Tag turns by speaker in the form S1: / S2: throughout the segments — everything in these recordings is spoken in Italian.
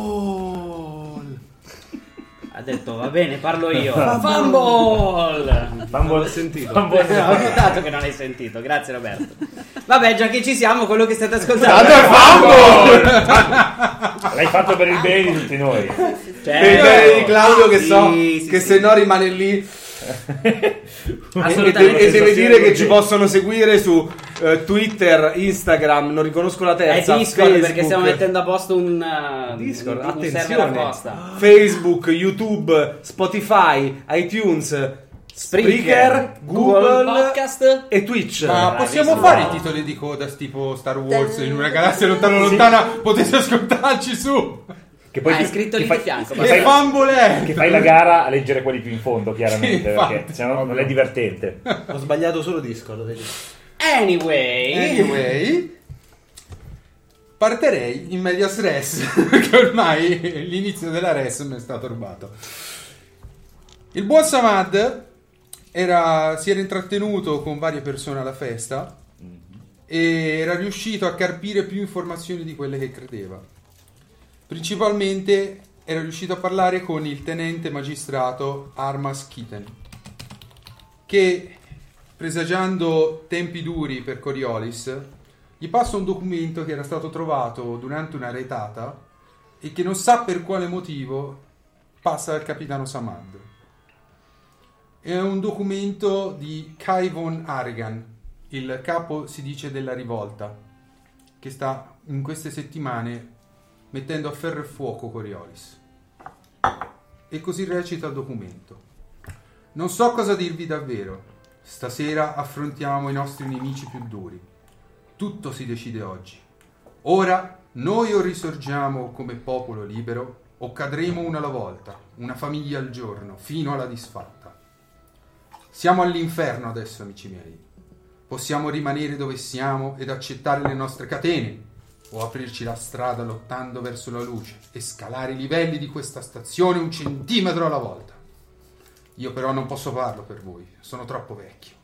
S1: Fumble!
S2: Ha detto va bene, parlo io.
S1: Fumble!
S2: Fumble!
S3: Bumble sentito.
S2: Fumble, Ho notato che non hai sentito, grazie Roberto. Vabbè, già che ci siamo, quello che state ascoltando.
S3: L'hai fatto per il bene di tutti noi.
S2: Cioè,
S1: Per il bene di Claudio che
S2: Sì,
S1: so
S2: sì,
S1: che
S2: sì.
S1: se no rimane lì e,
S2: Assolutamente.
S1: e- e deve dire che ci
S3: posso
S1: possono seguire su eh, Twitter, Instagram, non riconosco la
S2: È
S1: terza,
S2: Eh, Discord
S1: Esatto, Facebook,
S2: perché stiamo mettendo a posto un, uh,
S1: Discord,
S2: un- un server
S1: attenzione.
S2: apposta.
S1: Facebook, YouTube, Spotify, iTunes, Spreaker, Google,
S2: Podcast.
S1: e Twitch.
S4: Ma possiamo
S2: Bravissimo.
S4: fare i titoli di coda tipo Star Wars in una galassia lontana lontana? Potete ascoltarci su!
S3: Che poi
S2: Ah,
S3: ti-
S2: è scritto
S3: ti
S2: lì
S3: fai-
S2: di fianco,
S3: Che
S2: ma-
S4: Che
S3: fai,
S4: bambole!
S3: che fai la gara a leggere quelli più in fondo,
S4: Sì,
S3: chiaramente,
S4: infatti.
S3: perché sennò non è divertente.
S1: Ho sbagliato solo Discord. vedi.
S2: Anyway.
S4: Anyway, partirei in media stress, perché ormai l'inizio della res mi è stato rubato. Il buon Samad era- si era intrattenuto con varie persone alla festa e era riuscito a carpire più informazioni di quelle che credeva. Principalmente era riuscito a parlare con il tenente magistrato Armas Kitten, che presagiando tempi duri per Coriolis, gli passa un documento che era stato trovato durante una retata e che non sa per quale motivo passa al capitano Samad. È un documento di Kai von Arigan, il capo si dice della rivolta, che sta in queste settimane mettendo a ferro e fuoco Coriolis. E così recita il documento. Non so cosa dirvi davvero. Stasera affrontiamo i nostri nemici più duri. Tutto si decide oggi. Ora noi o risorgiamo come popolo libero o cadremo una alla volta, una famiglia al giorno, fino alla disfatta. Siamo all'inferno adesso, amici miei. Possiamo rimanere dove siamo ed accettare le nostre catene o aprirci la strada lottando verso la luce e scalare i livelli di questa stazione un centimetro alla volta. Io però non posso farlo per voi, sono troppo vecchio.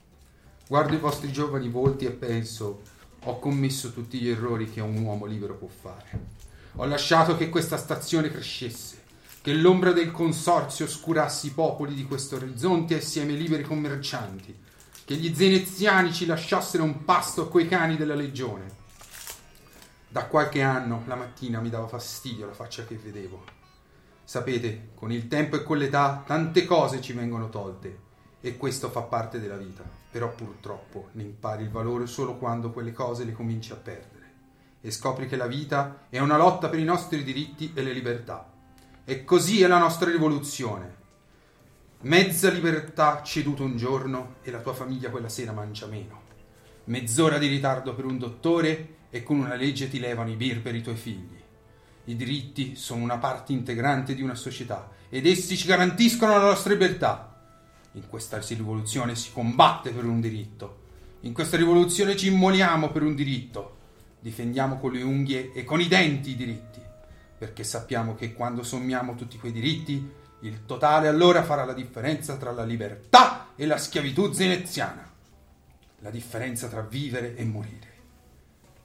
S4: Guardo i vostri giovani volti e penso, ho commesso tutti gli errori che un uomo libero può fare. Ho lasciato che questa stazione crescesse, che l'ombra del consorzio oscurasse i popoli di questo orizzonte assieme ai liberi commercianti, che gli veneziani ci lasciassero un pasto a quei cani della legione. Da qualche anno la mattina mi dava fastidio la faccia che vedevo. Sapete, con il tempo e con l'età tante cose ci vengono tolte e questo fa parte della vita, però purtroppo ne impari il valore solo quando quelle cose le cominci a perdere e scopri che la vita è una lotta per i nostri diritti e le libertà. E così è la nostra rivoluzione. Mezza libertà ceduta un giorno e la tua famiglia quella sera mangia meno. Mezz'ora di ritardo per un dottore e con una legge ti levano i bir per i tuoi figli. I diritti sono una parte integrante di una società ed essi ci garantiscono la nostra libertà. In questa rivoluzione si combatte per un diritto. In questa rivoluzione ci immoliamo per un diritto. Difendiamo con le unghie e con i denti i diritti, perché sappiamo che quando sommiamo tutti quei diritti, il totale allora farà la differenza tra la libertà e la schiavitù veneziana. La differenza tra vivere e morire.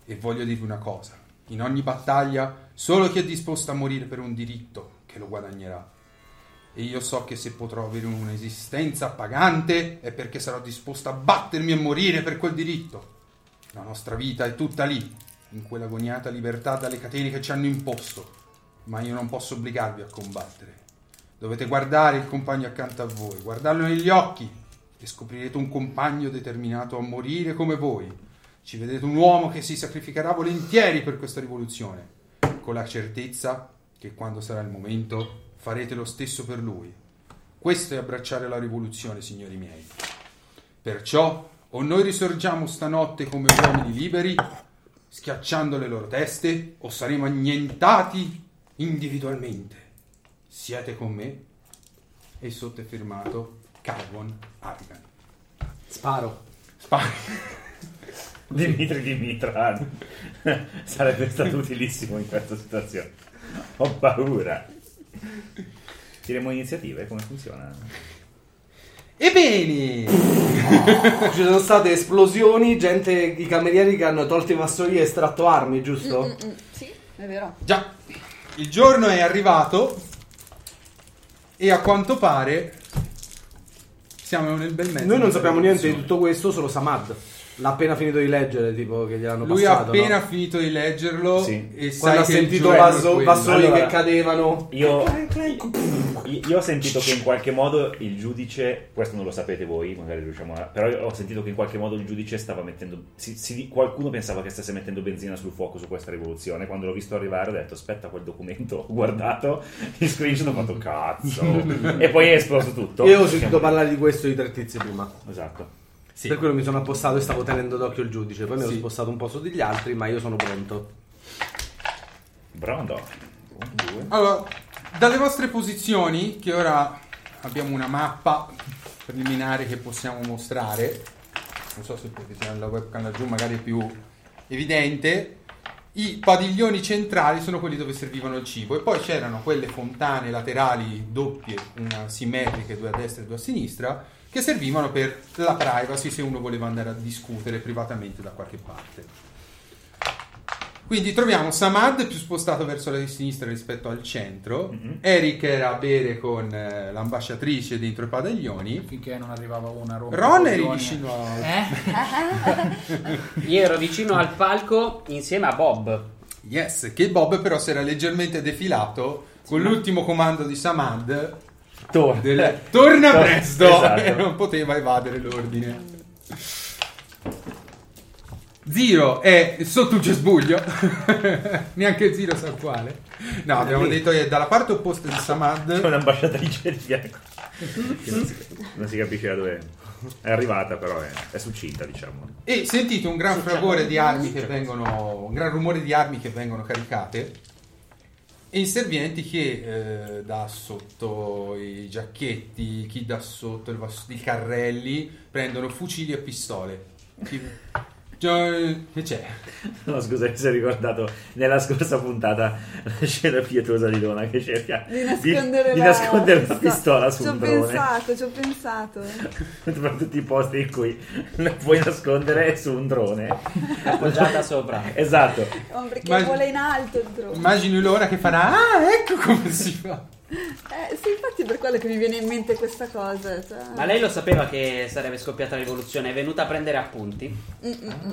S4: E voglio dirvi una cosa, in ogni battaglia solo chi è disposto a morire per un diritto che lo guadagnerà. E io so che se potrò avere un'esistenza pagante è perché sarò disposto a battermi e morire per quel diritto. La nostra vita è tutta lì, in quell'agoniata libertà dalle catene che ci hanno imposto. Ma io non posso obbligarvi a combattere. Dovete guardare il compagno accanto a voi, guardarlo negli occhi e scoprirete un compagno determinato a morire come voi. Ci vedrete un uomo che si sacrificherà volentieri per questa rivoluzione, con la certezza che quando sarà il momento farete lo stesso per lui. Questo è abbracciare la rivoluzione, signori miei. Perciò o noi risorgiamo stanotte come uomini liberi, schiacciando le loro teste, o saremo annientati individualmente. Siete con me? E sotto è firmato Carbon Argan.
S1: Sparo.
S3: Dimitri Dimitran sarebbe stato utilissimo in questa situazione. Ho paura. Tiremo iniziative, come funziona?
S4: Ebbene,
S1: Ci sono state esplosioni, gente, i camerieri che hanno tolto i vassoi e estratto armi, giusto?
S5: Mm, Sì, è vero.
S4: già, il giorno è arrivato e a quanto pare siamo nel bel
S5: mm.
S4: mezzo.
S1: Noi non
S4: della
S1: sappiamo niente di
S4: rivoluzione.
S1: tutto questo, solo Samad. L'ha appena finito di leggere, tipo che gliel'hanno
S4: Lui ha
S1: passato.
S4: appena
S1: no?
S4: finito di leggerlo
S3: Sì.
S4: e sai
S1: Quando ha
S4: che il
S1: sentito
S4: giorno è
S1: vaso-
S4: quello.
S1: vassoi
S3: Allora.
S1: che cadevano.
S3: Io, io- io ho sentito che in qualche modo il giudice, questo non lo sapete voi, magari riusciamo a... però io ho sentito che in qualche modo il giudice stava mettendo, si- si- qualcuno pensava che stesse mettendo benzina sul fuoco su questa rivoluzione, quando l'ho visto arrivare ho detto aspetta quel documento, ho guardato, il screenshot ho fatto cazzo, e poi è esploso tutto.
S1: Io ho sentito parlare di questo di tre tizi prima.
S3: Esatto.
S4: Sì.
S1: Per quello mi sono appostato e stavo tenendo d'occhio il giudice. Poi mi ero
S4: Sì.
S1: spostato un po' su degli altri, ma io sono pronto.
S3: Brondo. Un, due.
S4: Allora, dalle vostre posizioni, che ora abbiamo una mappa preliminare che possiamo mostrare, non so se potete tirare la webcam laggiù, magari è più evidente, i padiglioni centrali sono quelli dove servivano il cibo e poi c'erano quelle fontane laterali doppie, una simmetriche, due a destra e due a sinistra, che servivano per la privacy se uno voleva andare a discutere privatamente da qualche parte. Quindi troviamo Samad più spostato verso la sinistra rispetto al centro, Eric era a bere con eh, l'ambasciatrice dentro i padiglioni,
S6: Finché non arrivava una roba.
S4: Ron eri vicino a...
S6: Eh?
S2: Io ero vicino al palco insieme a Bob.
S4: Yes, che Bob però si era leggermente defilato con l'ultimo comando di Samad
S3: Torna.
S4: del torna presto
S3: Esatto.
S4: e non poteva evadere l'ordine. Ziro è sotto un cespuglio, neanche Ziro sa quale. No, abbiamo detto che è dalla parte opposta di
S3: C'è
S4: Samad.
S3: un'ambasciatrice di fianco. Che non, si, non si capisce da dove è. È arrivata, però è, è succinta, diciamo.
S4: E sentite un gran fragore di armi che vengono, un gran rumore di armi che vengono caricate. E i serventi che eh, da sotto i giacchetti, chi da sotto il vas- i carrelli, prendono fucili e pistole. Chi- Cioè, Che c'è?
S3: No, scusa, mi sono ricordato nella scorsa puntata la scena pietosa di Donna che cerca
S5: Di nascondere,
S3: di
S5: la,
S3: nascondere la pistola su
S5: Ci ho
S3: un drone.
S5: pensato, ci ho pensato.
S3: Tra tutti i posti in cui la puoi nascondere su un drone.
S2: appoggiata sopra.
S3: Esatto.
S5: Oh, perché
S4: Ma-
S5: vola in alto il drone.
S4: Immagini l'ora che farà. Ah, ecco come si fa.
S5: Eh, sì, infatti per quello che mi viene in mente questa cosa. cioè-
S2: Ma lei lo sapeva che sarebbe scoppiata la rivoluzione, è venuta a prendere appunti,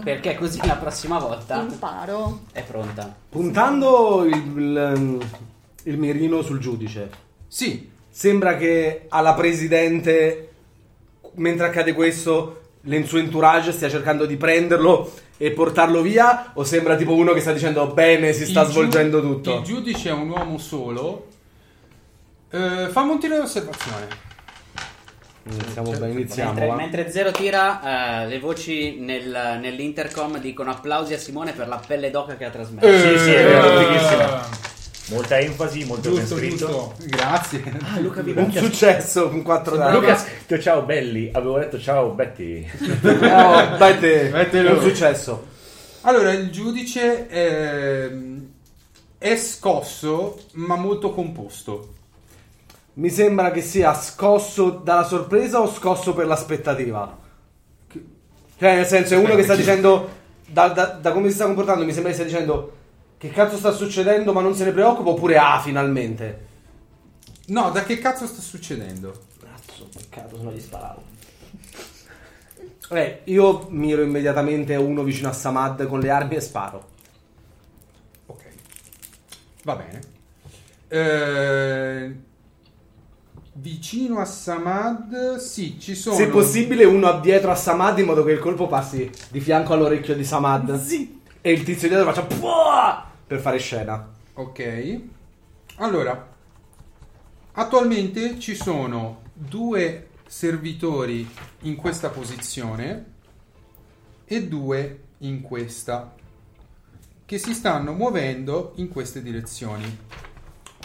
S2: perché così la prossima volta
S5: mm, Imparo.
S2: è pronta.
S1: Puntando il, il, il mirino sul giudice,
S4: Sì,
S1: sembra che alla presidente, mentre accade questo, nel suo entourage stia cercando di prenderlo e portarlo via? O sembra tipo uno che sta dicendo bene, si sta
S4: il giu-
S1: svolgendo tutto?
S4: Il giudice è un uomo solo. Eh, fammi un tiro di osservazione.
S1: Siamo bene, iniziamo.
S2: Cioè, Mentre,
S1: va.
S2: mentre Zero tira, eh, le voci nel- nell'intercom dicono applausi a Simone per la pelle d'oca che ha trasmesso.
S3: Sì, sì, è vero,
S4: Eh,
S3: fighissimo. Molta enfasi, molto ben
S4: Giusto,
S3: scritto.
S4: giusto. Grazie.
S3: Ah, Luca vi
S1: Un successo con quattro dadi.
S3: Luca ha scritto ciao belli, avevo detto ciao Betty.
S1: No, dai Oh, te.
S4: Dai te
S1: È un
S4: lui.
S1: successo.
S4: Allora, il giudice ehm, è scosso, ma molto composto.
S1: Mi sembra che sia scosso dalla sorpresa o scosso per l'aspettativa. Cioè, nel senso, è uno che sta dicendo. Da, da- da come si sta comportando, mi sembra che stia dicendo. Che cazzo sta succedendo, ma non se ne preoccupa, oppure ah, finalmente.
S4: No, da che cazzo sta succedendo?
S1: Cazzo, peccato, se no gli sparavo. Eh, io miro immediatamente a uno vicino a Samad con le armi e sparo.
S4: Ok, va bene. Eh, vicino a Samad, sì, ci sono.
S1: Se possibile, uno addietro a Samad in modo che il colpo passi di fianco all'orecchio di Samad. Sì. E il tizio dietro faccia. "Puah!" Per fare scena.
S4: Ok, allora, attualmente ci sono due servitori in questa posizione e due in questa, che si stanno muovendo in queste direzioni.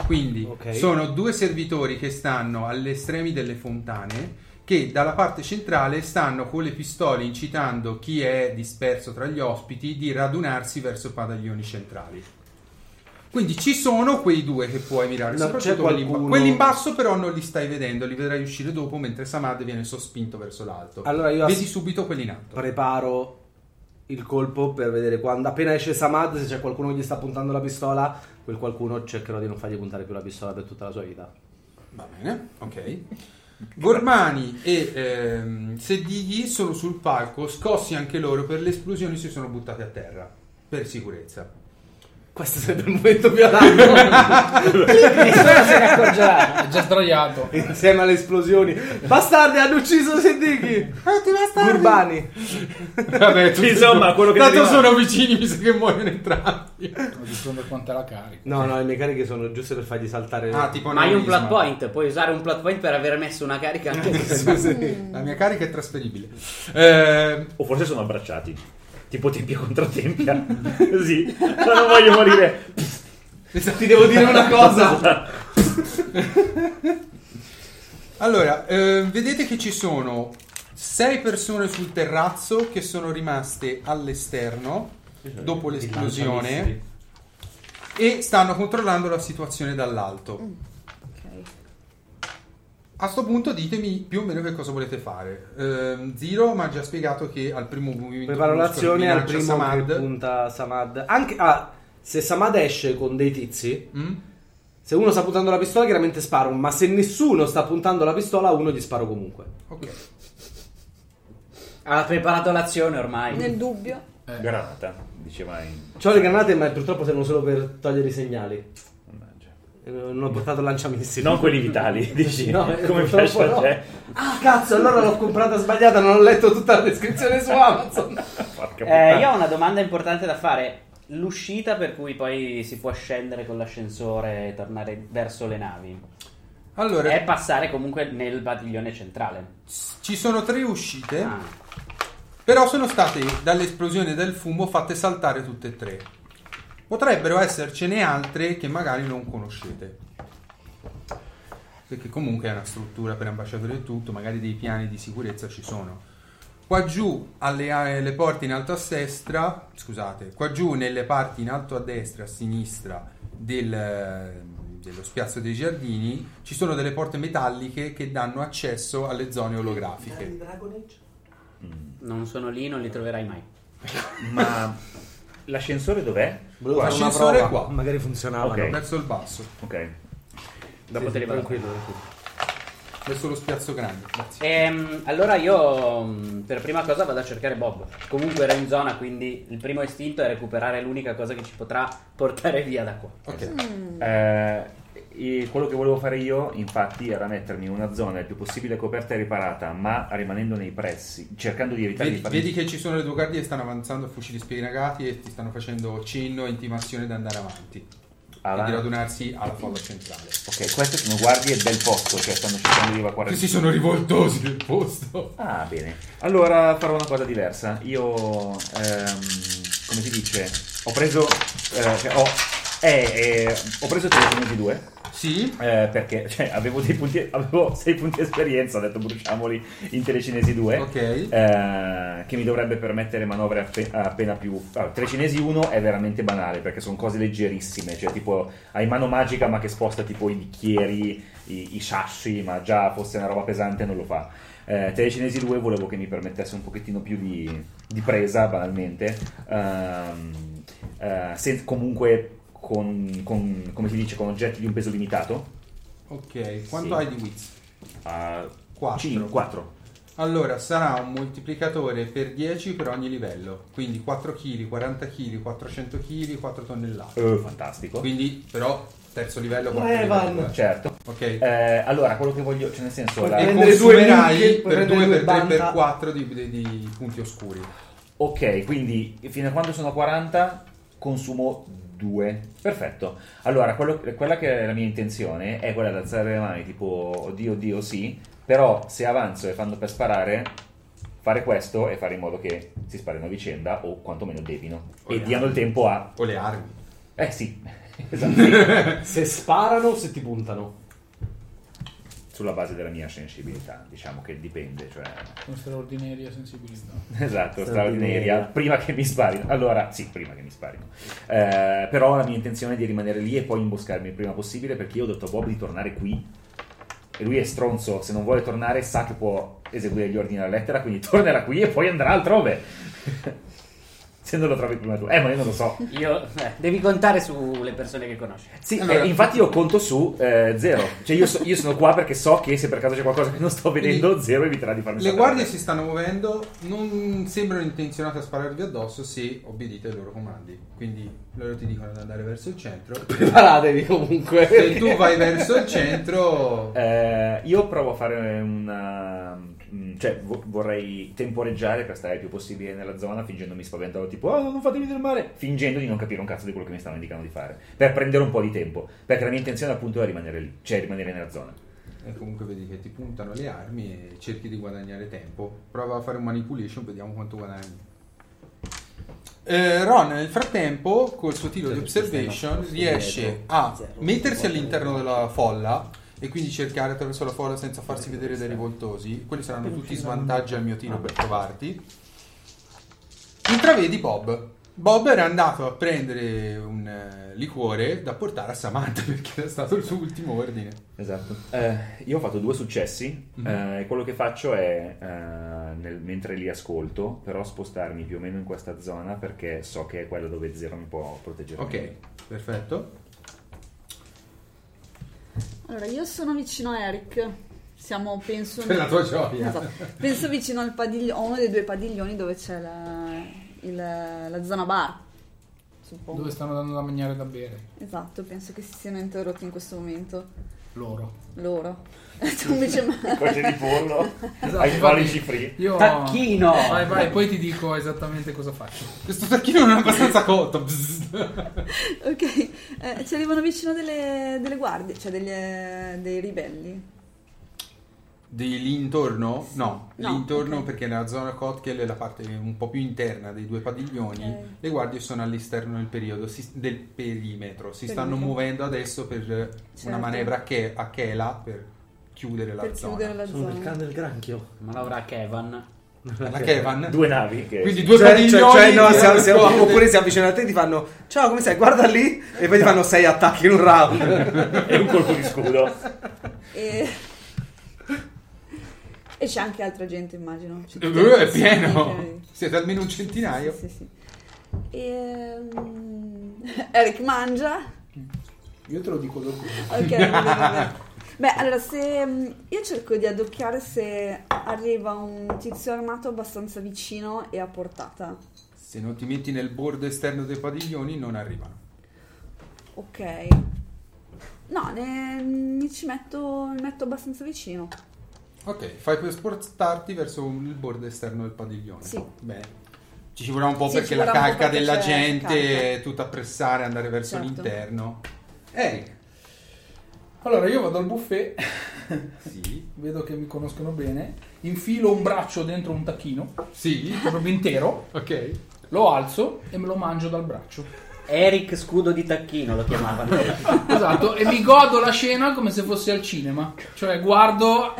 S4: Quindi
S1: Ok.
S4: sono due servitori che stanno agli estremi delle fontane che dalla parte centrale stanno con le pistole incitando chi è disperso tra gli ospiti di radunarsi verso i padiglioni centrali. Quindi ci sono quei due che puoi mirare,
S1: No,
S4: soprattutto
S1: c'è
S4: quelli in, ba-
S1: qualcuno-
S4: quelli in basso però non li stai vedendo, li vedrai uscire dopo mentre Samad viene sospinto verso l'alto.
S1: Allora io
S4: Vedi
S1: ass-
S4: subito quelli in alto.
S6: Certo.
S1: Preparo il colpo per vedere quando appena esce Samad se c'è qualcuno che gli sta puntando la pistola, quel qualcuno cercherò di non fargli puntare più la pistola per tutta la sua vita.
S4: Va bene, ok. Gormani e ehm, Sedigli sono sul palco, scossi anche loro per le esplosioni, si sono buttati a terra per sicurezza.
S1: Questo sarebbe il momento più adatto
S2: Nessuno se ne accorgerà.
S6: È già sdraiato.
S1: insieme alle esplosioni. Bastardi hanno ucciso Sediki. Urbani.
S4: Vabbè, tutti
S3: Insomma,
S4: e due.
S3: quello che
S4: tanto
S3: ti rimane.
S4: sono vicini, mi sa che muoiono entrambi.
S1: Eh,
S6: Dipende quanto è la carica.
S1: No, no, le mie cariche sono giuste per fargli saltare.
S4: Ah, tipo
S2: Ma hai un
S4: neurisma.
S2: plot point, puoi usare un plot point per aver messo una carica anche se-
S4: Scusi, La mia carica è trasferibile. Ehm,
S3: O forse sono abbracciati. Tipo tempia contro tempia. Così. Ma non voglio morire.
S1: Ti devo dire una cosa.
S4: Allora, eh, vedete che ci sono sei persone sul terrazzo che sono rimaste all'esterno dopo l'esplosione e stanno controllando la situazione dall'alto.
S5: Ok.
S4: A sto punto ditemi più o meno che cosa volete fare. Ehm, Ziro mi ha già spiegato che al primo movimento
S1: Preparo
S4: brusco
S1: l'azione al
S4: minaccia
S1: primo che punta Samad. Anche ah, se Samad esce con dei tizi,
S4: Mm?
S1: se uno sta puntando la pistola chiaramente sparo, ma se nessuno sta puntando la pistola uno gli sparo comunque.
S4: Ok.
S2: Ha preparato l'azione ormai.
S5: Nel dubbio.
S3: Granata, diceva in...
S1: C'ho le granate, ma purtroppo servono solo per togliere i segnali.
S3: Mannaggia.
S1: Eh, Non ho portato il lanciamissili.
S3: Non quelli vitali, dici.
S1: No, eh,
S3: Come piace
S1: purtroppo
S3: cioè, a
S1: no.
S3: te.
S1: Ah, cazzo, allora l'ho comprata sbagliata, non ho letto tutta la descrizione su Amazon.
S2: Eh,
S3: Porca puttana.
S2: io ho una domanda importante da fare. L'uscita per cui poi si può scendere con l'ascensore e tornare verso le navi
S4: Allora,
S1: Eh.
S2: è passare comunque nel padiglione centrale.
S4: ci sono tre uscite.
S2: Ah.
S4: Però sono state dall'esplosione del fumo fatte saltare tutte e tre. Potrebbero essercene altre che magari non conoscete. Perché comunque è una struttura per ambasciatori e tutto, magari dei piani di sicurezza ci sono. Qua giù alle, alle porte in alto a destra, scusate, qua giù nelle parti in alto a destra, a sinistra del, eh, dello spiazzo dei giardini ci sono delle porte metalliche che danno accesso alle zone olografiche.
S2: Non sono lì, non li troverai mai.
S3: Ma l'ascensore dov'è?
S1: Volevo
S4: Qua,
S1: fare una
S4: ascensore
S1: prova,
S4: qua.
S1: magari funzionava.
S3: Ok.
S1: no?
S4: Verso il basso,
S3: Ok.
S1: Da
S2: Sì,
S1: poter
S2: sì,
S1: tranquillo, tranquillo.
S4: verso lo spiazzo grande. Grazie.
S2: Ehm, allora io mh, per prima cosa vado a cercare Bob. Comunque ero in zona, quindi il primo istinto è recuperare l'unica cosa che ci potrà portare via da qua.
S4: Ok.
S3: Eh, e quello che volevo fare io, infatti, era mettermi in una zona il più possibile coperta e riparata, ma rimanendo nei pressi, cercando di evitare
S4: Vedi,
S3: di fare
S4: vedi che ci sono le due guardie che stanno avanzando a fucili spiegati e ti stanno facendo cenno e intimazione di andare avanti e
S3: avanti.
S4: di radunarsi alla folla centrale.
S3: Ok, queste sono guardie del posto, cioè stanno cercando di evacuare il
S4: Questi sono rivoltosi del posto.
S3: Ah, bene. Allora farò una cosa diversa. Io, ehm, come si dice, ho preso. eh, cioè, ho, eh, eh, ho preso 3 minuti 2.
S4: Sì,
S3: perché cioè, avevo dei punti avevo 6 punti esperienza ho detto bruciamoli in telecinesi 2
S4: Ok.
S3: eh, che mi dovrebbe permettere manovre appe- appena più ah, allora, telecinesi 1 è veramente banale perché sono cose leggerissime cioè tipo hai mano magica ma che sposta tipo i bicchieri i, i sassi ma già fosse una roba pesante non lo fa eh, telecinesi 2 volevo che mi permettesse un pochettino più di, di presa banalmente ehm, eh, sen- comunque con, con- come si dice con oggetti di un peso limitato
S4: ok. Quanto
S3: Sì.
S4: hai di Wiz?
S3: a
S4: Ah, Quattro.
S3: 4
S4: Allora, sarà un moltiplicatore per 10 per ogni livello, quindi 4 kg, 40 kg, 400 kg, 4 tonnellate.
S3: Eh, fantastico
S4: Quindi, però, terzo livello, quarto
S1: Eh,
S4: livello.
S1: vanno.
S4: eh.
S3: certo
S4: Ok.
S3: Eh, allora quello che voglio cioè nel senso la-
S4: E
S1: prendere due
S4: consumerai
S1: minchie, puoi
S4: per 2,
S1: prendere
S4: per
S1: due
S4: 3, per
S1: banta.
S4: 4 di, di- di punti oscuri.
S3: ok quindi fino a quando sono a 40 consumo 2 perfetto allora quello- quella che è la mia intenzione è quella di alzare le mani tipo oddio oddio sì però se avanzo e fanno per sparare fare questo e fare in modo che si sparino a vicenda o quantomeno devino e
S4: Ora.
S3: diano il tempo a
S4: O le armi.
S3: eh sì esatto
S1: Se sparano o se ti puntano?
S3: sulla base della mia sensibilità diciamo che dipende cioè
S6: Con straordinaria sensibilità.
S3: Esatto, straordinaria.
S1: Straordinaria.
S3: Prima che mi sparino. Allora, sì, prima che mi sparino. Eh, però la mia intenzione è di rimanere lì e poi imboscarmi il prima possibile perché io ho detto a Bob di tornare qui. E lui è stronzo, se non vuole tornare sa che può eseguire gli ordini alla lettera, quindi tornerà qui e poi andrà altrove. se non lo trovi prima tu. Eh, ma io non lo so.
S2: Io eh, devi contare sulle persone che conosci.
S3: Sì,
S4: Allora-
S3: eh, infatti io conto su eh, zero. Cioè io, so- io sono qua perché so che se per caso c'è qualcosa che non sto vedendo, zero eviterà di farmi
S4: Le
S3: saltare.
S4: guardie si stanno muovendo, non sembrano intenzionate a spararvi addosso se obbedite ai loro comandi. Quindi loro ti dicono di andare verso il centro.
S1: Preparatevi comunque.
S4: Se tu vai verso il centro,
S3: Eh, io provo a fare una. mm, cioè, vo- vorrei temporeggiare per stare il più possibile nella zona, fingendomi spaventato, tipo, oh, non fatemi del male, fingendo di non capire un cazzo di quello che mi stanno indicando di fare, per prendere un po' di tempo, perché la mia intenzione appunto è rimanere lì, cioè rimanere nella zona.
S4: E comunque vedi che ti puntano le armi e cerchi di guadagnare tempo. Prova a fare un manipulation, vediamo quanto guadagni. Eh, Ron nel frattempo col suo tiro di observation riesce a mettersi all'interno della folla e quindi cercare attraverso la folla senza farsi vedere dai rivoltosi. Quelli saranno tutti svantaggi al mio tiro per trovarti. Intravedi Bob. Bob era andato a prendere un eh, liquore da portare a Samantha perché era stato il suo ultimo ordine.
S3: Esatto. Eh, io ho fatto due successi eh, e quello che faccio è, eh, nel- mentre li ascolto, però spostarmi più o meno in questa zona perché so che è quella dove Zero mi può proteggere.
S4: Ok, perfetto.
S5: Allora, io sono vicino a Eric. Siamo, penso.
S4: Per la tua gioia.
S5: Esatto. Penso vicino al padiglio- a uno dei due padiglioni dove c'è la, il- la zona bar. Suppongo.
S6: Dove stanno dando da mangiare e da bere?
S5: Esatto, penso che si siano interrotti in questo momento.
S6: Loro.
S5: Loro. tu mi dici, ma-
S3: Cosce di Esatto, pollo, ai
S6: infatti-
S3: pollici free.
S6: Io...
S2: Tacchino!
S6: Vai, vai, poi ti dico esattamente cosa faccio.
S4: Questo tacchino non è abbastanza cotto. Bzzz.
S5: Ok, eh, ci arrivano vicino delle, delle guardie, cioè degli- dei ribelli.
S4: Di lì intorno? No,
S5: No,
S4: lì intorno
S5: ok.
S4: perché nella zona Kotkel è la parte un po' più interna dei due padiglioni.
S5: Ok.
S4: Le guardie sono all'esterno del, periodo, si- del perimetro. Si stanno
S5: Perimetro.
S4: muovendo adesso per eh, una
S5: Certo.
S4: manovra a, che- a chela per chiudere la
S5: per
S4: zona.
S5: chiudere la
S1: Sono
S5: zona.
S1: il cane del granchio.
S2: Ma Laura Kevin.
S4: alla Kevan.
S3: Due navi che...
S4: Quindi due
S1: Cioè, cioè,
S4: padiglioni.
S1: cioè, no,
S4: di-
S1: se- se- oppure si avvicinano a te e ti fanno ciao come stai guarda lì e poi ti fanno sei attacchi in un round
S3: e un colpo di scudo.
S5: E... e c'è anche altra gente, immagino. C'è
S4: Eh, È
S5: sì,
S4: pieno.
S5: ok.
S4: Siete almeno un
S5: Sì,
S4: centinaio.
S5: sì, sì. Ehm, Eric mangia.
S6: Io te lo dico dopo.
S5: Ok, vabbè, vabbè. Beh, allora, se mm, io cerco di addocchiare se arriva un tizio armato abbastanza vicino e a portata.
S4: Se non ti metti nel bordo esterno dei padiglioni non arrivano.
S5: Ok. No, ne- mi ci metto, mi metto abbastanza vicino.
S4: Ok, fai per spostarti verso un- il bordo esterno del padiglione.
S5: Sì.
S4: Bene. Ci ci vorrà un po'
S5: Sì,
S4: perché
S5: ci
S4: la
S5: vorrà un po'
S4: calca
S5: perché
S4: della
S5: c'è
S4: gente
S5: calca.
S4: è tutta a pressare, andare verso
S5: Certo.
S4: l'interno. Eric.
S6: Allora io vado al buffet,
S4: Sì.
S6: vedo che mi conoscono bene, infilo un braccio dentro un tacchino,
S4: Sì.
S6: proprio intero,
S4: Ok.
S6: lo alzo e me lo mangio dal braccio.
S2: Eric Scudo di Tacchino lo chiamavano.
S6: Esatto, e mi godo la scena come se fossi al cinema. Cioè guardo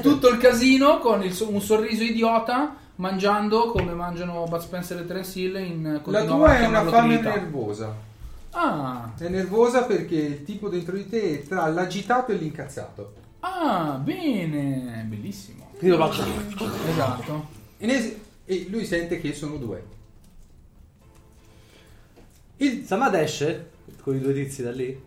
S6: tutto il casino con il so- un sorriso idiota mangiando come mangiano Bud Spencer e Terence Hill in
S4: La
S6: continuano a
S4: tua è una
S6: chiamarlo
S4: fame
S6: Trinità.
S4: nervosa.
S6: Ah,
S4: È nervosa perché il tipo dentro di te è tra l'agitato e l'incazzato.
S6: ah, bene, bellissimo.
S1: io lo faccio
S6: Esatto.
S4: Ines- e lui sente che sono due. Il
S1: Samad esce eh, con i due tizi da lì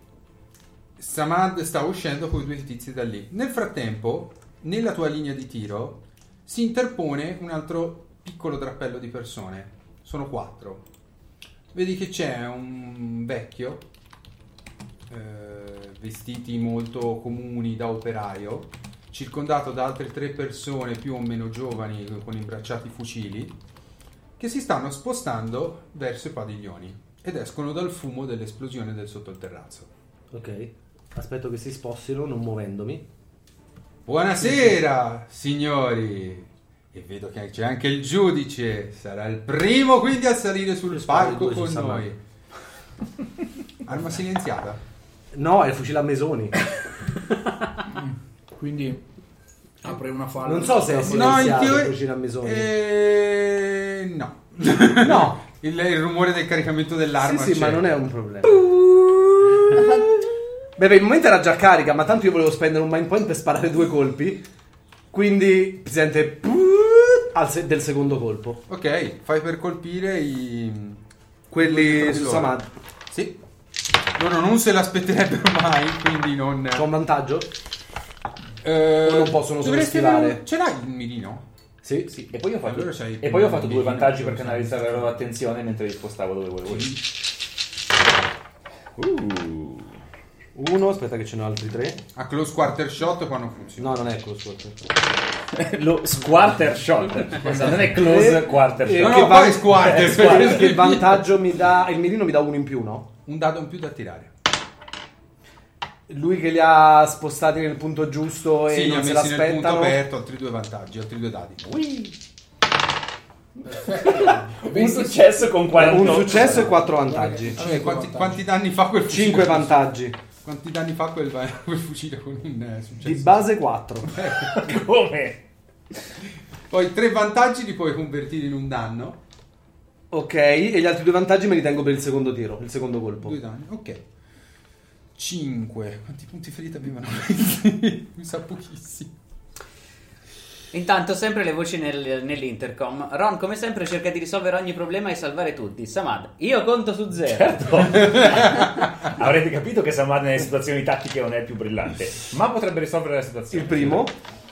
S4: Samad sta uscendo con i due tizi da lì. Nel frattempo, nella tua linea di tiro si interpone un altro piccolo drappello di persone. Sono quattro. Vedi che c'è un vecchio eh, vestiti molto comuni da operaio, circondato da altre tre persone più o meno giovani con imbracciati fucili, che si stanno spostando verso i padiglioni ed escono dal fumo dell'esplosione del sottoterrazzo.
S1: ok aspetto che si spostino non muovendomi
S4: Buonasera, signori! E vedo che c'è anche il giudice, sarà il primo quindi a salire sul
S1: sparo
S4: palco
S1: due su
S4: con
S1: Samad.
S4: noi. Arma silenziata.
S1: no è il fucile a mesoni
S6: Quindi apri una falla.
S1: non so se è
S4: No, in
S1: silenziato il fucile a
S4: teoria...
S1: mesoni
S4: Eh, no.
S1: no
S4: Il, il rumore del caricamento dell'arma.
S1: sì sì
S4: c'è.
S1: ma non è un problema Beh, per il momento era già carica, ma tanto io volevo spendere un mind point per sparare due colpi. Quindi si sente "Puuuut" al se- del secondo colpo.
S4: Ok, fai per colpire i...
S1: Quelli su
S4: Allora.
S1: Samad.
S4: Sì. Loro non se l'aspetterebbero mai, quindi non...
S1: C'ho un vantaggio?
S4: Eh,
S1: o non possono
S4: dovresti
S1: sovrastimare.
S4: avere un- Ce l'hai il mirino?
S1: Sì.
S3: Sì, e poi ho fatto,
S4: Allora sei
S3: e poi ho fatto
S4: più
S3: due vantaggi
S4: vicino,
S3: per
S4: sì.
S3: canalizzare la loro attenzione mentre li spostavo dove volevo. io. Uh,
S1: Uno, aspetta che ce ne ho altri tre.
S4: A close quarter shot quando funziona.
S1: No, non è close quarter.
S3: lo squarter shot. non è close quarter
S1: Eh,
S4: No,
S3: shot.
S4: no,
S1: che va-
S4: poi Eh, squarter.
S1: Perché il vantaggio mi dà. Il mirino mi dà uno in più, no?
S4: Un dado in più da tirare.
S1: Lui che li ha spostati nel punto giusto e
S4: sì, li ha
S1: non se
S4: messi nel punto
S1: l'aspettano.
S4: aperto, altri due vantaggi, altri due dadi.
S3: Un successo con 48.
S1: Un successo e quattro vantaggi.
S4: Cioè, quanti, quanti danni fa quel fucile?
S1: Cinque vantaggi.
S4: Quanti danni fa quel, va- quel fucile con un eh,
S1: Di
S4: successo?
S1: base 4.
S3: Come?
S4: Poi tre vantaggi li puoi convertire in un danno.
S1: Ok, e gli altri due vantaggi me li tengo per il secondo tiro, il secondo colpo.
S4: Due danni, ok. 5. Quanti punti ferita avevano messi? Mi sa pochissimi.
S2: Intanto, sempre le voci nel- nell'intercom. Ron, come sempre, cerca di risolvere ogni problema e salvare tutti. Samad, io conto su zero.
S1: Certo.
S3: Avrete capito che Samad nelle situazioni tattiche non è il più brillante, ma potrebbe risolvere la situazione.
S1: Il primo.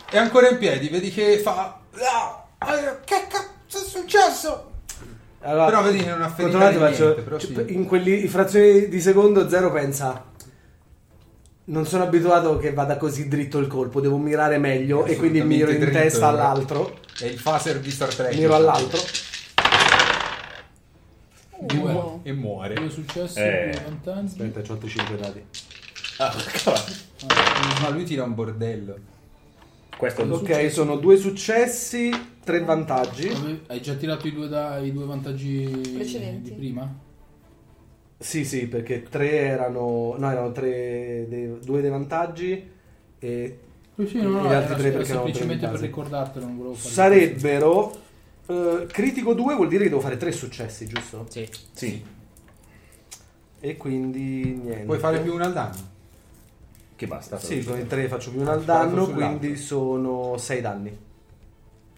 S4: È ancora in piedi, vedi che fa... Ah, eh, che cazzo è successo?
S1: Allora,
S4: Però vedi che non ha ferito
S1: controllate,
S4: niente,
S1: faccio-
S4: però
S1: cioè,
S4: sì.
S1: in quelli in frazioni di secondo Zero pensa non sono abituato che vada così dritto il colpo, devo mirare meglio e quindi miro in
S4: Assolutamente dritto,
S1: testa
S4: allora.
S1: all'altro,
S4: È il phaser di Star Trek.
S1: miro all'altro.
S6: Due.
S4: E muore.
S6: Due successi,
S3: Eh.
S6: due vantaggi.
S1: Aspetta, ho 5 dati.
S3: Ah, cavolo.
S4: Ma lui tira un bordello.
S3: Questo è un successo.
S1: Ok, sono due successi, tre vantaggi.
S6: Ave- Hai già tirato i due, da- i due vantaggi
S5: Precedenti.
S6: di prima?
S1: Sì, sì, perché tre erano no, erano tre dei, due dei vantaggi e
S6: Sì, sì, no,
S1: Gli altri
S6: no, era-
S1: tre
S6: era
S1: perché erano
S6: semplicemente
S1: tre in
S6: per
S1: casa.
S6: ricordartelo, non volevo fare
S1: sarebbero eh, critico 2 vuol dire che devo fare 3 successi, giusto?
S2: Sì.
S3: Sì,
S1: E quindi niente.
S4: Puoi fare più una al danno.
S3: che basta.
S1: Sì,
S3: però.
S1: con i 3 faccio più uno al
S4: Sparato
S1: danno,
S4: sull'altro.
S1: quindi sono 6 danni.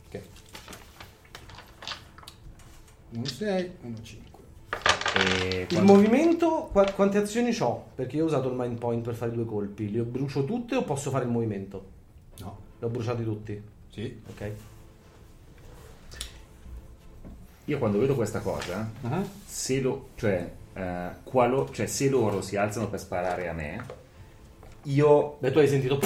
S4: Ok. 1, 6, 1, 5.
S3: E
S1: Il
S3: Eh, quando-
S1: movimento, qua- quante azioni ho? Perché io ho usato il mind point per fare due colpi. Li ho brucio tutte o posso fare il movimento?
S4: No.
S1: Li ho bruciati tutti,
S4: Sì.
S1: ok?
S3: Io quando vedo questa cosa,
S1: Uh-huh.
S4: Ah.
S3: se, lo- cioè, eh, qualo- cioè, se loro si alzano per sparare a me, io...
S1: Beh, tu hai sentito...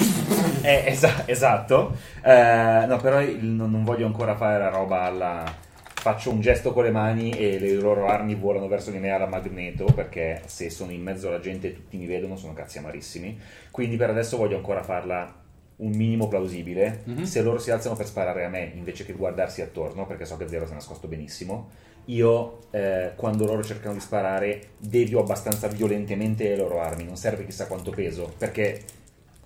S3: Eh, esa- esatto. Eh, no, però il- non, non voglio ancora fare la roba alla... Faccio un gesto con le mani e le loro armi volano verso di me alla magneto perché se sono in mezzo alla gente e tutti mi vedono sono cazzi amarissimi. Quindi per adesso voglio ancora farla un minimo plausibile. Se loro si alzano per sparare a me invece che guardarsi attorno, perché so che Zero si è nascosto benissimo, io eh, quando loro cercano di sparare devio abbastanza violentemente le loro armi, non serve chissà quanto peso, perché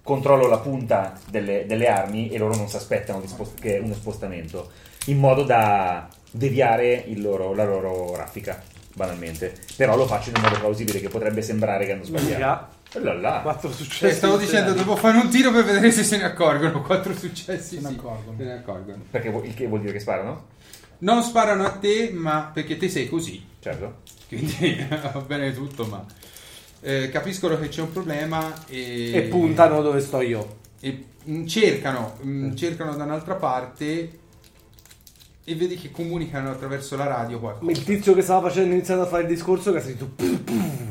S3: controllo la punta delle, delle armi e loro non si aspettano di spost- che uno spostamento, in modo da deviare il loro- la loro raffica, banalmente. Però lo faccio in un modo plausibile che potrebbe sembrare che hanno sbagliato. Oh là là.
S1: 4
S4: Cioè,
S1: successi.
S4: stavo
S1: sei
S4: dicendo,
S1: danni.
S4: devo fare un tiro per vedere se se ne accorgono. Quattro successi.
S6: Se ne
S4: sì.
S6: accorgono.
S4: Se ne accorgono.
S3: Perché vu- il che vuol dire che sparano?
S4: Non sparano a te, ma perché te sei così.
S3: Certo.
S4: Quindi va bene tutto, ma eh, capiscono che c'è un problema e,
S1: E puntano dove sto io.
S4: e, mm, cercano, mm, cercano da un'altra parte e vedi che comunicano attraverso la radio
S1: Ma il
S4: qualcosa.
S1: tizio che stava facendo iniziando a fare il discorso che ha sentito...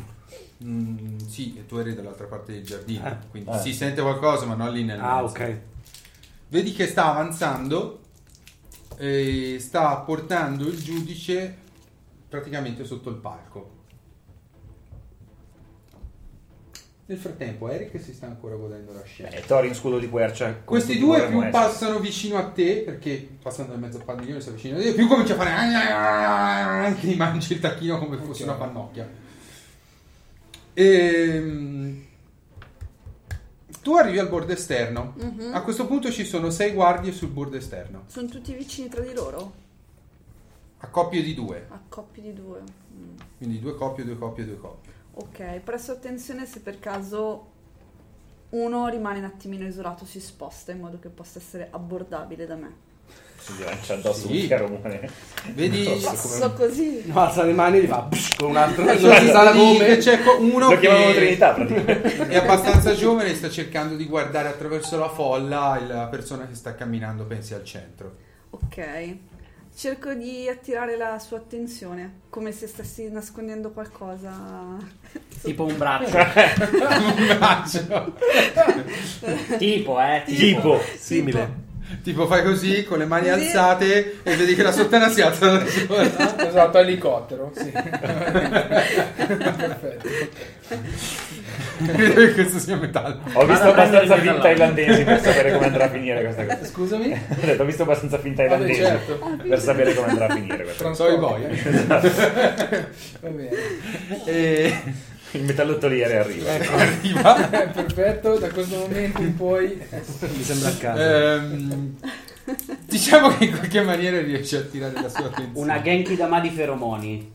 S4: Mm, sì, e tu eri dall'altra parte del giardino, quindi si sente qualcosa, ma non lì nel
S1: Eh, Ah,
S4: mezzo.
S1: ok.
S4: Vedi che sta avanzando e sta portando il giudice praticamente sotto il palco. Nel frattempo Eric si sta ancora godendo la scena.
S3: Beh, Thorin scudo di quercia. come
S4: Questi
S3: tutti
S4: due
S3: vorremmo
S4: più
S3: essere.
S4: passano vicino a te, perché passando nel mezzo al padiglione si avvicina a te, più comincia a fare che gli mangi il tacchino come fosse una pannocchia. Ehm, tu arrivi al bordo esterno. A questo punto ci sono sei guardie sul bordo esterno,
S5: Sono tutti vicini tra di loro?
S4: a coppie di due.
S5: A coppie di due. Mm.
S4: Quindi due coppie, due coppie, due coppie.
S5: Ok, presto attenzione se per caso uno rimane un attimino isolato, si sposta in modo che possa essere abbordabile da me.
S3: Si lancia addosso
S4: Sì.
S3: un chiarone.
S4: Vedi,
S5: Passo così.
S1: No, alza le mani e gli fa... Con un altro...
S4: vedi che c'è co- uno
S3: Lo chiamavano
S4: che-
S3: Trinità praticamente.
S4: è abbastanza giovane e sta cercando di guardare attraverso la folla la persona che sta camminando, pensi al centro.
S5: Ok. Cerco di attirare la sua attenzione, come se stessi nascondendo qualcosa.
S2: Tipo un braccio.
S4: Immagino.
S2: tipo, eh.
S3: tipo.
S1: Simile.
S4: tipo fai così con le mani
S5: Sì.
S4: alzate e vedi che la sottana si alza da sola.
S6: Esatto, elicottero. Sì. Perfetto.
S4: Credo che questo sia metallo.
S3: Ho visto
S2: Vado a prendere
S3: abbastanza
S2: il
S3: film
S2: mio
S3: thailandesi per sapere come andrà a finire questa cosa.
S6: Scusami.
S3: Ho detto, ho visto abbastanza film thailandesi
S6: Vabbè, certo.
S3: per sapere come andrà a finire questa cosa.
S4: So i boy.
S6: Va bene.
S4: E
S3: Il metallottoliere arriva.
S4: arriva.
S6: Ah. Perfetto, da questo momento in poi
S1: Mi sembra a casa.
S4: Ehm, diciamo che in qualche maniera riesce a tirare la sua attenzione.
S2: Una Genki Dama di feromoni.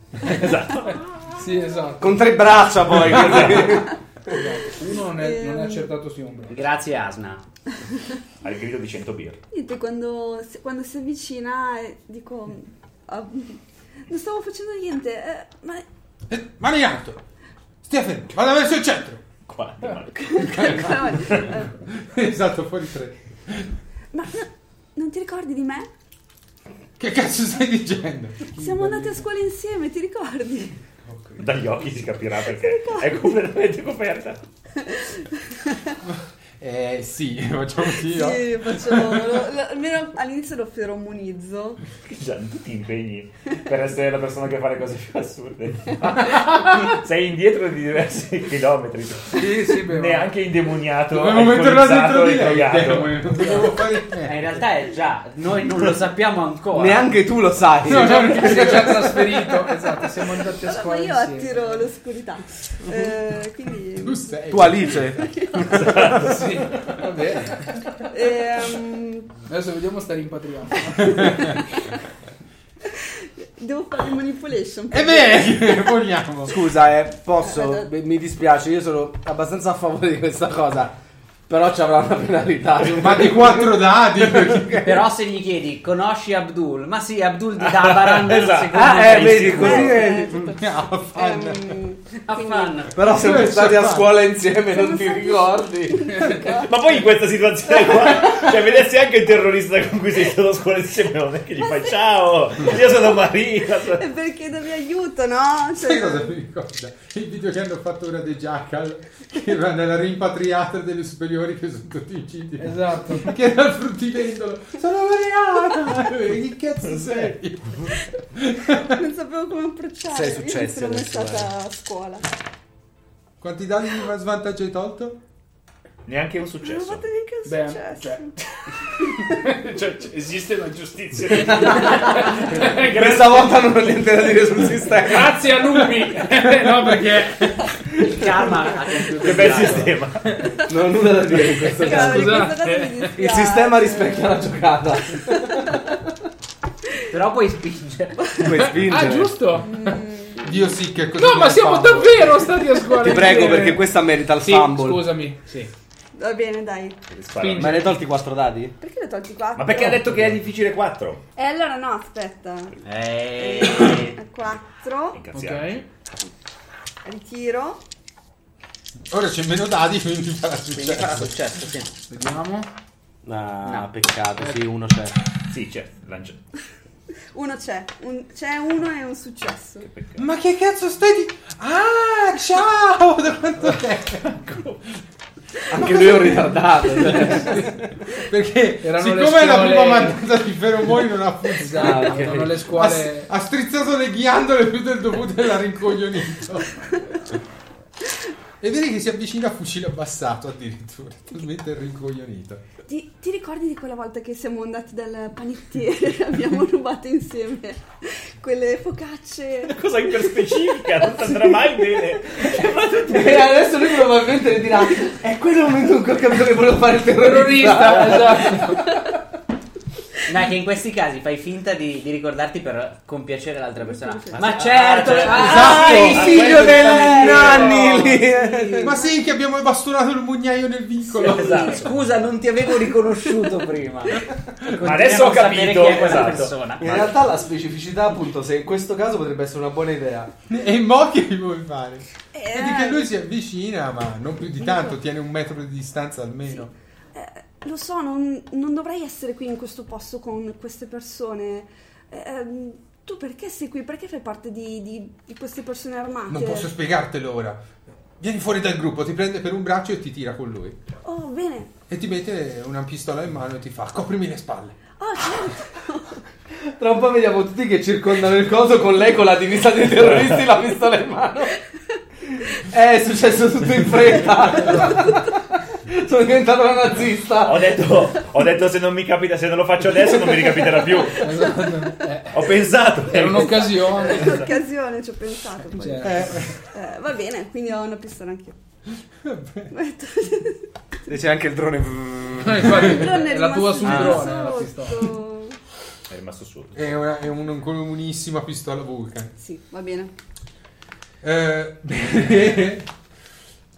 S6: Sì, esatto.
S1: Con tre braccia poi. così.
S6: Uno non è, non è accertato sì un braccio.
S2: Grazie Asna.
S3: Al grido di 100 birre.
S5: Niente, quando, si- quando si avvicina eh, dico... "Ah, non stavo facendo niente, eh, ma
S4: Eh, Mani in alto. Stia fermo. Vada verso il centro.
S3: Quante marche.
S5: Eh,
S4: Esatto, fuori tre.
S5: ma no, non ti ricordi di me?
S4: Che cazzo stai dicendo?
S5: Siamo andati a scuola insieme, ti ricordi?
S3: Dagli occhi si capirà perché è completamente coperta.
S4: Eh sì, ah. facciamo così. no?
S5: Sì, facciamo... lo- lo- almeno all'inizio lo feromonizzo.
S3: Già, tutti Cioè, impegni per essere la persona che fa le cose più assurde. Sei indietro di diversi chilometri.
S6: Sì, sì, beh, ma-
S3: Neanche
S6: Esatto,
S3: indemoniato.
S4: Dovevo metterla
S3: alcolizzato
S4: dentro di
S3: e
S4: lei.
S3: drogato.
S4: eh, non dovevo fare niente.
S2: Eh, in realtà è già, noi non lo sappiamo ancora.
S1: Neanche tu lo sai.
S6: No, no, perché si è già trasferito. Esatto, siamo andati a
S5: Allora, ma
S6: scuola
S5: io
S6: insieme.
S5: attiro l'oscurità. Eh, quindi...
S4: Tu sei.
S1: Tu Alice.
S6: Sì, va bene.
S5: Ehm,
S6: Adesso vediamo sta rimpatriato.
S5: Devo fare il manipulation.
S4: E bene, Eh, vogliamo.
S1: Scusa, eh, posso? Beh, Mi dispiace, io sono abbastanza a favore di questa cosa. Però ci avrà una penalità.
S4: Ma di quattro dadi. perché-
S2: Però se gli chiedi, conosci Abdul? Ma sì, Abdul di Dabaran.
S3: Esatto.
S2: secondo
S1: Ah,
S2: me
S1: eh,
S2: sei
S1: vedi,
S2: sicuro.
S1: così è...
S5: è...
S4: Affan.
S2: Affan.
S1: Però siamo
S4: Sì,
S1: stati a
S4: sì.
S1: scuola insieme, non
S5: Sono
S1: ti
S5: stati-
S1: ricordi?
S3: Ma poi in questa situazione qua, cioè vedessi anche il terrorista con cui sei stato a scuola insieme, non è che gli fai ciao, io sono Maria.
S5: È per chiedermi aiuto, no?
S4: Sai
S5: Cioè,
S4: cosa mi ricorda? Il video che hanno fatto ora dei Jackal, che va nella rimpatriata delle superiori che sono tutti uccisi.
S6: Esatto.
S4: Che era il fruttivendolo. Sono arrivata! Che cazzo sei?
S5: non sapevo come approcciare.
S1: Sei
S5: Io non
S1: successo
S5: sono mai
S1: adesso,
S5: stata a scuola.
S4: Quanti danni di svantaggio hai tolto?
S3: Neanche un
S5: Non ho
S3: successo.
S5: fatto neanche un
S6: Beh,
S5: successo.
S6: cioè,
S3: Cioè, c- esiste una giustizia.
S1: Questa volta non ho niente da dire sul sistema.
S6: Grazie a Numi. no, perché
S2: Il karma ha compiuto
S3: Che
S2: il
S3: bel
S2: miracolo.
S3: sistema.
S1: Non ho nulla da dire in questo caso.
S5: Cavolo, questa
S6: Scusate.
S5: data mi dispiace.
S1: Il sistema rispecchia la giocata.
S2: Però puoi spingere.
S1: Puoi spingere.
S6: Ah, giusto.
S4: Dio sì che è così.
S6: No, ma siamo
S4: fatto.
S6: davvero stati a scuola. Eh.
S1: Ti prego
S6: insieme.
S1: perché questa merita il
S6: Sì,
S1: fumble.
S6: scusami. Sì.
S5: Va bene, dai.
S3: Spara.
S1: Ma ne hai tolti 4 dadi?
S5: Perché le ho tolti quattro?
S3: Ma perché ha detto che è difficile 4?
S5: E allora no, aspetta.
S2: Eh,
S5: 4,
S3: Incazziamo.
S6: Ok.
S5: ritiro.
S4: Ora c'è meno dadi, quindi farà
S2: quindi sarà
S4: successo.
S2: successo, sì.
S6: Vediamo.
S1: Ah, peccato, sì, uno c'è.
S3: Sì, c'è. Lancia.
S5: Uno c'è. Un- c'è uno e un successo.
S3: Peccato.
S4: Ma che cazzo stai di... Ah, ciao! Da quanto tempo?
S1: Anche lui è un ritardato. cioè.
S4: Perché
S6: Erano le
S4: siccome è la
S6: scuole-
S4: prima mandata di feromoni non ha funzionato.
S6: Esatto,
S1: ok.
S6: erano le
S4: Ha,
S6: scuole.
S4: ha strizzato le ghiandole più del dovuto e l'ha rincoglionito. E vedi che si avvicina a fucile abbassato addirittura, talmente rincoglionito.
S5: Ti, ti ricordi di quella volta che siamo andati dal panettiere e abbiamo rubato insieme quelle focacce?
S3: Cosa iperspecifica, non ti andrà mai bene.
S1: e adesso lui probabilmente le dirà: È quello il momento in cui ho capito che volevo fare il terrorista.
S6: Terrorista, esatto.
S2: No, è che in questi casi fai finta di, di ricordarti per compiacere l'altra persona.
S5: Sì.
S2: Ma certo,
S1: cioè,
S3: certo.
S2: ah,
S4: Esatto.
S2: il figlio
S3: Ah,
S2: del
S3: quello
S2: nanni
S1: Eh,
S4: Ma sì, che abbiamo bastonato il mugnaio nel vicolo.
S2: Esatto. Scusa, non ti avevo riconosciuto prima. Continuiamo
S3: adesso ho
S2: a sapere
S3: capito,
S2: chi è quella
S3: esatto.
S2: persona.
S1: In realtà la specificità, appunto, se in questo caso potrebbe essere una buona idea.
S4: E mo che vi vuoi fare?
S5: Eh.
S4: Vedi che lui si avvicina, ma non più di tanto, tiene un metro di distanza almeno.
S5: Eh, lo so, non, non dovrei essere qui in questo posto con queste persone. Ehm, tu perché sei qui? Perché fai parte di, di- di queste persone armate?
S4: Non posso spiegartelo ora. Vieni fuori dal gruppo, ti prende per un braccio e ti tira con lui.
S5: Oh, bene.
S4: E ti mette una pistola in mano e ti fa coprimi le spalle.
S5: Oh, certo.
S1: Tra un po' vediamo tutti che circondano il coso con lei con la divisa dei terroristi e la pistola in mano. Eh, è successo tutto in fretta. Sono diventato una nazista.
S3: Ho detto, ho detto se non mi capita, se non lo faccio adesso non mi ricapiterà più.
S2: Esatto.
S3: Ho pensato.
S6: Era un'occasione.
S5: Occasione, ci ho pensato. poi.
S6: Cioè,
S5: Eh, va bene, quindi ho una pistola anch'io.
S1: E c'è anche il drone.
S6: no, infatti,
S5: Drone
S6: è la
S5: rimasto
S6: tua sul drone.
S5: sotto.
S6: la pistola.
S3: È rimasto su.
S4: È, una, è un- un'unissima pistola Vulcan.
S5: Sì, va bene.
S4: Eh, bene.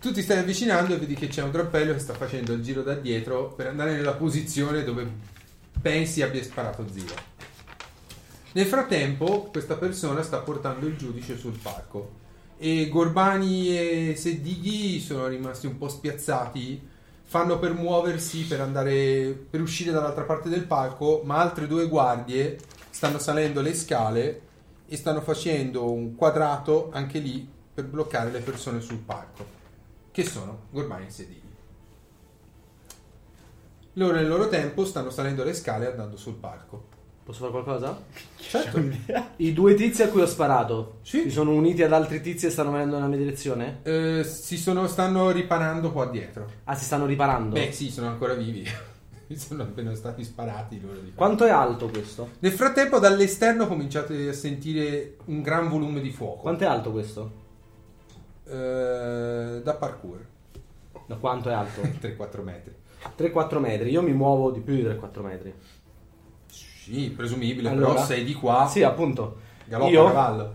S4: tu ti stai avvicinando e vedi che c'è un drappello che sta facendo il giro da dietro per andare nella posizione dove pensi abbia sparato Zio. Nel frattempo, questa persona sta portando il giudice sul palco e Gorbani e Seddighi sono rimasti un po' spiazzati. Fanno per muoversi per andare per uscire dall'altra parte del palco, ma altre due guardie stanno salendo le scale e stanno facendo un quadrato anche lì per bloccare le persone sul palco. Che sono Gorbani e Seddighi. Loro nel loro tempo stanno salendo le scale e andando sul palco.
S1: Posso fare qualcosa?
S4: Certo.
S1: I due tizi a cui ho sparato
S4: Sì.
S1: si sono uniti ad altri tizi e stanno venendo nella mia direzione?
S4: Eh, si sono, stanno riparando qua dietro.
S1: Ah, si stanno riparando.
S4: Beh, sì, sono ancora vivi. sono appena stati sparati loro di
S1: Quanto è alto questo?
S4: Nel frattempo, dall'esterno cominciate a sentire un gran volume di fuoco.
S1: Quanto è alto questo?
S4: Eh, da parkour,
S1: Da quanto è alto?
S4: 3-4 metri.
S1: 3-4 metri. Io mi muovo di più di 3-4 metri.
S4: Sì, presumibile,
S1: Allora?
S4: però sei di qua.
S1: Sì, appunto.
S4: Ah. Galoppo
S1: Io? Mm,
S4: a cavallo.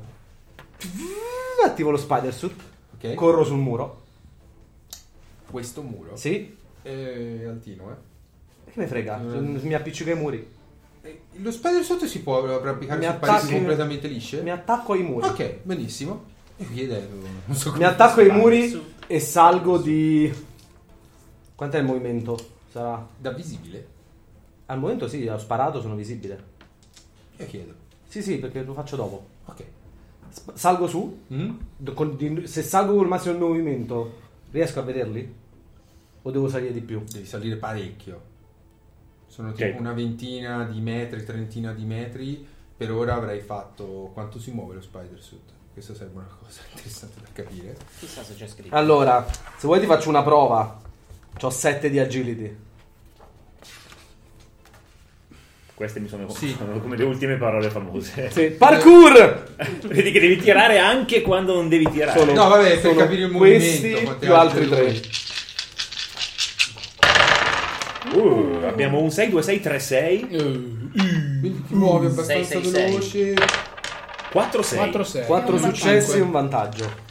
S1: Attivo lo spider suit.
S4: Ok.
S1: Corro sul muro.
S4: Questo muro.
S1: Sì.
S4: È altino, eh.
S1: Che me frega? Cioè,
S4: Mm.
S1: Mi appiccico ai muri.
S4: E Lo spider sotto si può applicare
S1: Mi
S4: su pareti
S1: attacchi-
S4: completamente lisce?
S1: Mi attacco ai muri.
S4: Ok, benissimo. E qui è non so
S1: Mi
S4: come
S1: attacco ai
S2: Su.
S1: muri e salgo di. Quant'è il movimento? Sarà.
S4: da visibile.
S1: Al momento sì, ho sparato, sono visibile.
S4: Io chiedo.
S1: Sì, sì, perché lo faccio dopo.
S4: Ok.
S1: Sp- salgo su.
S4: Mm?
S1: do- con- di- se salgo col massimo del movimento, riesco a vederli? O devo salire di più?
S4: Devi salire parecchio. Sono
S3: Ok.
S4: tipo una ventina di metri, trentina di metri. Per ora avrei fatto quanto si muove lo spider suit. Questa sarebbe una cosa interessante da capire.
S2: Chissà se c'è scritto.
S1: Allora, se vuoi ti faccio una prova. Ho 7 di agility.
S3: Queste mi sono
S4: Sì.
S3: sono come le ultime parole famose.
S1: Parkour!
S3: Vedi che devi tirare anche quando non devi tirare.
S1: Sono-
S4: No, vabbè, per
S1: sono
S4: capire il
S1: questi
S4: movimento, quante
S1: più altri
S4: altre
S1: tre.
S4: due.
S3: Uh, abbiamo un 6, 2, 6, 3, 6,
S6: Eh,
S4: Quindi ti
S1: Mm.
S4: muovi abbastanza
S2: sei, sei,
S4: veloce.
S3: 4, 6.
S6: 4 6.
S1: 4 successi e un vantaggio.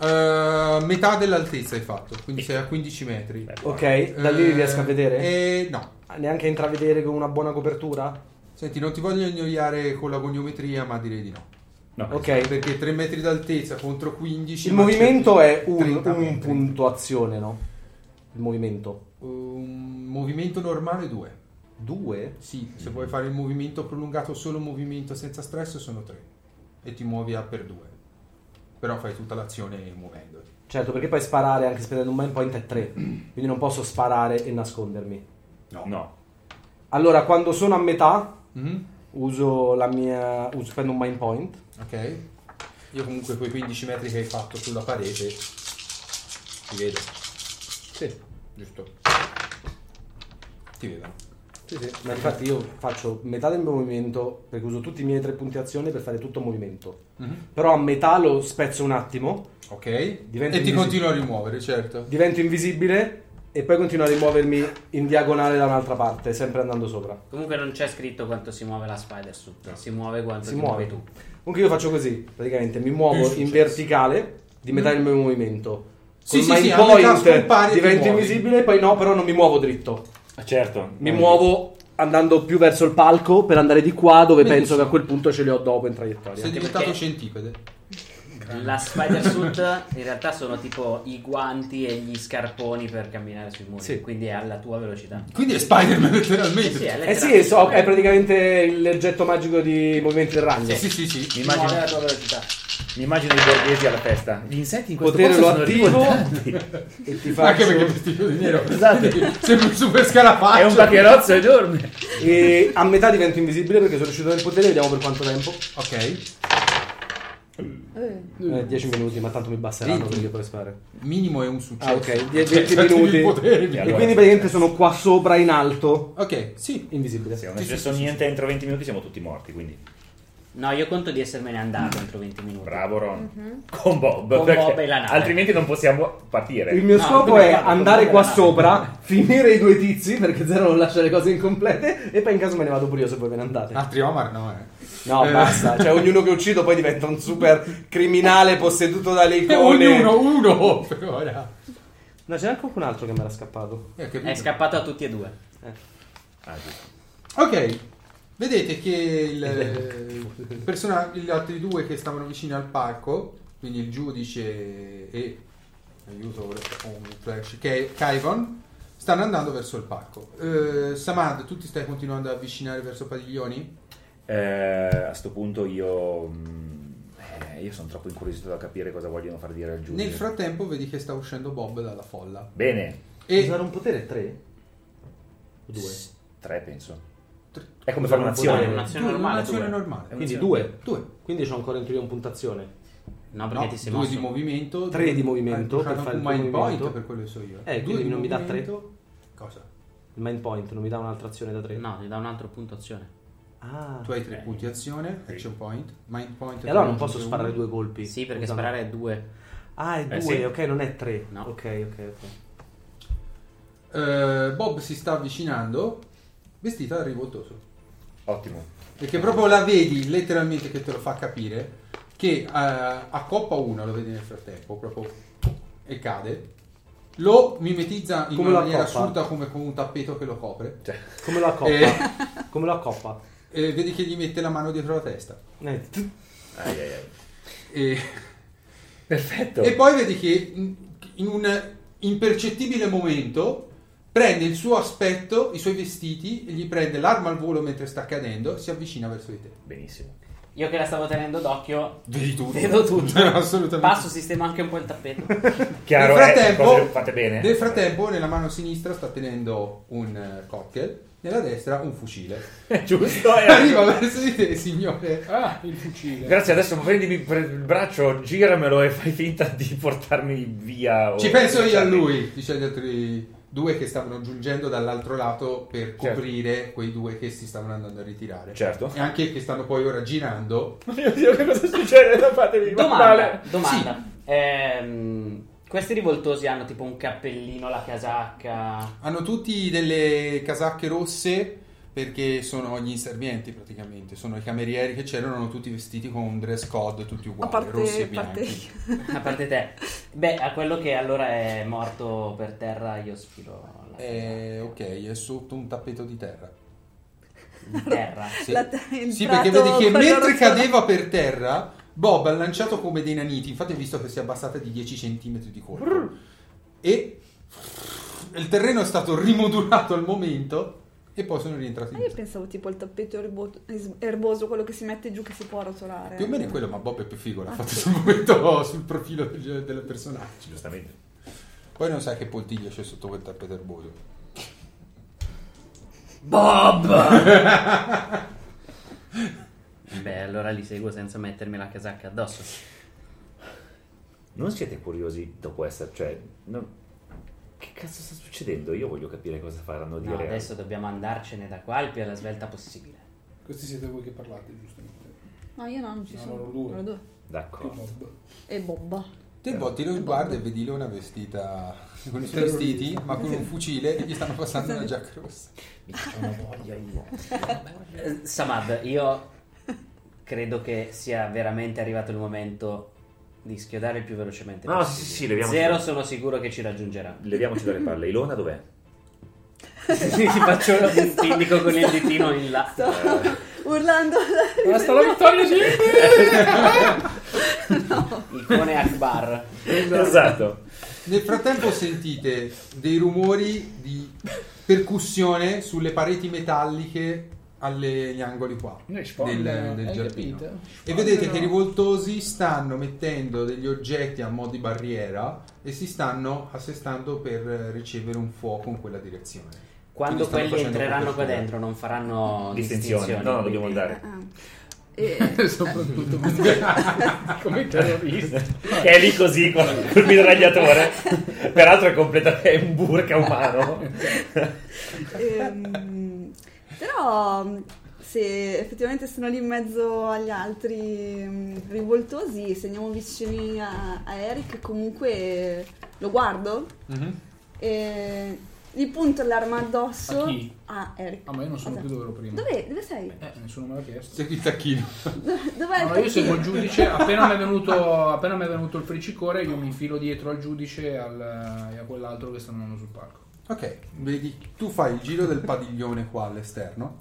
S4: Eh, metà dell'altezza hai fatto, quindi sei a 15 metri.
S1: Ok, da lì
S4: Eh,
S1: riesco a vedere?
S4: eh, no.
S1: Neanche a intravedere con una buona copertura?
S4: Senti, non ti voglio annoiare con la goniometria, ma direi di no.
S3: No,
S1: Ok.
S4: Perché 3 metri d'altezza contro 15.
S1: Il
S4: ma
S1: movimento
S4: cerchi
S1: è un,
S4: 30
S1: un
S4: metri.
S1: punto azione, no? Il movimento.
S4: Un movimento normale 2.
S1: Due?
S4: Sì, se vuoi fare il movimento prolungato solo un movimento senza stress sono 3. E ti muovi a per 2. Però fai tutta l'azione muovendoti.
S1: Certo, perché poi sparare anche spendendo un main point è tre. Quindi non posso sparare e nascondermi.
S3: No.
S1: Allora, quando sono a metà,
S2: Mm-hmm.
S4: Mhm,
S1: uso la mia... uso- spendo un main point.
S4: Ok. Io comunque quei 15 metri che hai fatto sulla parete ti vedo. Sì, giusto. Ti vedono.
S1: Sì, sì. Ma infatti io faccio metà del mio movimento, perché uso tutti i miei tre punti azione per fare tutto movimento.
S4: Mhm.
S1: Però a metà lo spezzo un attimo,
S4: Ok.
S1: Diventa
S4: e ti
S1: invisibile.
S4: continua a rimuovere, certo.
S1: divento invisibile e poi continuo a rimuovermi in diagonale da un'altra parte, sempre andando sopra.
S2: Comunque non c'è scritto quanto si muove la spider suit. Si muove quanto
S1: si
S2: ti
S1: muove
S2: muovi tu.
S1: Comunque io faccio così, praticamente mi muovo in verticale di metà del mio movimento.
S4: Mm. Sì,
S1: Col
S4: sì,
S1: main
S4: sì, a metà scompari e
S1: point
S4: ti
S1: divento
S4: muovi.
S1: invisibile, poi no, però non mi muovo dritto.
S3: Ah, Certo.
S1: Mi
S3: No.
S1: muovo andando più verso il palco per andare di qua dove penso
S4: Benissimo.
S1: che a quel punto ce li ho dopo in traiettoria.
S4: Sei
S2: Anche
S4: diventato
S2: perché-
S4: centipede.
S2: La spider suit in realtà sono tipo i guanti e gli scarponi per camminare sui muri.
S1: Sì.
S2: Quindi è alla tua velocità.
S4: Quindi è Spider-Man
S2: Eh
S4: letteralmente.
S2: sì, è
S1: Eh
S2: letteralmente-
S1: sì, so, è praticamente l'oggetto magico di Movimenti del Ragno.
S4: sì, sì, sì.
S3: Mi
S2: Si muove alla
S3: immagino,
S2: tua velocità.
S3: mi immagino i borghesi alla festa. Gli insetti in questo
S1: Potere
S3: posto
S1: lo
S3: sono
S1: attivo.
S3: rivoltanti.
S1: E ti
S4: Anche
S1: faccio...
S4: perché vestito di nero.
S3: Esatto.
S4: Sembra un super scarafaggio.
S3: È un paccherozzo enorme.
S1: E a metà divento invisibile perché sono riuscito nel potere, vediamo per quanto tempo.
S4: Ok.
S1: Eh, 10 minuti, ma tanto mi basteranno perché per sparare.
S4: Minimo è un successo.
S1: Ah, ok, die-
S4: Cioè,
S1: 20
S4: attivi il
S1: minuti.
S4: potere, via.
S1: E quindi praticamente sono qua sopra in alto,
S4: Ok, sì.
S1: invisibile.
S3: Se non è successo niente entro 20 minuti siamo tutti morti, quindi
S2: No, io conto di essermene andato entro 20 minuti.
S3: bravo Ron. Con Bob.
S2: Con
S3: perché
S2: Bob e la nave.
S3: Altrimenti non possiamo partire.
S1: Il mio
S2: No,
S1: scopo
S2: come
S1: è
S2: fanno?
S1: andare
S2: Come
S1: qua
S2: fanno?
S1: sopra, finire i due tizi, perché Zero non lascia le cose incomplete, e poi in caso me ne vado pure io se voi ve ne andate.
S4: Ah, Triomar no, eh.
S1: No,
S4: Eh.
S1: basta. Cioè, ognuno che uccido poi diventa un super criminale posseduto dalle
S4: Eh,
S1: icone.
S4: Ognuno, uno per ora.
S1: No, c'è anche qualcun altro che mi era scappato.
S4: Eh, capito.
S2: È scappato a tutti e due.
S3: Ah, giusto.
S4: Ok, vedete che il, il persona- gli altri due che stavano vicino al palco, quindi il giudice e aiuto ora ho un flash, che è Kaivon, stanno andando verso il palco. Eh, Samad, tu ti stai continuando ad avvicinare verso Padiglioni?
S3: Eh, a sto punto io. mm, eh, io sono troppo incuriosito da capire cosa vogliono far dire al giudice.
S4: Nel frattempo vedi che sta uscendo Bob dalla folla.
S3: Bene,
S4: E
S1: Usare un potere 3? 2.
S3: tre penso.
S4: Tre.
S3: È come fare
S1: Potere,
S3: un'azione.
S2: un'azione
S4: due,
S2: normale,
S4: un'azione
S2: due.
S4: normale.
S1: Quindi 2.
S4: Due.
S1: Quindi c'ho ancora entro io un puntazione.
S2: No, perché
S4: No,
S2: ti sei
S4: due
S2: mosso.
S4: di movimento,
S1: Tre
S4: due-
S1: di movimento
S4: hai
S1: per
S4: usato
S1: fare
S4: un
S1: il tuo
S4: mind point
S1: movimento.
S4: per quello so io.
S1: Eh,
S4: Due
S1: quindi
S4: di
S1: non mi dà tre?
S4: movimento- Cosa?
S1: Il main point non mi dà un'altra azione da 3.
S2: No, ti dà un altro punto azione.
S1: Ah.
S4: Tu hai tre punti azione, action point, mind point.
S1: E allora non posso sparare due colpi. Esatto.
S2: Sì, perché
S1: Scusa, no.
S2: sparare è due.
S1: Ah, è 2,
S3: Eh, sì.
S1: ok, non è 3.
S2: No.
S1: Ok, ok, ok.
S4: Eh, Bob si sta avvicinando, vestita da rivoltoso.
S3: Ottimo.
S4: Perché proprio la vedi letteralmente che te lo fa capire che eh, a coppa 1 lo vedi nel frattempo, proprio e cade. Lo mimetizza in
S1: Come
S4: una
S1: la
S4: maniera
S1: coppa.
S4: assurda come con un tappeto che lo copre.
S3: Cioè,
S1: Come la coppa.
S4: Eh.
S1: Come la coppa.
S4: E vedi che gli mette la mano dietro la testa.
S1: Eh, t-
S3: ai, ai, ai.
S4: E,
S3: Perfetto.
S4: e poi vedi che in un impercettibile momento prende il suo aspetto, i suoi vestiti, e gli prende l'arma al volo mentre sta cadendo, si avvicina verso di te.
S3: Benissimo.
S2: Io che la stavo tenendo d'occhio,
S4: Vedi tutto.
S2: vedo tutto.
S4: Assolutamente.
S2: Passo, sistema anche un po' il tappeto.
S3: Chiaro,
S4: nel
S3: eh,
S4: frattempo,
S3: cose fatte bene.
S4: nel frattempo, nella mano sinistra sta tenendo un eh, cocktail, nella destra un fucile.
S3: Giusto, eh.
S4: Arriva verso di te, signore.
S6: Ah, il fucile.
S3: Grazie, adesso prendimi per il braccio, giramelo e fai finta di portarmi via. o-
S4: Ci penso io a lui, dice agli altri due che stavano giungendo dall'altro lato per
S3: Certo.
S4: coprire quei due che si stavano andando a ritirare.
S3: Certo.
S4: E anche che stanno poi ora girando.
S3: Mio Dio, che cosa succede? Non Fatemi
S2: Domanda,
S3: male.
S2: domanda. Ehm, questi rivoltosi hanno tipo un cappellino, la casacca.
S4: Hanno tutti delle casacche rosse perché sono gli inservienti praticamente, sono i camerieri che c'erano tutti vestiti con un dress code tutti
S5: A
S4: uguali, rossi
S5: parte,
S4: e
S5: a
S4: bianchi.
S5: parte
S2: A parte te. Beh, a quello che allora è morto per terra, io sfilo la
S4: Eh, ok, è sotto un tappeto di terra.
S2: casacca. terra.
S4: Sì,
S5: La te- il
S4: Sì,
S5: prato,
S4: perché vedi che
S5: quello
S4: mentre
S5: rosso.
S4: cadeva per terra, Bob ha lanciato come dei naniti. Infatti, hai visto che si è abbassata di 10 cm di colpo. E il terreno è stato rimodulato al momento. E poi sono rientrati.
S5: Ma Eh, io
S4: dentro.
S5: pensavo tipo il tappeto erbo- es- erboso, quello che si mette giù che si può rotolare.
S4: Più o meno è quello, ma Bob è più figo. L'ha fatto sul momento sul profilo del, del personaggio.
S3: Giustamente.
S4: Poi non sai che poltiglia c'è sotto quel tappeto erboso.
S2: Bob! Beh, allora li seguo senza mettermi la casacca addosso.
S3: Non siete curiosi dopo essere... Cioè, no- che cazzo sta succedendo? Io voglio capire cosa faranno
S2: No,
S3: dire.
S2: adesso dobbiamo andarcene da qua il più alla svelta possibile.
S6: Questi siete voi che parlate, giustamente.
S5: No, io no, non ci
S6: No,
S5: sono.
S6: loro due.
S5: Loro due.
S3: D'accordo.
S5: E Bobba.
S4: Te botti lo guarda e vedi Lona vestita con i suoi vestiti, ma con un fucile e gli stanno passando una giacca rossa.
S2: Eh, Samad, io credo che sia veramente arrivato il momento di schiodare il più velocemente
S3: No,
S2: possibile.
S3: sì, sì, leviamo-
S2: Zero sono sicuro che ci raggiungerà.
S3: Leviamoci dalle palle. Ilona dov'è?
S2: Ti faccio un pindico con il ditino in là.
S5: Sto urlando.
S6: Basta la vittoria, sì!
S2: Icone Akbar.
S3: Esatto.
S4: Nel frattempo sentite dei rumori di percussione sulle pareti metalliche alle- agli angoli qua del, del giardino. E vedete che i rivoltosi stanno mettendo degli oggetti a mo' di barriera e si stanno assestando per eh, ricevere un fuoco in quella direzione. Quindi
S2: Quando
S4: stanno
S2: quelli
S4: facendo
S2: entreranno qua
S4: copertura.
S2: dentro non faranno distinzioni.
S3: Distinzione. No, no, dobbiamo
S2: quindi-
S3: andare.
S5: Ah. E-
S6: Soprattutto come terrorista.
S3: Che è lì così con col mitragliatore. Peraltro è completamente è un burca umano.
S5: Ehm, però mh, se effettivamente sono lì in mezzo agli altri mh, rivoltosi, se andiamo vicini a, a Eric, comunque lo guardo
S2: Mhm.
S5: e gli punto l'arma addosso
S6: A chi?
S5: a Eric.
S6: Ah, ma io non sono
S5: A te.
S6: più dove ero prima.
S5: Dove, dove sei?
S6: Eh, nessuno me l'ha chiesto.
S4: Segui il tacchino.
S5: Dov'è il
S6: No, io seguo il
S5: tacchino?
S6: giudice, appena mi, è venuto, appena mi è venuto il fricicore io mi infilo dietro al giudice e al- e a quell'altro che stanno andando sul palco.
S4: Ok, vedi, tu fai il giro del padiglione qua all'esterno.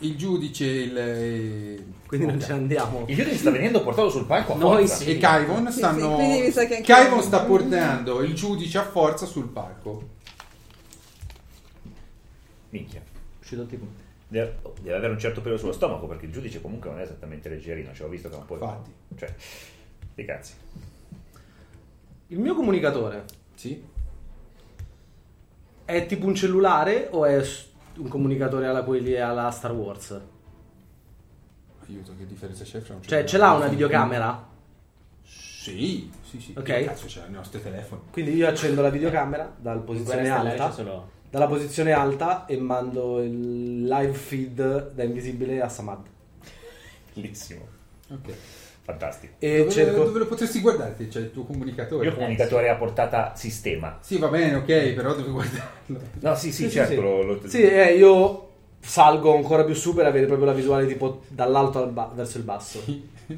S4: Il giudice, il... eh,
S1: Quindi non
S4: Luca.
S1: ci andiamo.
S3: Il giudice sta venendo portato sul palco a
S2: Noi
S3: forza.
S2: sì.
S4: e Kaivon
S5: sì,
S4: stanno.
S5: quindi mi sa che anche-
S4: Kaivon sta portando il giudice a forza sul palco.
S3: Minchia.
S2: Uscito tipo.
S3: Deve, deve avere un certo pelo sullo stomaco perché il giudice comunque non è esattamente leggerino. Ci ho visto che è un po'.
S4: Infatti.
S3: Cioè, dei cazzi.
S1: Il mio comunicatore
S4: Sì.
S1: è tipo un cellulare o è s- un comunicatore alla quelli alla Star Wars?
S4: Aiuto, che differenza c'è fra un
S1: Cioè,
S4: cellulare
S1: ce l'ha
S4: e
S1: una
S4: un-
S1: videocamera?
S4: Sì, sì, sì.
S1: Ok.
S4: Che cazzo c'è nei nostri telefoni?
S1: Quindi io accendo la videocamera dalla
S2: In
S1: posizione
S2: guerra stellare c'è
S1: alta.
S2: solo.
S1: Dalla posizione alta e mando il live feed da invisibile a Samad.
S3: Bellissimo.
S4: Ok.
S3: Fantastico.
S1: E
S4: Dove,
S1: cerco.
S4: dove lo potresti guardare? C'è il tuo comunicatore.
S3: Io comunicatore a portata sistema.
S4: Sì, va bene, ok, però devi guardarlo.
S3: No, sì, sì,
S1: Sì, sì,
S3: certo.
S1: sì.
S3: Lo, lo-
S1: Sì, eh, io salgo ancora più su per avere proprio la visuale tipo dall'alto al ba- verso il basso.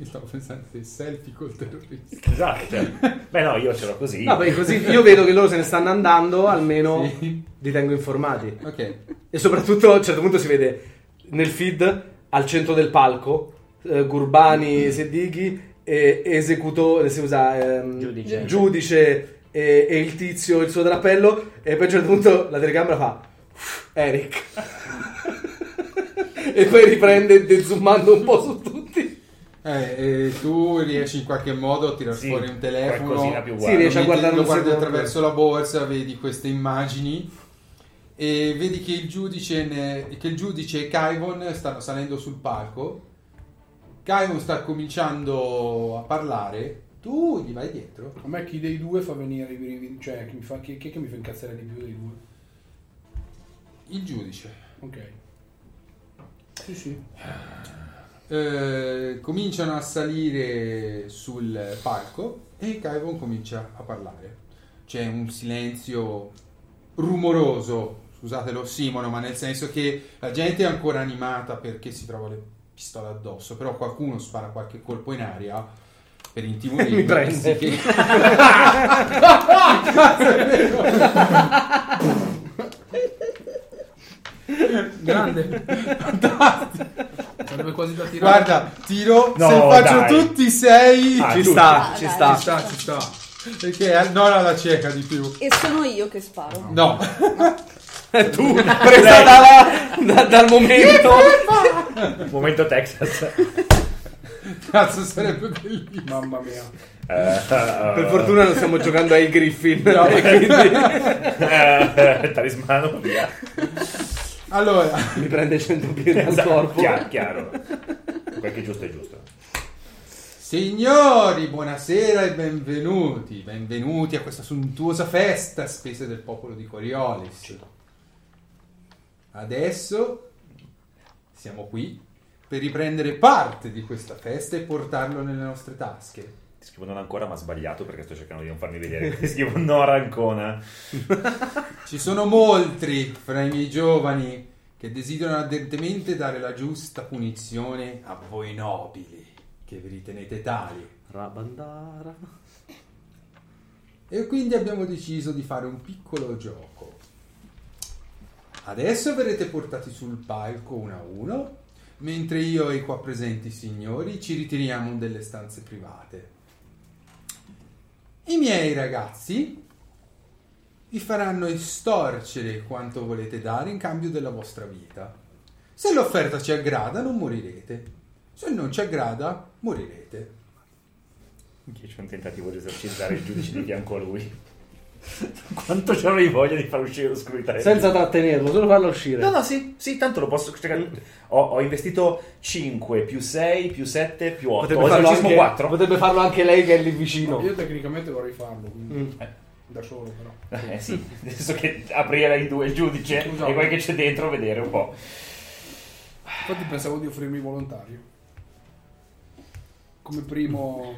S4: Stavo pensando se selfie col terrorista.
S3: Esatto, cioè, beh no, io ce l'ho così.
S1: No, beh, così io vedo che loro se ne stanno andando, almeno
S4: Sì.
S1: li tengo informati.
S4: Ok.
S1: E soprattutto a un certo punto si vede nel feed al centro del palco eh, Gurbani Sedighi e esecutore, si usa ehm,
S2: Giudice.
S1: giudice e, e il tizio, il suo drappello e poi a un certo punto la telecamera fa Eric e poi riprende de- zoomando un po' su tutti.
S4: Eh, eh, tu riesci in qualche modo a tirar
S3: Sì,
S4: fuori un
S3: qualcosina più
S4: telefono.
S3: guardo.
S1: Sì, riesci a
S4: Lo metti-
S1: guardare
S4: lo
S1: un
S4: guardi
S1: secondo.
S4: attraverso la borsa, vedi queste immagini e vedi che il giudice, ne- che il giudice e Kaivon stanno salendo sul palco. Kaivon sta cominciando a parlare, tu gli vai dietro.
S7: A me chi dei due fa venire i brividi, cioè chi, mi fa, chi, chi è che mi fa incazzare di più dei due?
S4: Il giudice
S7: Ok. Sì, sì.
S4: Eh, cominciano a salire sul palco e Kaivon comincia a parlare. C'è un silenzio rumoroso, scusate l'ossimoro, ma nel senso che la gente è ancora animata perché si trova le pistole addosso, però qualcuno spara qualche colpo in aria per intimorire.
S1: Mi prende.
S4: Che-
S6: Grande. Sarebbe quasi da tirare.
S4: Guarda, tiro,
S3: No,
S4: se faccio
S3: dai.
S4: tutti i sei...
S3: Ah,
S1: Ci
S3: giusto.
S1: sta, ci
S5: dai.
S1: sta.
S4: Ci sta, ci sta. Perché eh, non alla cieca di più.
S5: E sono io che sparo.
S4: No.
S1: tu presa dalla- da- dal momento
S3: Momento Texas.
S4: Cazzo, sarebbe bellissimo.
S7: Mamma mia.
S3: Eh,
S1: per fortuna non stiamo giocando ai Griffin e quindi
S3: Eh, talismano, via.
S4: Allora,
S1: mi prende 100 piedi al
S3: Esatto,
S1: corpo
S3: Chiaro, chiaro. Quel che è giusto è giusto.
S4: signori, buonasera e benvenuti. Benvenuti a questa sontuosa festa a spese del popolo di Coriolis. Adesso siamo qui per riprendere parte di questa festa e portarlo nelle nostre tasche.
S3: Ti scrivo non ancora, ma sbagliato perché sto cercando di non farmi vedere. Ti scrivo Nora Ancona.
S4: Ci sono molti fra i miei giovani che desiderano ardentemente dare la giusta punizione a voi nobili, che vi ritenete tali.
S1: Rabandara
S4: E quindi abbiamo deciso di fare un piccolo gioco. Adesso verrete portati sul palco uno a uno, mentre io e i qua presenti signori ci ritiriamo delle stanze private. I miei ragazzi vi faranno estorcere quanto volete dare in cambio della vostra vita. Se l'offerta ci aggrada non morirete, se non ci aggrada morirete.
S3: Che c'è un tentativo di esorcizzare il giudice di fianco a lui. Quanto c'avrei voglia di far uscire l'oscurità?
S1: senza trattenerlo solo farlo uscire
S3: No, no, sì, sì, tanto lo posso. cercare- Ho, ho investito 5 più 6 più 7 più 8.
S1: potrebbe,
S3: Ho
S1: farlo
S3: esorcismo
S1: anche,
S3: 4.
S1: potrebbe farlo anche lei che è lì vicino Mm.
S7: Io tecnicamente vorrei farlo, quindi. Da solo però.
S3: Eh sì, adesso che aprire in due il giudice
S1: diciamo.
S3: e quel che c'è dentro vedere un po'.
S7: Infatti pensavo di offrirmi volontario. Come primo...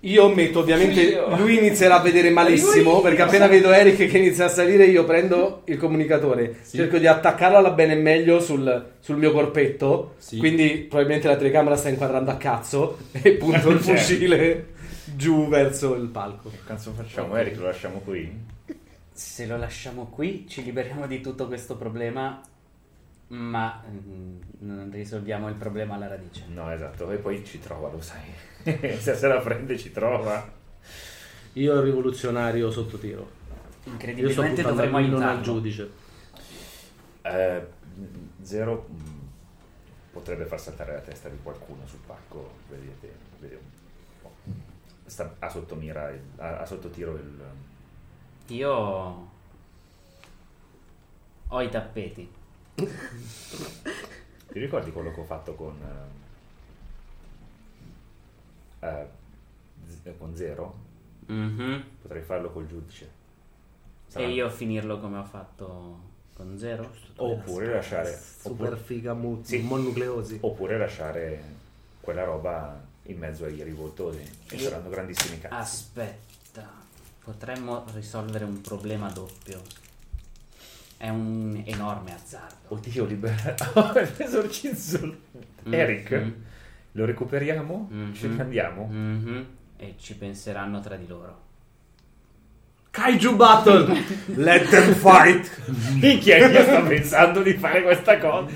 S1: Io metto ovviamente,
S3: Io.
S1: lui inizierà a vedere malissimo perché appena vedo Eric che inizia a salire io prendo il comunicatore, cerco di attaccarlo alla bene e meglio sul, sul mio corpetto,
S4: Sì.
S1: quindi probabilmente la telecamera sta inquadrando a cazzo e punto il
S3: Certo.
S1: fucile giù verso il palco.
S3: Che cazzo facciamo, Eric? Lo lasciamo qui.
S2: Se lo lasciamo qui ci liberiamo di tutto questo problema, ma mm, non risolviamo il problema alla radice.
S3: No, esatto, e poi ci trova, lo sai. Se se la prende ci trova.
S8: Io ho il rivoluzionario sotto tiro. Io sto
S2: Incredibilmente
S8: puntando a
S2: dovremmo
S8: lui, non
S2: aiutarlo.
S8: al giudice.
S3: Eh, zero mh, potrebbe far saltare la testa di qualcuno sul palco, vedete, vediamo. un po'. Sta, ha sottomira, il- ha, ha sottotiro il... mm.
S2: Io ho i tappeti.
S3: Ti ricordi quello che ho fatto con... eh, eh, z- con zero?
S2: Mhm.
S3: Potrei farlo col giudice. Sarà-
S2: E io finirlo come ho fatto con zero.
S3: Oppure
S1: Cioè,
S3: lasciare...
S8: Super
S3: Oppure,
S8: figa mu-
S3: Sì.
S8: mononucleosi.
S3: oppure lasciare quella roba in mezzo ai rivoltosi. E saranno grandissimi cazzi.
S2: Aspetta, potremmo risolvere un problema doppio. È un enorme azzardo.
S3: Oddio, libera. Esorcizzo Eric.
S2: Mm.
S3: Lo recuperiamo?
S2: Mhm.
S3: Ce ne andiamo?
S2: Mhm. E ci penseranno tra di loro.
S8: Kaiju Battle!
S3: Let them fight! Minchia, io sto pensando di fare questa cosa.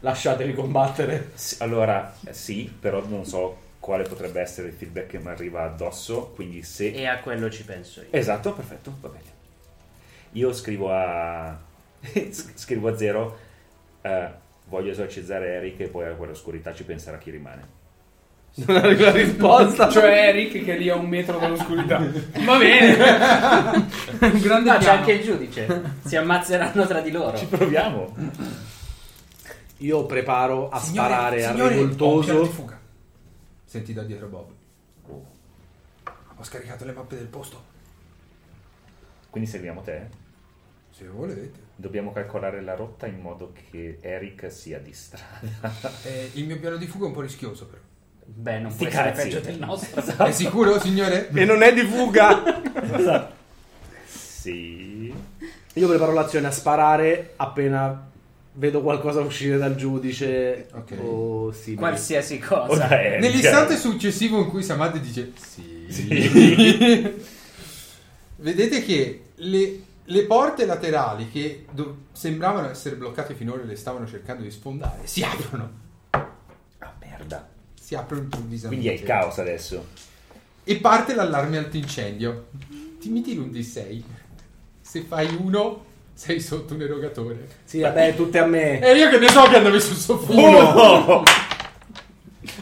S1: Lasciateli combattere.
S3: Sì, Allora, eh, sì, però non so quale potrebbe essere il feedback che mi arriva addosso, quindi se...
S2: E a quello ci penso io.
S3: Esatto, perfetto, va bene. Io scrivo a... scrivo a zero, eh, voglio esorcizzare Eric e poi a quell'oscurità ci penserà chi rimane.
S1: Non arriva la risposta.
S6: Cioè Eric che è lì a un metro dall'oscurità. Va bene. Un grande
S2: No, c'è
S6: piano.
S2: anche il giudice. si ammazzeranno tra di loro.
S3: Ci proviamo!
S1: Io preparo a
S7: Signore,
S1: sparare
S7: signore,
S1: a
S7: ho un piano
S4: oh,
S7: di
S4: cioè,
S1: rivoltoso.
S7: fuga.
S4: Senti da dietro Bob.
S3: Oh,
S7: Ho scaricato le mappe del posto.
S3: Quindi seguiamo te.
S7: Se volete.
S3: Dobbiamo calcolare la rotta in modo che Eric sia distratto.
S4: Eh, il mio piano di fuga è un po' rischioso però.
S2: Beh, non può
S3: Sti
S2: essere
S3: cazzi.
S2: peggio del nostro.
S3: Esatto.
S4: È sicuro, signore?
S3: Eh,
S1: E non è di fuga.
S3: Sì.
S1: Io preparo l'azione a sparare appena vedo qualcosa uscire dal giudice.
S4: Ok.
S1: O simile.
S2: Qualsiasi
S3: O
S2: cosa.
S3: da Eric.
S4: Nell'istante successivo in cui Samad dice sì, vedete che le, le porte laterali che do- sembravano essere bloccate finora e le stavano cercando di sfondare si aprono.
S3: Ah, merda.
S4: Si aprono improvvisamente.
S3: Quindi è il caos adesso.
S4: E parte l'allarme antincendio. Ti mi tiro un D6. Se fai uno, sei sotto un erogatore.
S1: Sì, vabbè, tutte a me.
S4: E Eh, io che ne so che hanno messo il soffuso.
S3: Uno! Oh,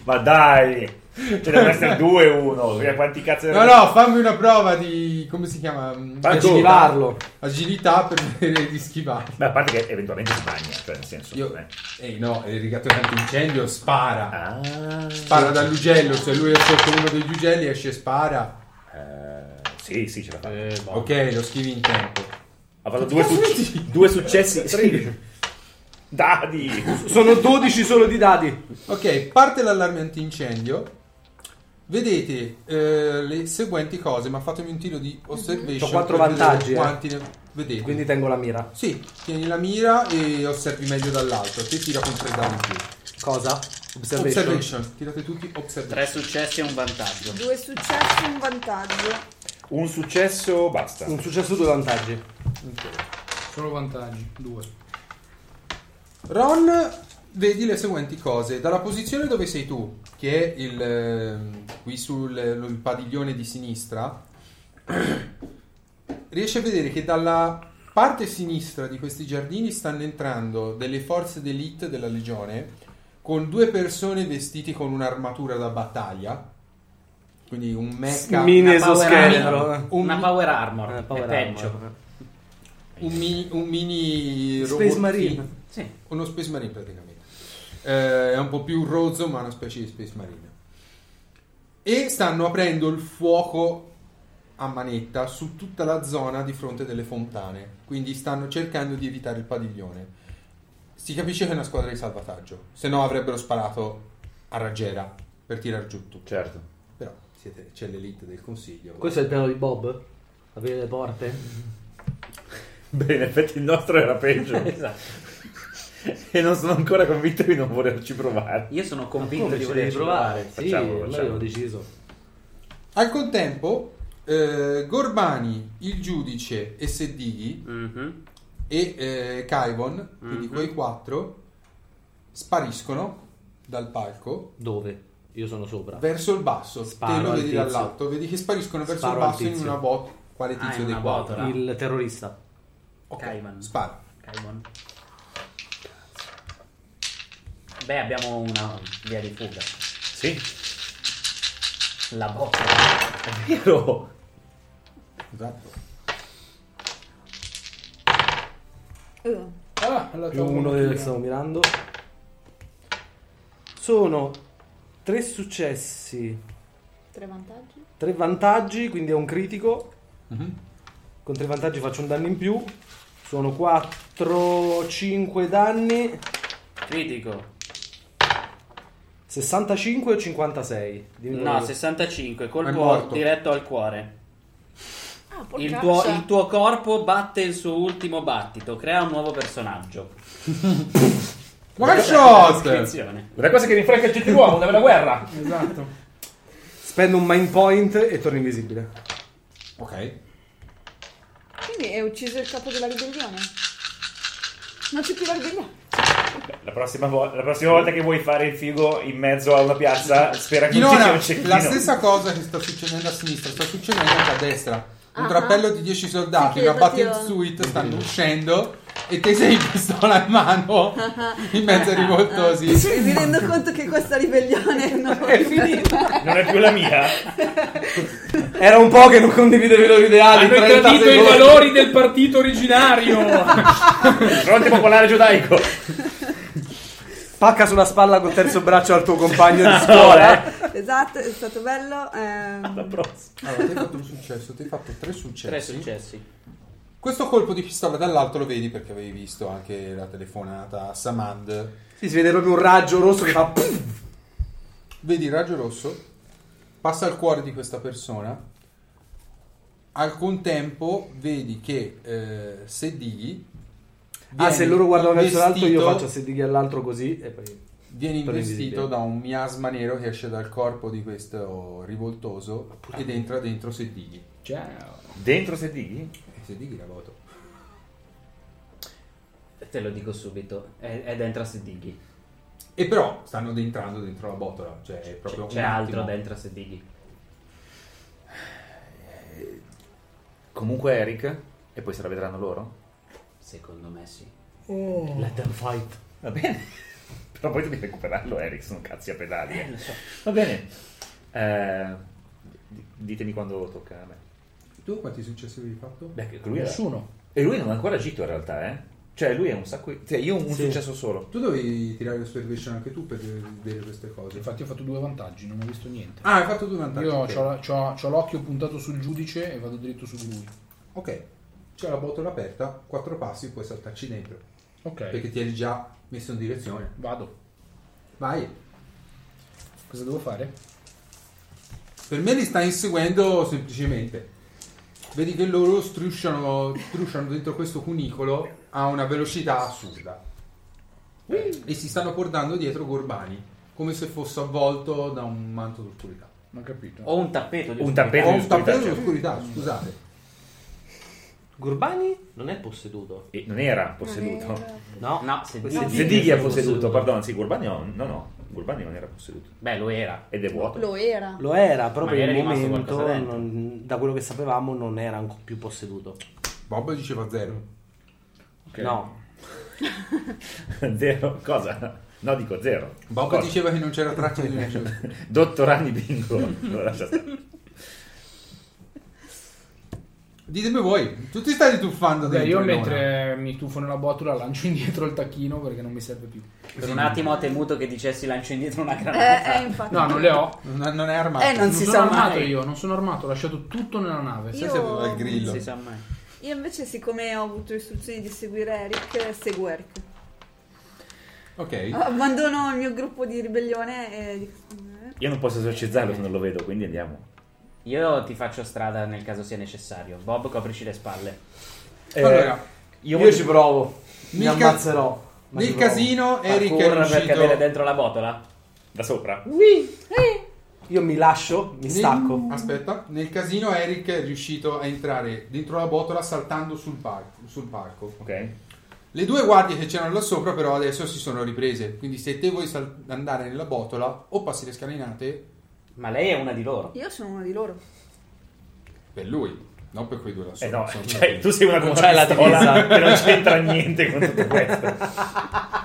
S3: Ma dai! Ce devono essere due uno. Via, Quanti cazzo
S4: No, no, fammi una prova di. come si chiama? Mm,
S3: Vai,
S4: agilità.
S1: Schivarlo.
S4: Agilità per vedere di schivare.
S3: Beh, a parte che eventualmente sbagna, cioè nel senso.
S4: Io-
S3: eh.
S4: Ehi, no, il rigatore antincendio spara.
S3: Ah,
S4: Spara dall'ugello, se lui è sotto uno degli ugelli esce e spara.
S3: eh, sì, sì, ce la fa.
S4: Eh, Ok, lo schivi in tempo.
S3: Ha fatto due, succ- due successi. Sì. Dadi!
S1: Sono 12 solo di dadi.
S4: Ok, parte l'allarme antincendio. Vedete eh, le seguenti cose, ma fatemi un tiro di observation.
S1: Ho quattro
S4: per vedere
S1: vantaggi, eh.
S4: Quanti ne- vedete?
S1: Quindi tengo la mira.
S4: Sì, tieni la mira e osservi meglio dall'alto. Te tira con tre dadi in più.
S1: Cosa?
S4: Observation.
S1: Observation.
S4: Tirate tutti observation.
S2: Tre successi e un vantaggio.
S5: Due successi, un vantaggio.
S3: Un successo, basta.
S1: Un successo, due vantaggi.
S6: Solo vantaggi. Due.
S4: Ron, vedi le seguenti cose. Dalla posizione dove sei tu, che è il, ehm, qui sul lo- il padiglione di sinistra, riesci a vedere che dalla parte sinistra di questi giardini stanno entrando delle forze d'elite della legione con due persone vestiti con un'armatura da battaglia. Quindi un mecca,
S1: Mini
S2: Una power
S1: esoscheletro.
S2: armor.
S4: Un-
S2: Una power armor.
S1: Eh, power
S2: è peggio.
S1: armor.
S4: un mini, un mini
S1: Space
S4: robottino.
S1: Marine.
S2: Sì.
S4: Uno Space Marine praticamente. Eh, è un po' più rozzo, ma è una specie di Space Marine. E stanno aprendo il fuoco a manetta su tutta la zona di fronte delle fontane. Quindi stanno cercando di evitare il padiglione. Si capisce che è una squadra di salvataggio, se no avrebbero sparato a raggiera per tirar giù tutto.
S3: Certo.
S4: Però siete- c'è l'elite del consiglio.
S8: Questo è il piano di Bob? Aprire le porte?
S3: Beh, in effetti il nostro era peggio. e non sono ancora convinto di non volerci provare.
S2: Io sono convinto
S8: Come
S2: di
S8: ci devi
S2: volerci
S8: provare? Sì,
S3: Facciamolo,
S8: ormai
S3: facciamolo.
S8: avevo deciso.
S4: Al contempo, eh, Gorbani, il giudice e Seddighi
S2: Mhm.
S4: e eh, Kaivon,
S8: Mhm.
S4: quindi quei quattro, spariscono dal palco
S8: Dove? Io sono sopra.
S4: verso il basso.
S8: Sparo
S4: Te lo
S8: al
S4: vedi
S8: tizio.
S4: dall'alto, vedi che spariscono verso
S8: Sparo
S4: il
S8: al
S4: basso in
S8: tizio.
S4: una bot. Quale
S2: Ah,
S4: tizio
S2: in
S4: dei
S2: una
S4: quattro?
S2: botola.
S8: Il terrorista.
S4: Ok,
S2: Kaiman.
S4: Spara.
S2: Kaimon. Beh, abbiamo una via di fuga.
S3: Sì,
S2: La botta.
S3: vero.
S4: Esatto.
S5: Eh,
S6: Ah, la
S1: Più uno che stavo mirando. Sono tre successi,
S5: tre vantaggi.
S1: tre vantaggi, quindi è un critico.
S4: Mhm.
S1: Con tre vantaggi faccio un danno in più. Sono 4, 5 danni,
S2: Critico.
S1: 65 o 56? Dimmi
S2: No,
S1: quello.
S2: 65.
S4: È
S2: Colpo
S4: morto.
S2: diretto al cuore.
S5: Ah,
S9: Ah,
S2: Il
S9: porcaccia.
S2: tuo, il tuo corpo batte il suo ultimo battito, crea un nuovo personaggio.
S4: One shot!
S2: Iscrizione.
S7: Una cosa che rinfresca il gentiluomo deve la guerra.
S6: Esatto.
S1: Spendo un mind point e torno invisibile.
S4: Ok.
S5: Quindi è ucciso il capo della ribellione. Non c'è più la ribellione.
S3: La prossima, vo- la prossima volta che vuoi fare il figo in mezzo a una piazza, spera che non ci sia
S4: Ilona,
S3: un cecchino.
S4: la stessa cosa che sta succedendo a sinistra sta succedendo anche a destra. Un
S9: Ah.
S4: trappello di 10 soldati,
S9: Sì,
S4: una battle
S9: infatti io-
S4: suite stanno uscendo e te sei in pistola in mano in mezzo ai rivoltosi.
S5: E mi rendo conto che questa ribellione non è finita.
S3: Non è più la mia.
S1: Era un po' che non condividevi i loro ideali.
S7: Hanno
S1: 30
S7: tradito i
S1: secondi.
S7: valori del partito originario.
S3: Fronte popolare giudaico.
S1: Pacca sulla spalla col terzo braccio al tuo compagno di scuola. eh.
S5: Esatto, è stato bello. ehm,
S4: Allora, ti hai fatto un successo, ti hai fatto tre successi.
S2: Tre successi.
S4: Questo colpo di pistola dall'alto lo vedi perché avevi visto anche la telefonata a Samad.
S1: Sì, si vede proprio un raggio rosso che fa. puff.
S4: Vedi il raggio rosso, passa al cuore di questa persona. Al contempo vedi che eh, se digli
S1: Ah, se loro guardano verso l'alto, io
S4: vestito-
S1: faccio sedire all'altro così e poi.
S4: Viene
S1: Torna
S4: investito
S1: invisibile.
S4: da un miasma nero che esce dal corpo di questo rivoltoso ed entra dentro Seddighi.
S7: Ciao.
S3: Dentro se dighi?
S4: E Seddighi la voto.
S2: Te lo dico subito, è, è dentro a Sedighi.
S4: E però stanno entrando dentro la botola, cioè è
S2: C'è,
S4: proprio
S2: c'è
S4: un
S2: altro
S4: attimo.
S2: dentro a Sedighi.
S3: Comunque Eric, e poi se la vedranno loro.
S2: Secondo me sì.
S3: Let them fight. Va bene. Però poi devi recuperarlo, Eric, sono cazzi a pedali. eh. Va bene. Eh, di- ditemi quando tocca a me.
S4: Tu quanti successi avevi fatto?
S3: Beh, che lui era-
S7: Nessuno.
S3: E lui non ha ancora agito in realtà, eh. Cioè, lui è un sacco... di- Cioè, io ho un successo solo.
S4: Tu dovevi tirare lo supervision anche tu per vedere queste cose.
S7: Infatti ho fatto due vantaggi, non ho visto niente.
S4: Ah, hai fatto due vantaggi.
S7: Io
S4: ok.
S7: c'ho, c'ho- c'ho l'occhio puntato sul giudice e vado dritto su di lui.
S4: Ok, c'è la botola aperta, quattro passi, puoi saltarci dentro.
S7: Ok.
S4: Perché ti eri già messo in direzione.
S7: Vado.
S4: Vai.
S7: Cosa devo fare?
S4: Per me li stai inseguendo semplicemente. Vedi che loro strusciano, strusciano dentro questo cunicolo a una velocità assurda. E si stanno portando dietro Gorbani, come se fosse avvolto da un manto d'oscurità.
S7: Non ho capito.
S2: Ho un tappeto di
S3: Un
S2: oscurità.
S3: tappeto
S4: Ho
S3: di
S4: un
S3: oscurità.
S4: tappeto
S3: cioè.
S4: d'oscurità, scusate.
S8: Gurbani non è posseduto.
S3: E non era posseduto.
S2: No, no, Sedighi.
S3: Se- Se Dighi è posseduto, pardon, sì, Gurbani no, no, no. Gurbani non era posseduto.
S2: Beh, lo era.
S3: Ed è vuoto.
S9: Lo era.
S8: Lo era, però per
S2: Magari
S8: il
S2: è rimasto
S8: momento,
S2: qualcosa dentro.
S8: non- da quello che sapevamo, non era ancora più posseduto.
S4: Bob diceva zero.
S8: No,
S3: Zero. Cosa? No, dico zero.
S4: Bob
S3: Cosa?
S4: diceva che non c'era traccia di una
S3: Dottorani bingo. Allora, lascia stare.
S4: Ditemi voi, tu ti stai tuffando
S7: Beh,
S4: dentro.
S7: io
S4: Ilona?
S7: mentre mi tuffo nella botola lancio indietro il tacchino perché non mi serve più.
S2: Per un attimo ho temuto che dicessi lancio indietro una
S5: eh,
S2: granata.
S5: eh, infatti.
S7: Ah, No, non le ho.
S4: Non, non è armato.
S2: Eh, non
S7: Non
S2: si
S7: sono
S2: sa
S7: armato
S2: mai.
S7: io, non sono armato, ho lasciato tutto nella nave.
S4: Sai se aveva il
S5: Io,
S4: grillo.
S2: Non si sa mai.
S5: io invece, siccome ho avuto istruzioni di seguire Eric, seguo Eric.
S2: Eh,
S4: Ok.
S5: Abbandono il mio gruppo di ribellione e dico,
S3: Io non posso esorcizzarlo se non lo vedo, quindi andiamo.
S2: Io ti faccio strada nel caso sia necessario. Bob, coprici le spalle.
S4: Allora,
S1: Io,
S3: voglio-
S1: ci provo. Mi
S4: Nel ca-
S1: ammazzerò. ma
S4: nel
S1: ci provo.
S4: casino Eric è
S2: Parkour per cadere
S4: riuscito...
S2: dentro la botola?
S3: Da sopra.
S5: Eh,
S1: Io mi lascio, mi stacco.
S4: Nel- Aspetta, nel casino Eric è riuscito a entrare dentro la botola saltando sul palco. Sul palco.
S3: Ok. Eh,
S4: Le due guardie che c'erano là sopra però adesso si sono riprese, quindi se te vuoi sal- andare nella botola o passi le scalinate
S2: Ma lei è una di loro.
S5: io sono uno di loro.
S4: per lui, non per quei due là
S3: Eh
S4: sopra.
S3: no,
S4: sono-
S3: cioè, tu sei una
S2: Non
S3: con una
S2: c'hai la
S3: pistola
S2: divisa.
S3: che non c'entra niente con tutto questo. Ah.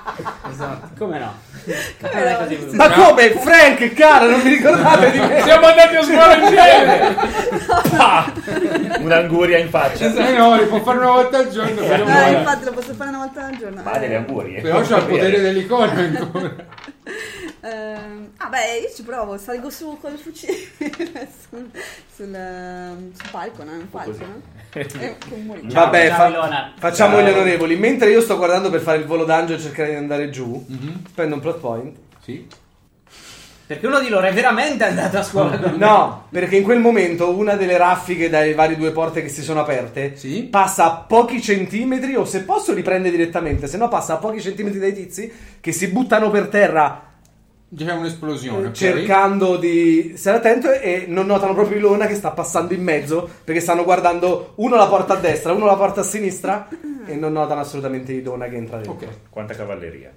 S7: Esatto.
S2: Ah, Come no?
S7: Eh,
S5: Come
S2: Non è
S5: no?
S2: così brutto.
S1: Ma come? Frank, cara, non vi ricordate di me?
S7: Siamo andati a scuola insieme!
S3: Ah! Un'anguria in faccia.
S4: Eh no, li può fare una volta al giorno, però,
S5: Eh,
S4: muore.
S5: infatti, lo posso fare una volta al giorno.
S3: Ma ha delle angurie.
S4: però c'ha il potere dell'icona ancora.
S5: Ehm, ah beh, io ci provo, salgo su col fucile sul, sul, ehm, sul palco, no? Un palco, no? Eh, che muori.
S2: Ciao,
S1: Vabbè,
S2: ciao,
S1: fa-
S2: Ilona.
S1: facciamo
S2: Ciao.
S1: gli onorevoli. Mentre io sto
S7: Mhm.
S1: guardando per fare il volo d'angelo e cercare di andare giù, prendo un plot point
S4: Sì.
S2: Perché uno di loro è veramente andato a scuola con
S1: No, perché in quel momento una delle raffiche dai vari due porte che si sono aperte
S4: Sì.
S1: passa a pochi centimetri o se posso li prende direttamente, se no passa a pochi centimetri dai tizi che si buttano per terra
S4: C'è Diciamo un'esplosione. Mm,
S1: Eh,
S4: ok?
S1: cercando di stare attento e non notano proprio Ilona che sta passando in mezzo perché stanno guardando uno la porta a destra, uno la porta a sinistra e non notano assolutamente Ilona che entra dentro.
S4: Ok.
S3: Quanta cavalleria.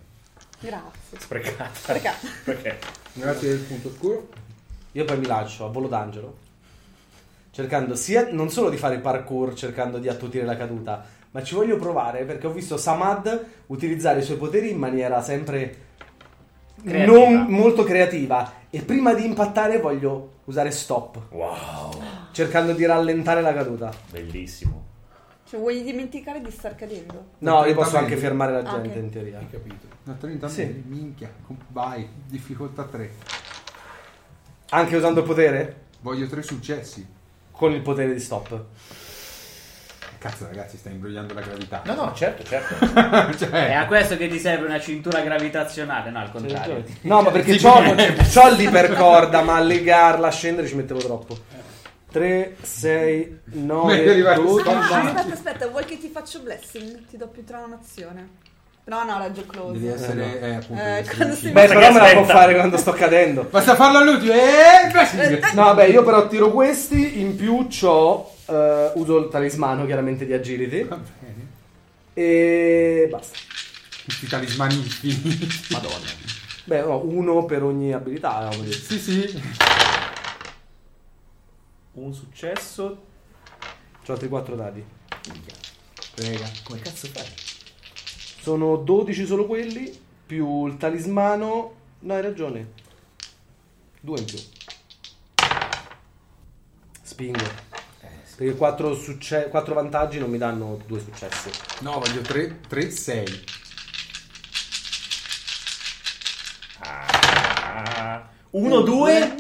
S5: Grazie.
S3: Sprecata.
S5: Perché?
S3: Perché?
S4: Grazie del punto oscuro.
S1: Io poi mi lancio a volo d'angelo, cercando sia non solo di fare parkour, cercando di attutire la caduta, ma ci voglio provare perché ho visto Samad utilizzare i suoi poteri in maniera sempre
S2: Creativa.
S1: non molto creativa. E prima di impattare voglio usare stop,
S3: Wow,
S1: cercando di rallentare la caduta.
S3: bellissimo.
S5: Cioè, vuoi dimenticare di star cadendo?
S1: No, io posso
S4: Lentamente.
S1: anche fermare la
S5: Ah,
S1: gente
S5: ok.
S1: in teoria.
S7: capito.
S4: Da 30
S1: Sì.
S4: metri, minchia. com- Vai, difficoltà 3.
S1: Anche usando il potere?
S4: Voglio 3 successi.
S1: Con il potere di stop.
S4: Cazzo ragazzi, stai imbrogliando la gravità.
S3: No, no, certo, certo.
S2: È
S4: cioè,
S2: a questo che ti serve una cintura gravitazionale, no, al contrario.
S1: No, ma perché c'ho, c'ho l'ipercorda, ma a legarla, a scendere ci mettevo troppo. 3, 6,
S4: Meglio
S1: 9,
S4: arrivare
S1: 12.
S4: Dai,
S5: Ah,
S4: dai.
S5: no, aspetta, aspetta, vuoi che ti faccio blessing? Ti do più tranazione. No, no, raggio close.
S4: devi essere... Eh, appunto,
S5: Eh,
S4: devi essere
S5: quando
S4: vicino.
S5: si-
S1: Beh, però me la può
S3: aspetta.
S1: fare quando sto cadendo.
S4: Basta farlo all'ultimo. Eh, beh, sì.
S1: No, vabbè, io però tiro questi, in più c'ho... eh, uso il talismano chiaramente di agility.
S4: Va bene.
S1: E basta.
S4: Tutti i talismani infiniti.
S1: Madonna. Beh, no, uno per ogni abilità. no, voglio dire.
S4: Sì, sì.
S3: Un successo.
S1: C'ho altri 4 dadi.
S4: Prega.
S3: Come cazzo fai?
S1: Sono 12 solo quelli, più il talismano... No, hai ragione. Due in più. Spingo.
S4: Eh,
S1: Perché 4, vantaggi non mi danno due successi.
S4: No, voglio 3, 3, 6.
S3: Ah. Uno, due,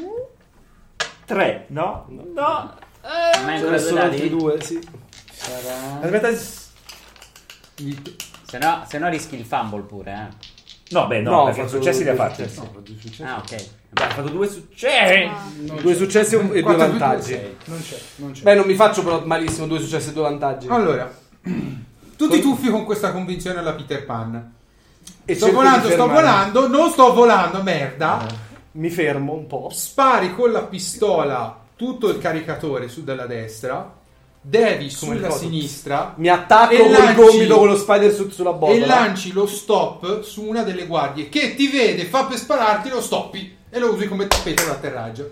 S3: tre. No, no.
S2: Ma è
S1: Ce
S2: ancora
S1: ne
S2: due
S1: sono altri
S2: dadi?
S1: due, sì. Aspetta. s-
S2: Se no, se no rischi il fumble pure, eh.
S3: No, beh, no,
S1: No, ho
S3: perché
S1: fatto
S3: successi li ha
S1: due
S3: fatti.
S1: successi.
S4: No, voglio successo.
S2: Ah, ok.
S3: Beh, ha fatto due successi.
S5: Ah,
S1: Due successi e un- e due
S4: Quattro, due, due,
S1: vantaggi.
S4: sei.
S7: Non c'è, non c'è.
S1: Beh, non mi faccio però malissimo due successi e due vantaggi.
S4: Allora, tu ti tuffi con questa convinzione alla Peter Pan.
S1: E
S4: sto
S1: cerco di
S4: volando, sto
S1: fermarmi.
S4: volando, non sto volando, merda.
S1: Mi fermo un po'.
S4: Spari con la pistola tutto il caricatore su dalla destra, devi
S1: Come il
S4: sulla
S1: coso.
S4: sinistra
S1: Mi attacco
S4: E
S1: con il
S4: lanci-
S1: gomito con lo spider suit sulla
S4: e
S1: bolla.
S4: lanci lo stop su una delle guardie che ti vede, fa per spararti, lo stoppi e lo usi come tappeto d'atterraggio.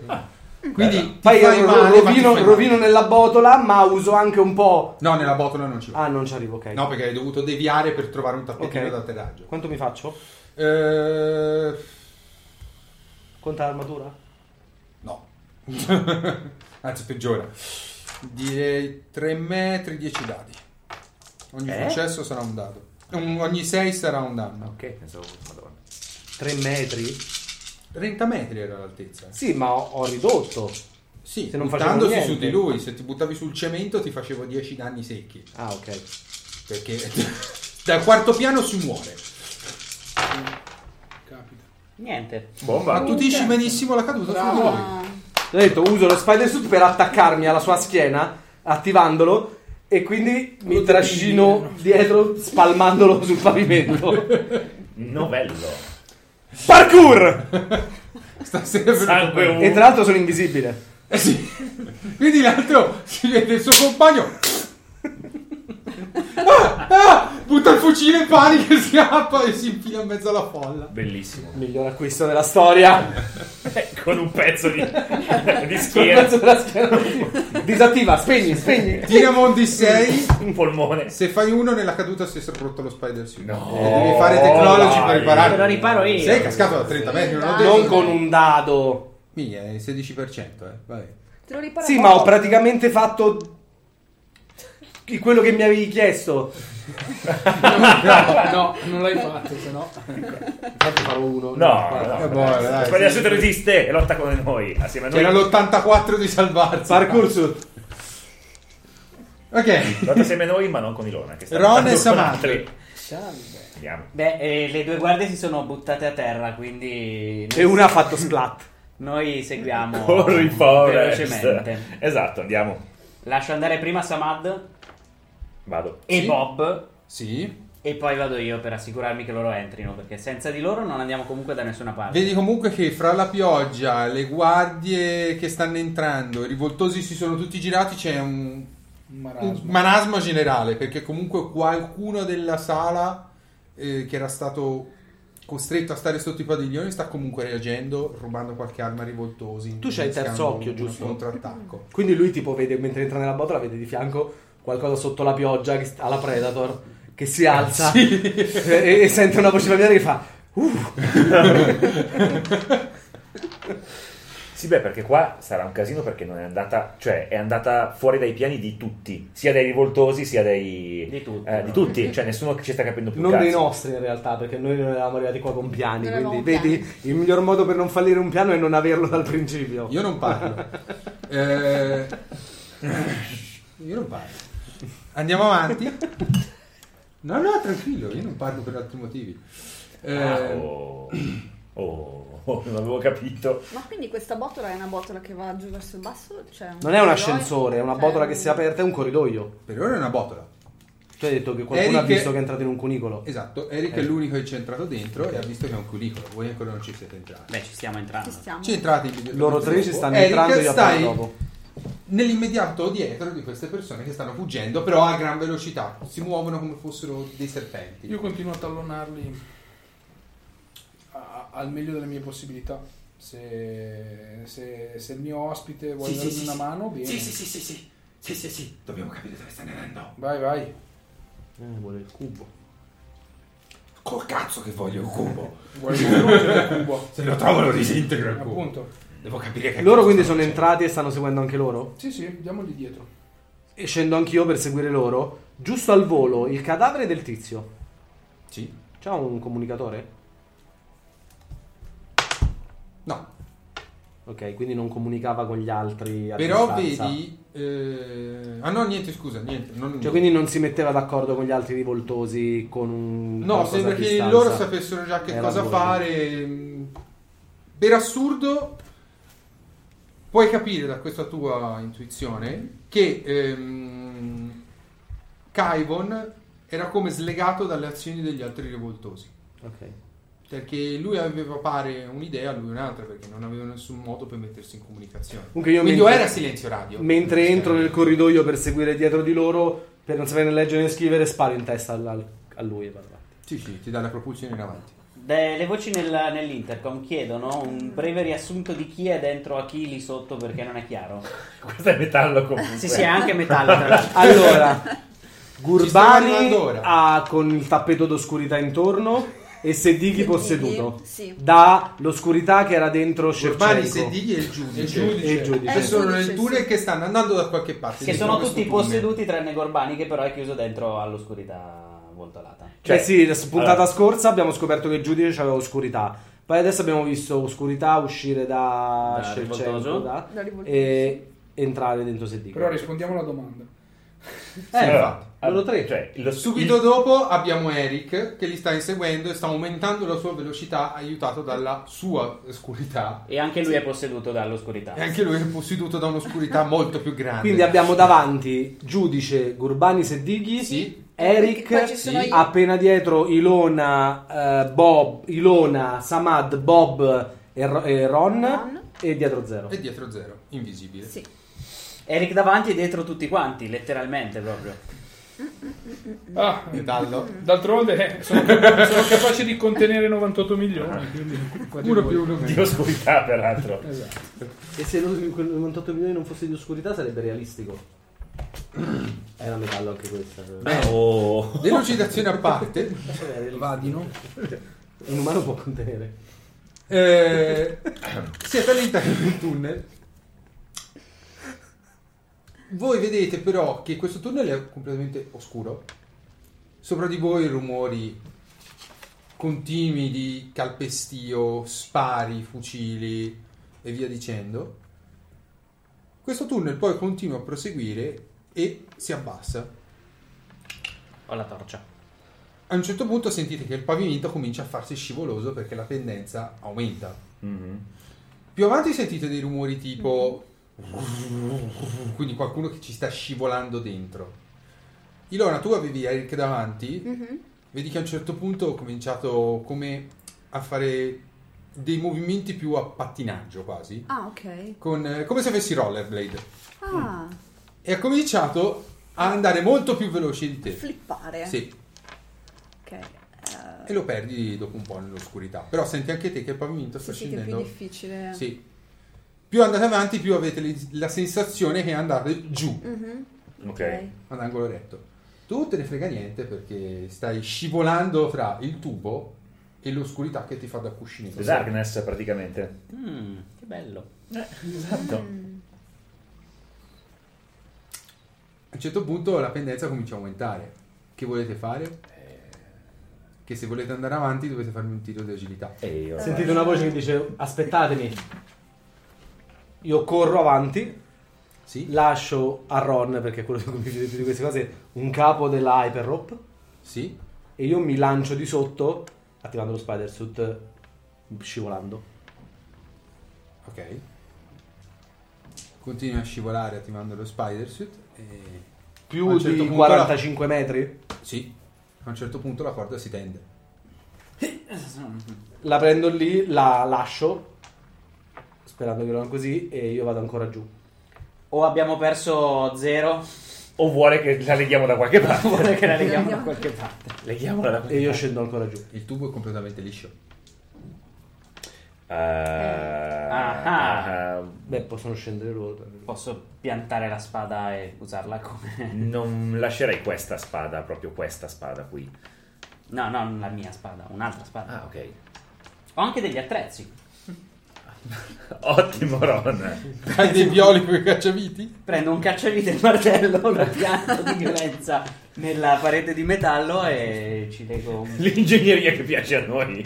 S4: Quindi ti fai
S1: Poi io Ah. ro-
S4: male, ma ti
S1: rovino,
S4: fai male.
S1: rovino nella botola, ma uso anche un po'.
S4: No, nella botola non ci va.
S1: Ah, non ci arrivo, ok.
S4: No, perché hai dovuto deviare per trovare un tappetino
S1: Ok.
S4: d'atterraggio.
S1: Quanto mi faccio?
S4: Eh,
S1: Conta l'armatura?
S4: no. Anzi, peggiora. Direi 3 metri, 10 dadi. Ogni
S3: Eh?
S4: successo sarà un dado. Un- ogni 6 sarà un danno.
S3: Ok, pensavo, madonna.
S1: 3 metri?
S4: 30 metri era l'altezza. eh.
S1: Sì, ma ho, ho ridotto.
S4: Sì,
S1: Se non facevo
S4: buttandosi su
S1: niente.
S4: di lui. Se ti buttavi sul cemento ti facevo 10 danni secchi.
S1: Ah, ok.
S4: Perché dal quarto piano si muore.
S7: Capita.
S2: Niente.
S4: Ma
S3: Bomba.
S4: tu dici benissimo la caduta su di lui.
S5: Ah,
S1: Ho detto, uso lo spider suit per attaccarmi alla sua schiena, attivandolo, e quindi mi trascino dietro spalmandolo sul pavimento.
S3: Novello.
S1: Parkour!
S4: Stasera per-
S3: Sangue un-
S1: E tra l'altro sono invisibile.
S4: Eh sì. Quindi l'altro si vede il suo compagno. Ah, ah, butta il fucile in panico e scappa e si infila in mezzo alla folla.
S3: Bellissimo.
S1: Miglior acquisto della storia.
S3: Con un pezzo di, di
S1: Sul
S3: schiena.
S1: pezzo della schiena. Disattiva, spegni, spegni.
S4: Dinamon di 6.
S3: Un polmone.
S4: Se fai uno nella caduta si è rotto lo spider suit.
S3: No.
S4: E devi fare tecnologi
S3: Dai.
S4: per ripararlo.
S2: Te lo riparo io.
S4: Sei cascato da 30 metri, non ho detto.
S1: Non con un dado.
S4: Mia, è il 16%, eh. Vabbè.
S5: te lo riparo.
S1: Sì, ma ho praticamente fatto chi- quello che mi avevi chiesto.
S6: No, non l'hai fatto, se no.
S1: Infatti farò uno.
S3: No, no.
S4: Eh, buono, dai,
S3: Squadra
S4: sì,
S3: Sud resiste e lotta come noi. Assieme
S2: Cioè,
S3: a noi.
S4: C'era l'84 di salvarsi.
S1: Parkour su.
S4: Ok.
S3: Lotta assieme a noi, ma non con Ilona. Che sta
S4: Ron
S3: lottando
S4: e
S3: con
S4: Samad.
S3: altri.
S7: Salve.
S3: Vediamo.
S2: Beh, eh, le due guardie si sono buttate a terra, quindi...
S1: E una ha fatto splat.
S2: Noi seguiamo...
S3: Corri Forest.
S2: velocemente.
S3: Esatto, andiamo.
S2: Lascio andare prima Samad
S3: Vado.
S2: e
S4: Sì.
S2: Bob
S4: Sì.
S2: e poi vado io per assicurarmi che loro entrino, perché senza di loro non andiamo comunque da nessuna parte.
S4: Vedi comunque che fra la pioggia, le guardie che stanno entrando, i rivoltosi si sono tutti girati, c'è un,
S7: Un
S4: un
S7: marasma.
S4: manasma generale, perché comunque qualcuno della sala eh, che era stato costretto a stare sotto i padiglioni sta comunque reagendo, rubando qualche arma ai rivoltosi.
S1: Tu c'hai il terzo
S4: iniziando
S1: occhio,
S4: un
S1: giusto?
S4: Contrattacco.
S1: Quindi lui tipo vede mentre entra nella botola, vede di fianco qualcosa sotto la pioggia che sta- alla Predator che si alza e, e sente una voce familiare che fa "Uh,
S3: Sì, beh, perché qua sarà un casino perché non è andata, cioè è andata fuori dai piani di tutti, sia dai rivoltosi sia dai...
S2: Di tutti,
S3: eh, di
S2: no?
S3: tutti. cioè nessuno ci sta capendo più
S1: non
S3: cazzo.
S1: dei nostri in realtà, perché noi non eravamo arrivati qua con piani,
S5: Non
S1: quindi
S5: avevamo
S1: vedi il miglior modo per non fallire un piano è non averlo dal principio.
S4: Io non parlo. Eh, io non parlo. Andiamo avanti. No, no, tranquillo, io non parlo per altri motivi. Eh,
S3: Ah, oh, oh, oh, non avevo capito.
S5: Ma quindi questa botola è una botola che va giù verso il basso? Cioè,
S1: Non è un ascensore, è una botola che si è aperta, è un corridoio.
S4: Per ora è una botola.
S1: Tu hai detto che qualcuno
S4: Eric-
S1: ha visto che è entrato in un cunicolo.
S4: Esatto, Eric
S1: Eh.
S4: è l'unico che c'è entrato dentro e ha visto che è un cunicolo. Voi ancora non ci siete entrati.
S2: Beh, ci stiamo entrando.
S5: Ci stiamo.
S4: Ci entrate immediatamente
S1: Loro tre ci
S4: dopo.
S1: stanno
S4: Eric,
S1: entrando e io appena
S4: stai
S1: dopo.
S4: nell'immediato dietro di queste persone che stanno fuggendo, però a gran velocità. Si muovono come fossero dei serpenti.
S7: Io continuo a tallonarli a- al meglio delle mie possibilità. Se, se- se il mio ospite vuole darmi una mano, bene.
S9: sì, sì, sì. Sì, sì, sì. Dobbiamo capire dove stanno andando.
S7: Vai, vai.
S1: Eh, vuole il cubo.
S9: Col cazzo che voglio il cubo.
S7: Vuoi il cubo?
S9: Se lo trovo lo disintegro il cubo.
S7: Appunto.
S9: Devo capire che
S1: Loro
S9: cazzo
S1: quindi
S9: sta
S1: sono
S9: facendo.
S1: entrati e stanno seguendo anche loro?
S7: Sì, sì, diamogli dietro.
S1: E scendo anch'io per seguire loro. Giusto al volo, il cadavere del tizio.
S4: Sì.
S1: C'ha un comunicatore?
S4: No,
S1: Ok, quindi non comunicava con gli altri. A
S4: Però
S1: distanza.
S4: vedi. eh, Ah no, niente, scusa, niente. non-
S1: Cioè, quindi non si metteva d'accordo con gli altri rivoltosi con un.
S4: No,
S1: qualcosa
S4: sembra
S1: a
S4: che
S1: distanza.
S4: loro sapessero già che
S1: Era
S4: cosa
S1: buono.
S4: fare. mm. Per assurdo, puoi capire da questa tua intuizione che ehm, Kaivon era come slegato dalle azioni degli altri rivoltosi.
S1: Ok.
S4: Perché lui aveva pare un'idea, lui un'altra, perché non aveva nessun modo per mettersi in comunicazione.
S1: Comunque io
S4: Quindi o
S1: mentre,
S4: era silenzio radio.
S1: mentre
S4: Sì.
S1: entro nel corridoio per seguire dietro di loro, per non sapere né leggere né scrivere, sparo in testa al- al- a lui e vado avanti.
S4: Sì, sì, ti dà la propulsione in avanti.
S2: Beh, le voci nel- nell'intercom chiedono un breve riassunto di chi è dentro a chi lì sotto perché non è chiaro.
S3: Questo è metallo comunque.
S2: Sì, sì, è anche metallo, tra l'altro.
S1: Allora, Gurbani
S4: arrivando ora.
S1: ha con il tappeto d'oscurità intorno e Seddighi posseduto.
S5: Sì.
S1: Da l'oscurità che era dentro
S4: Urbani,
S1: Shevchenko.
S4: Sedighi e il giudice.
S7: Il giudice.
S1: Cioè, E il giudice.
S4: Che
S5: Eh,
S4: sono
S5: giudice,
S4: nel tunnel
S5: sì.
S4: che stanno andando da qualche parte.
S2: Che
S4: dentro
S2: sono
S4: questo
S2: tutti
S4: tunnel.
S2: posseduti tranne Gorbani che però è chiuso dentro all'oscurità voltolata.
S1: Cioè, eh sì, la s- puntata
S3: allora,
S1: scorsa abbiamo scoperto che il giudice c'aveva oscurità. Poi adesso abbiamo visto oscurità uscire da
S2: Da
S1: Shevchenko
S2: rivoltoso.
S1: da-
S5: Da rivoltoso.
S1: e entrare dentro Seddighi.
S7: Però rispondiamo alla domanda.
S1: Eh,
S3: allora,
S1: infatti, loro tre.
S3: Cioè, lo,
S4: Subito dopo abbiamo Eric che li sta inseguendo e sta aumentando la sua velocità, aiutato dalla sua oscurità.
S2: E anche lui è posseduto dall'oscurità.
S4: E anche lui è posseduto da un'oscurità molto più grande.
S1: Quindi abbiamo davanti giudice Gurbani Seddighi,
S4: Sì.
S5: Poi ci
S1: Eric,
S5: sono
S1: sì.
S5: io.
S1: appena dietro Ilona, eh, Bob, Ilona, Samad, Bob e, Ro- e Ron,
S5: Ron.
S1: e dietro zero.
S4: E dietro zero, invisibile.
S5: Sì.
S2: Eric davanti e dietro tutti quanti, letteralmente proprio.
S7: Ah,
S4: Metallo.
S7: d'altronde eh, sono, cap- sono capace di contenere 98
S6: Ah.
S7: milioni, quindi
S4: Uno più uno
S3: di
S4: meno.
S3: oscurità peraltro.
S7: Esatto.
S1: E se il 98 milioni non fosse di oscurità sarebbe realistico. Era metallo anche questa.
S3: Oh.
S4: Delucidazione a parte.
S7: Vadino.
S1: Un umano può contenere.
S4: Eh, siete all'interno del tunnel. Voi vedete però che questo tunnel è completamente oscuro. Sopra di voi rumori continui di calpestio, spari, fucili e via dicendo. Questo tunnel poi continua a proseguire e si abbassa.
S2: Ho la torcia.
S4: a un certo punto sentite che il pavimento comincia a farsi scivoloso perché la pendenza aumenta. Più avanti sentite dei rumori tipo... Quindi qualcuno che ci sta scivolando dentro. Ilona, tu avevi Eric davanti,
S5: Mm-hmm.
S4: vedi che a un certo punto ho cominciato come a fare dei movimenti più a pattinaggio quasi,
S5: Ah, ok.
S4: con, eh, come se avessi rollerblade.
S5: Ah,
S4: E ha cominciato a andare molto più veloce di te.
S5: flippare.
S4: Sì,
S5: Ok. eh,
S4: e lo perdi dopo un po' nell'oscurità. Però senti anche te che il pavimento sta
S5: sì, sì, che è più
S4: scendendo.
S5: difficile.
S4: Sì. Più andate avanti, più avete le- la sensazione che andate giù
S5: Mhm,
S3: Ok.
S4: ad angolo retto. Tu te ne frega niente perché stai scivolando tra il tubo e l'oscurità che ti fa da cuscinetto.
S3: The Darkness praticamente.
S2: Mm, che bello.
S3: Esatto.
S4: A un certo punto la pendenza comincia a aumentare. Che volete fare? Che se volete andare avanti dovete farmi un tiro di agilità.
S3: E io.
S1: Sentite una voce che dice aspettatemi. Io corro avanti,
S4: Sì?
S1: lascio a Ron, perché è quello che mi piace di più di queste cose, un capo della Hyperrope
S4: Sì?
S1: e io mi lancio di sotto, attivando lo spider suit, scivolando.
S4: Ok. Continui a scivolare attivando lo spider suit e
S1: Più
S4: a un certo
S1: di
S4: punto
S1: 45 metri.
S4: la- Sì. A un certo punto la corda si tende.
S1: La prendo lì, la lascio, sperando che non così, e io vado ancora giù.
S2: O abbiamo perso zero,
S3: O vuole che la leghiamo da qualche parte.
S2: oppure che la leghiamo da qualche parte. Eh.
S3: Leghiamola da qualche
S1: E io scendo ancora giù.
S4: Il tubo è completamente liscio.
S3: parte. Ah, ah.
S1: Beh, possono scendere loro. però.
S2: Posso piantare la spada e usarla come...
S3: Non lascerei questa spada, proprio questa spada qui.
S2: No, no, non la mia spada, un'altra spada.
S3: Ah, ok.
S2: Ho anche degli attrezzi.
S3: Ottimo Ron.
S4: Hai dei violi con i cacciaviti?
S2: Prendo un cacciavite e un martello, lo pianto di violenza nella parete di metallo e ci leggo un...
S3: L'ingegneria che piace a noi.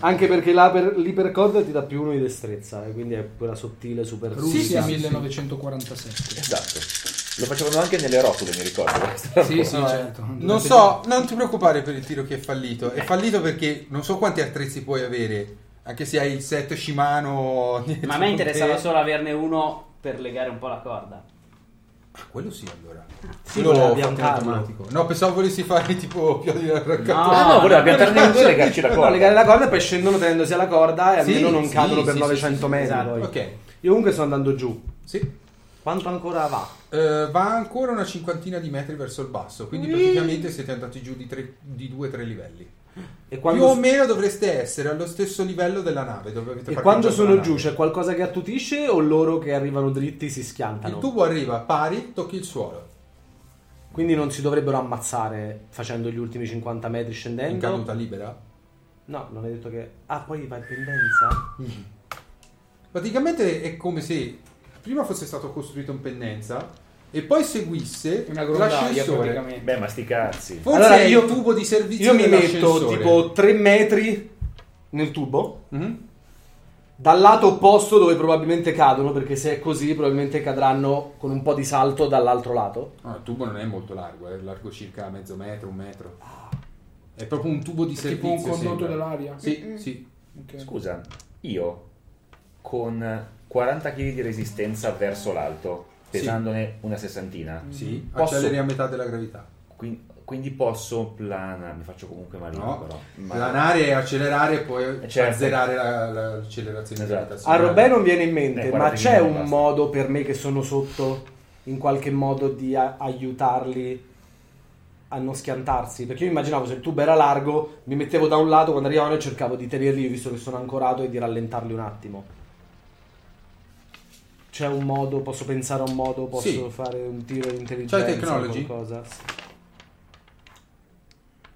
S1: Anche perché l'aper- l'ipercord ti dà più uno di destrezza, eh, quindi è quella sottile, super
S7: Russia
S1: russa.
S7: 1947.
S3: Esatto. Lo facevano anche nelle rotule, mi ricordo. questo.
S7: Sì, sì, certo.
S4: Non so, non ti preoccupare per il tiro che è fallito. È fallito perché non so quanti attrezzi puoi avere. Anche se hai il set Shimano. dietro
S2: Ma a me interessava
S4: te.
S2: solo averne uno per legare un po' la corda.
S4: Ah, quello sì, allora.
S1: Sì,
S4: Quello
S1: quello
S4: lo
S1: abbiamo
S4: fate in
S1: fatto.
S4: automatico. No, pensavo volessi fare tipo piedi
S2: No,
S4: arrancatore.
S3: Ah, no, voleva piantarne in due e legarci la
S1: No,
S3: corda.
S1: legare la corda e poi scendono tenendosi alla corda e
S4: Sì,
S1: almeno non
S4: sì,
S1: cadono
S4: sì,
S1: per
S4: sì,
S1: 900
S4: sì, sì,
S1: metri.
S2: esatto.
S1: poi.
S4: Ok,
S1: Io comunque sto andando giù.
S4: sì.
S1: Quanto ancora va?
S4: Eh, va ancora una cinquantina di metri verso il basso, quindi praticamente siete andati giù di, tre, di due o tre livelli.
S1: E
S4: Più o
S1: quando,
S4: meno dovreste essere allo stesso livello della nave dove avete
S1: e
S4: parcheggiato
S1: quando sono
S4: la
S1: giù cioè,
S4: nave.
S1: c'è qualcosa che attutisce o loro che arrivano dritti si schiantano?
S4: Il tubo arriva pari, tocchi il suolo.
S1: Quindi non si dovrebbero ammazzare facendo gli ultimi 50 metri scendendo?
S4: In caduta libera.
S1: No, non hai detto che... Ah, poi va in pendenza?
S4: Praticamente è come se prima fosse stato costruito in pendenza e poi seguisse
S7: Una grondaia
S4: l'ascensore.
S7: praticamente.
S3: Beh, ma sti cazzi.
S4: Forse
S1: Allora,
S4: è il
S1: io-
S4: tubo di servizio
S1: Io mi metto
S4: dell'ascensore.
S1: tipo 3 metri nel tubo,
S4: Mhm.
S1: dal lato opposto dove probabilmente cadono, perché se è così probabilmente cadranno con un po' di salto dall'altro lato.
S4: No, il tubo non è molto largo, è largo circa mezzo metro, un metro.
S1: Ah.
S4: È proprio un tubo di
S7: Tipo
S4: servizio.
S7: un condotto
S4: sembra.
S7: dell'aria.
S4: Sì,
S1: Mm.
S4: sì.
S7: Ok.
S3: Scusa, io con 40 kg di resistenza verso l'alto,
S4: Sì. Mm.
S3: pesandone una sessantina,
S4: Sì,
S3: Posso-
S4: acceleri a metà della gravità.
S3: quin- quindi posso planare, mi faccio comunque malino
S4: No,
S3: però. Ma-
S4: planare e accelerare e poi
S3: Certo.
S4: azzerare la- la- l'accelerazione
S3: Esatto.
S1: A
S4: gravitazionale.
S1: Robè non viene in mente,
S3: Eh,
S1: ma
S3: guarda,
S1: c'è
S3: quindi
S1: un
S3: basta.
S1: modo per me che sono sotto, in qualche modo, di a- aiutarli a non schiantarsi? Perché io immaginavo se il tubo era largo, mi mettevo da un lato, quando arrivavano e cercavo di tenerli, io visto che sono ancorato, e di rallentarli un attimo. C'è un modo, posso pensare a un modo, posso
S4: Sì.
S1: fare un tiro di intelligenza
S4: C'hai technology?
S1: qualcosa?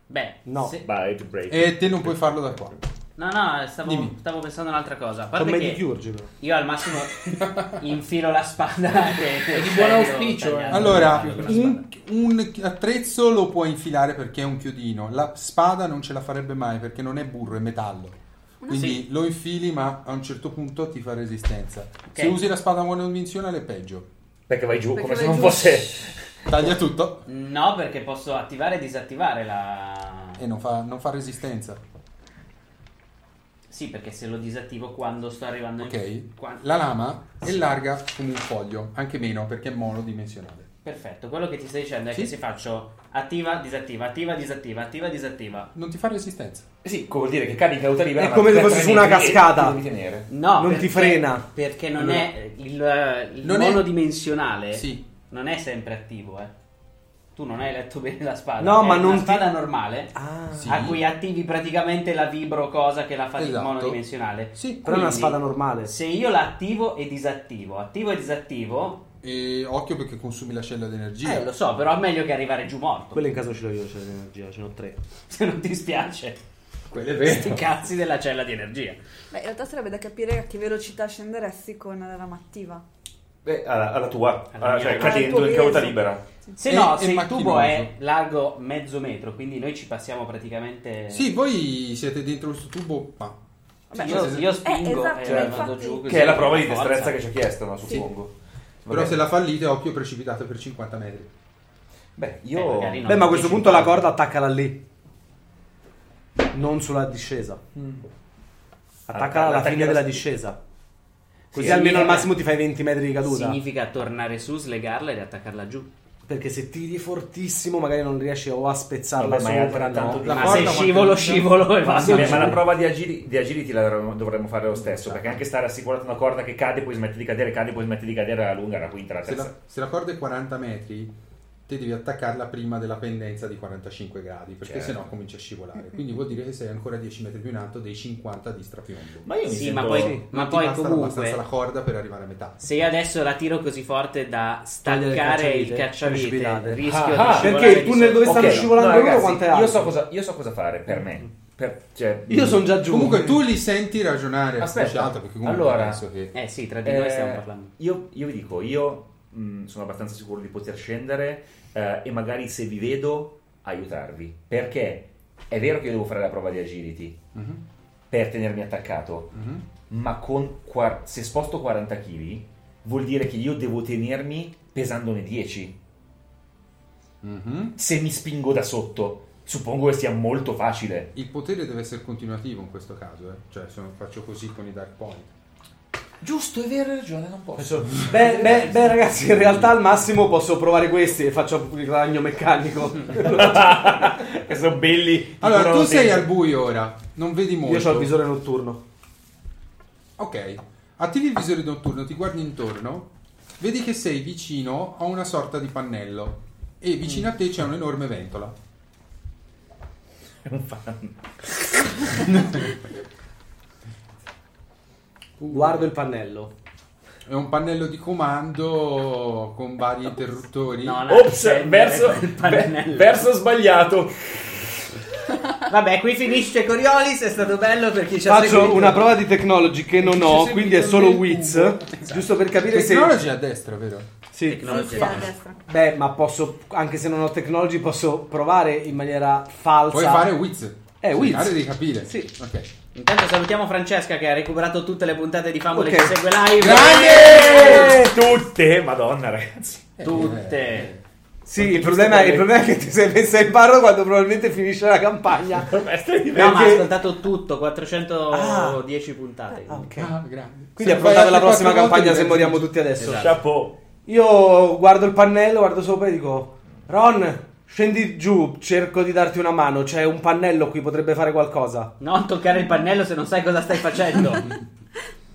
S2: Beh,
S1: No.
S2: se-
S3: Vai, to break.
S4: E te non puoi farlo da qua.
S2: no, no, stavo,
S4: Dimmi.
S2: stavo pensando a un'altra cosa. A
S1: Con
S2: parte che
S1: Medicure, però.
S2: io al massimo infilo la spada e...
S6: È di buon
S2: scendo
S6: auspicio, eh.
S2: tagliando.
S4: Allora,
S2: Infilo con la
S4: un,
S2: spada.
S4: un attrezzo lo puoi infilare perché è un chiodino. La spada non ce la farebbe mai perché non è burro, è metallo. Quindi lo infili, ma a un certo punto ti fa resistenza. Se usi la spada monodimensionale è peggio.
S3: Perché vai giù
S5: Perché
S3: come se
S5: vai
S3: non
S5: giù.
S3: fosse...
S4: Taglia tutto.
S2: No, perché posso attivare e disattivare la...
S4: e non fa, non fa resistenza.
S2: Sì, perché se lo disattivo quando sto arrivando in...
S4: Ok?
S2: Quan-
S4: La lama è larga come un foglio, anche meno perché è monodimensionale.
S2: Perfetto, quello che ti stai dicendo è
S4: Sì.
S2: che se faccio attiva, disattiva, attiva, disattiva, attiva, disattiva.
S4: Non ti fa resistenza.
S9: Sì, vuol dire che carica cauta libera.
S1: È
S9: ma
S1: come se
S9: per
S1: fossi
S9: tre
S1: su una
S9: metri e
S1: cascata.
S9: ti devi tenere.
S2: No,
S1: Non ti
S2: perché-
S1: frena.
S2: Perché non
S4: Allora-
S2: è il, il
S4: Non è-
S2: monodimensionale.
S4: Sì.
S2: Non è sempre attivo, eh. Tu non hai letto bene la spada.
S1: No,
S2: è
S1: ma
S2: una
S1: non ti-
S2: spada normale.
S1: Ah,
S4: Sì.
S2: A cui attivi praticamente la vibro cosa che la fa
S4: Esatto.
S2: monodimensionale.
S4: Sì,
S1: però è una
S2: Quindi,
S1: spada normale.
S2: Se io la attivo e disattivo, attivo e disattivo,
S4: E occhio perché consumi la cella d'energia.
S2: eh, lo so, però è meglio che arrivare giù morto.
S8: Quello in caso ce l'ho io, c'è l'energia, ce ne ho tre.
S2: Se non ti spiace.
S4: Quello è
S2: Sti cazzi della cella di energia.
S5: Beh, in realtà sarebbe da capire a che velocità scenderesti con la lama attiva.
S9: Beh, alla, alla tua,
S2: Alla
S3: Ah,
S9: alla-
S2: mia.
S9: cioè
S2: Alla
S9: cadendo
S5: tua
S9: in cauta
S5: peso.
S9: libera.
S2: Se
S4: E-
S2: no,
S4: e
S2: se il
S4: macchinoso.
S2: tubo è largo mezzo metro, quindi noi ci passiamo praticamente.
S4: Sì, voi siete dentro questo tubo, ma
S2: Vabbè,
S4: Sì,
S2: io,
S4: sì, sì.
S2: io spingo
S5: Eh, esatto,
S2: e
S5: infatti.
S2: vado giù. così,
S9: Che è la prova di
S2: forza.
S9: destrezza che ci ha chiesto, no, suppongo.
S4: però se la fallite occhio precipitate per 50 metri.
S9: Beh,
S2: Eh,
S9: io...
S2: magari no.
S1: Beh, ma a questo
S2: 10,
S1: punto la corda attaccala lì. Non sulla discesa.
S2: Mm.
S1: Attaccala alla
S9: Attacchi
S1: fine
S9: alla-
S1: della discesa. Così
S2: Sì, eh.
S1: almeno al
S2: significa-
S1: massimo ti fai 20 metri di caduta.
S2: Significa tornare su, slegarla e riattaccarla giù.
S1: Perché se tiri fortissimo, magari non riesci o a spezzarla
S9: Vabbè, ma è
S1: sopra.
S9: tanto
S1: no.
S9: di-
S4: La
S2: Ma
S4: corda
S2: se
S4: quanto
S2: scivolo,
S4: dura?
S2: scivolo e
S9: Ma,
S2: vado.
S9: ma la prova di, agili, di agility la dovremmo- dovremmo fare lo stesso, perché anche stare assicurata una corda che cade, poi smette di cadere, cade, poi smette di cadere alla lunga, alla quinta, alla
S4: Se
S9: terza.
S4: la, se la corda è 40 metri, te devi attaccarla prima della pendenza di 45 gradi, perché
S9: Certo.
S4: sennò comincia a scivolare. Quindi vuol dire che sei ancora 10 metri più in alto dei 50 di strapiombo.
S9: Ma io mi
S2: Sì,
S9: sento...
S2: ma poi,
S9: Sì.
S2: ma
S4: Non ti
S2: poi
S4: basta abbastanza la
S2: comunque.
S4: corda per arrivare a metà.
S2: Se io adesso la tiro così forte da
S1: Togliere
S2: staccare
S1: il
S2: il
S1: cacciavite,
S2: cacciavite,
S1: precipitare.
S2: rischio
S9: Ah,
S2: di
S9: ah,
S2: scivolare
S1: perché il
S2: di
S1: tunnel
S2: sotto.
S1: dove stanno
S9: Ok,
S1: scivolando
S9: no,
S1: loro
S9: ragazzi,
S1: quanto è alto?
S9: Io so cosa, io so cosa fare, per me. Per- cioè,
S1: Io sono già giù.
S4: Comunque tu li senti ragionare a
S9: Aspetta,
S4: sfasciata, perché comunque
S9: allora,
S4: penso che...
S2: Eh sì, tra di noi stiamo
S9: Eh,
S2: parlando.
S9: io, io vi dico, io mh, sono abbastanza sicuro di poter scendere eh, e magari se vi vedo aiutarvi. Perché è vero che io devo fare la prova di agility
S4: Mhm,
S9: per tenermi attaccato,
S4: mhm.
S9: ma con quar- se sposto 40 kg vuol dire che io devo tenermi pesandone 10.
S4: Mhm.
S9: Se mi spingo da sotto, suppongo che sia molto facile.
S4: Il potere deve essere continuativo in questo caso, eh. cioè se non faccio così con i dark point.
S9: Giusto, è vero, hai ragione, non posso.
S1: Beh, beh, beh, ragazzi, in realtà al massimo posso provare questi e faccio il ragno meccanico.
S9: Che sono belli.
S4: Allora, tu
S9: dicono-
S4: sei al buio ora, non vedi molto.
S1: Io ho il visore notturno.
S4: Ok, attivi il visore notturno, ti guardi intorno, vedi che sei vicino a una sorta di pannello e vicino a te c'è un'enorme ventola. Uh.
S1: Guardo il pannello.
S4: È un pannello di comando con vari interruttori.
S2: No, no,
S9: Ops,
S2: scendere
S9: verso,
S2: col pannello.
S9: verso sbagliato.
S2: Vabbè, qui finisce Coriolis, è stato bello per chi ci ha
S1: Faccio
S2: seguito.
S1: una prova di technology che non ho,
S7: seguito
S1: quindi è
S7: nel
S1: solo
S7: tubo.
S1: Wiz. Giusto per capire se.
S4: Tecnology a destra, vero?
S1: Sì.
S5: Sì, sì, a destra.
S1: Beh, ma posso. Anche se non ho technology, posso provare in maniera falsa.
S4: Puoi fare Wiz.
S1: Eh, Wiz.
S4: Cercare di capire.
S1: Sì.
S4: Ok.
S2: Intanto salutiamo Francesca che ha recuperato tutte le puntate di Famole
S1: Ok.
S2: che segue live.
S9: Grande! Tutte, madonna ragazzi.
S2: Eh, Tutte.
S1: Sì, il problema, il problema è che ti sei messa in barro quando probabilmente finisce la campagna.
S2: No, ma ha
S1: Perché-
S2: ascoltato tutto, 410 puntate.
S1: Ah, ok.
S4: Ah, grande.
S1: Quindi
S4: Se
S1: affrontate
S4: fai
S1: la
S4: altre
S1: prossima
S4: quattro
S1: campagna
S4: volte
S1: se
S4: diversi-
S1: moriamo tutti adesso.
S2: Esatto.
S9: Chapeau.
S1: Io guardo il pannello, guardo sopra e dico: Ron, scendi giù, cerco di darti una mano. C'è un pannello qui, potrebbe fare qualcosa.
S2: Non toccare il pannello se non sai cosa stai facendo.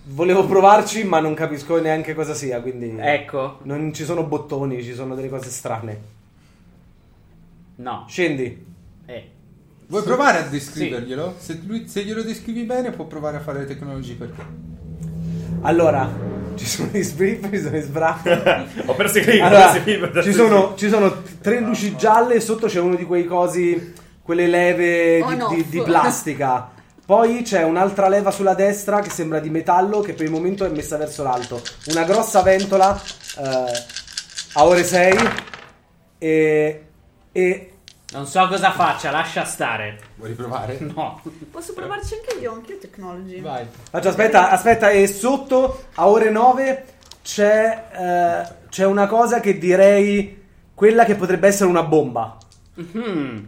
S1: Volevo provarci, ma non capisco neanche cosa sia, quindi.
S2: ecco.
S1: Non ci sono bottoni, ci sono delle cose strane.
S2: No.
S1: Scendi.
S2: Eh.
S4: Vuoi provare a descriverglielo? Se, lui- se glielo descrivi bene, può provare a fare le tecnologie per te.
S1: Allora, ci sono gli sbrief, ci sono gli sbraf.
S9: Ho perso i clip, ho
S1: Allora,
S9: perso i clip.
S1: ci, sono, ci sono t- tre luci gialle, sotto c'è uno di quei cosi, quelle leve
S5: On
S1: di,
S5: off.
S1: di- di plastica. Poi c'è un'altra leva sulla destra che sembra di metallo, che per il momento è messa verso l'alto. Una grossa ventola eh, a ore 6 e, e
S2: Non so cosa faccia, lascia stare.
S4: Vuoi riprovare?
S2: No.
S5: Posso provarci anche io, anche io technology.
S4: Vai.
S1: Faccio, aspetta, aspetta, e sotto a ore 9 c'è, eh, c'è una cosa che direi quella che potrebbe essere una bomba.
S2: Mhm.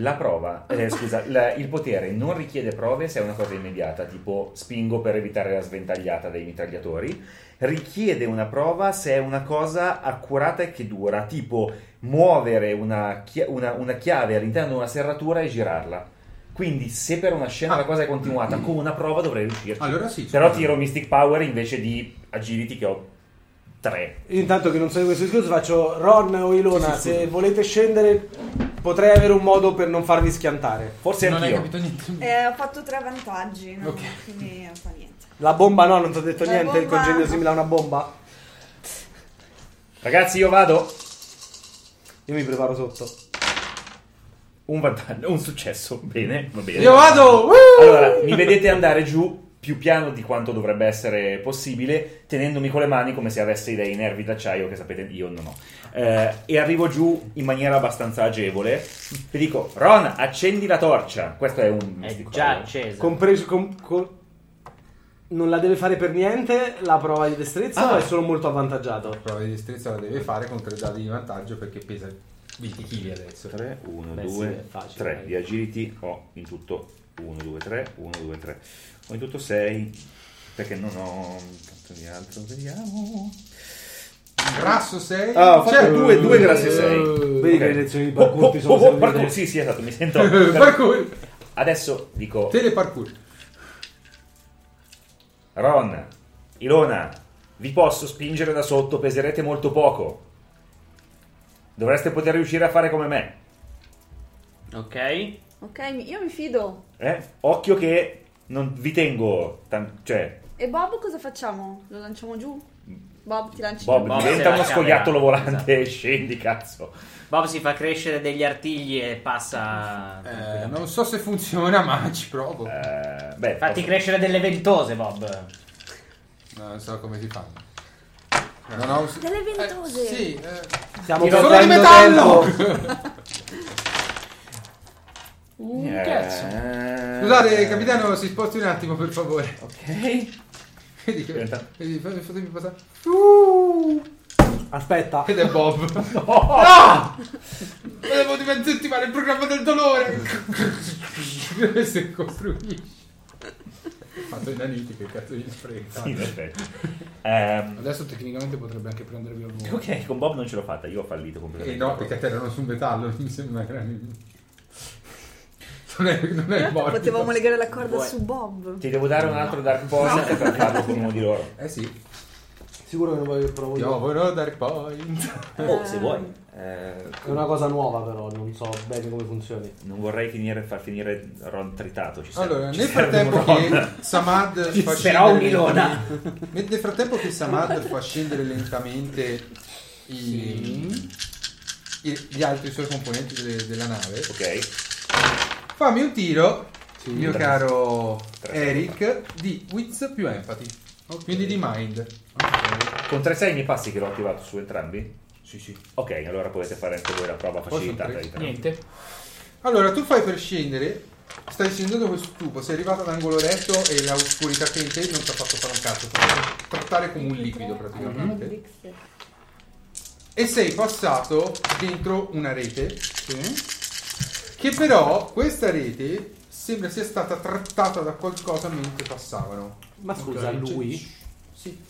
S3: La prova, eh, scusa, la- il potere non richiede prove se è una cosa immediata, tipo spingo per evitare la sventagliata dei mitragliatori. Richiede una prova se è una cosa accurata e che dura, tipo muovere una, chi- una- una chiave all'interno di una serratura e girarla. Quindi, se per una
S1: Ah.
S3: scena la cosa è continuata con una prova, dovrei riuscirci.
S4: Allora sì,
S3: Però
S4: scusa.
S3: tiro Mystic Power invece di Agility che ho 3.
S1: Intanto che non so di questo discorso, faccio Ron o Ilona. se volete scendere, potrei avere un modo per non farvi schiantare.
S3: Forse
S6: non hai
S3: anch'io.
S6: capito niente.
S5: Eh, ho fatto tre vantaggi, no? quindi non fa niente.
S1: La bomba, no, non ti ho detto
S5: La
S1: niente. Il
S5: bomba-
S1: congegno simile a una bomba.
S3: Ragazzi, io vado.
S1: Io mi preparo sotto.
S3: Un vantaggio, un successo. Bene, va bene.
S1: Io vado!
S3: Allora, mi vedete andare giù più piano di quanto dovrebbe essere possibile, tenendomi con le mani come se avessi dei nervi d'acciaio che sapete io non ho. Eh, e arrivo giù in maniera abbastanza agevole. Vi dico, Ron, accendi la torcia. Questo è un...
S2: È
S3: mystico.
S2: Eh, già acceso.
S1: Compreso. com- co- non la deve fare per niente la prova di destrezza,
S3: Ah.
S1: è solo molto avvantaggiato.
S4: prova di destrezza la deve fare con tre dadi di vantaggio perché pesa 20 kg adesso.
S3: 3, 1,
S2: Beh,
S3: 2,
S2: sì, è facile,
S3: 3
S2: dai.
S3: di agility ho in tutto 1, 2, 3, 1, 2, 3 ho in tutto 6 perché non ho tanto di altro vediamo
S4: Grasso 6.
S3: ah ho fatto 2, 2 grazie 6
S1: Vedi che Eh, le lezioni di
S3: Oh, Eh, oh,
S1: parkour ti sono
S3: oh,
S1: servite.
S3: parkour, sì sì esatto mi sento
S4: Cioè, Parkour.
S3: adesso dico
S4: Teleparkour.
S3: Ron Ilona vi posso spingere da sotto peserete molto poco dovreste poter riuscire a fare come me
S2: Ok.
S5: Ok, mi- io mi fido.
S3: eh? occhio che non vi tengo tan- cioè
S5: E Bob cosa facciamo? Lo lanciamo giù? Bob ti lanci
S3: Bob,
S5: giù.
S2: Bob se
S3: diventa
S2: la
S3: uno
S2: cava,
S3: scoiattolo
S2: esatto.
S3: volante, scendi cazzo.
S2: Bob si fa crescere degli artigli e passa.
S4: Eh, non so se funziona, ma ci provo.
S3: Eh, beh,
S2: Fatti
S3: posso-
S2: crescere delle ventose, Bob.
S4: No, non so come si fa. Non ho us-
S5: Delle
S4: eh,
S5: ventose.
S4: sì, eh,
S1: Stiamo
S4: Sono di
S1: perdendo
S4: metallo!
S1: tempo.
S10: Un
S3: Eh,
S10: cazzo.
S4: Scusate, capitano, si sposti un attimo, per favore.
S3: Ok.
S4: Vedi che-
S3: Diventa-
S4: vedi, fa- fatemi passare.
S1: Aspetta,
S4: Ed è Bob. No! Volevo dimenticare il programma del dolore. Come si costruisce? Fatto in aniti, che cazzo gli frega.
S3: Sì, in effetti. Ehm,
S6: Adesso tecnicamente potrebbe anche prendervi a volo.
S3: ok, con Bob non ce l'ho fatta, io ho fallito
S4: E
S1: Eh,
S3: completamente.
S4: Eh, no, perché atterrano sul metallo, mi sembra che Non è, non è
S5: In realtà
S4: morbido.
S5: potevamo legare la corda
S2: Vuoi-
S5: su Bob.
S3: Ti devo dare un altro Dark Point per farlo con uno di loro.
S4: Eh sì,
S1: sicuro che non voglio che provo io.
S4: piovono dark point.
S3: Oh, se vuoi. Eh,
S1: È una cosa nuova, però, non so bene come funzioni.
S3: non vorrei finire, far finire Ron tritato. Ci serve-
S4: Allora,
S3: ci
S4: nel
S3: serve un
S4: frattempo
S3: Ron.
S4: che Samad fa
S2: Però
S4: scendere...
S2: un'ilona.
S4: Nel nel frattempo che Samad fa scendere lentamente i- i- gli altri suoi componenti delle- della nave,
S3: Ok,
S4: fammi un tiro, mio
S3: Tre.
S4: caro
S3: Tre.
S4: Eric, di Wiz più Empathy, quindi di Mind.
S3: con 3-6 mi passi che l'ho attivato su entrambi?
S4: Sì, sì.
S3: Ok, allora potete fare anche voi la prova
S4: sono
S3: facilitata.
S4: tre.
S3: di tre.
S10: Niente.
S4: Allora, tu fai per scendere, stai scendendo questo tubo, sei arrivato ad angolo retto e la oscurità che è in te non ti ha fatto fare un cazzo, ti ha fatto trattare come un liquido
S5: Mm-hmm.
S4: praticamente. E sei passato dentro una rete, che però questa rete sembra sia stata trattata da qualcosa mentre passavano.
S1: Ma scusa,
S4: Ok,
S1: lui?
S4: cioè, Sì,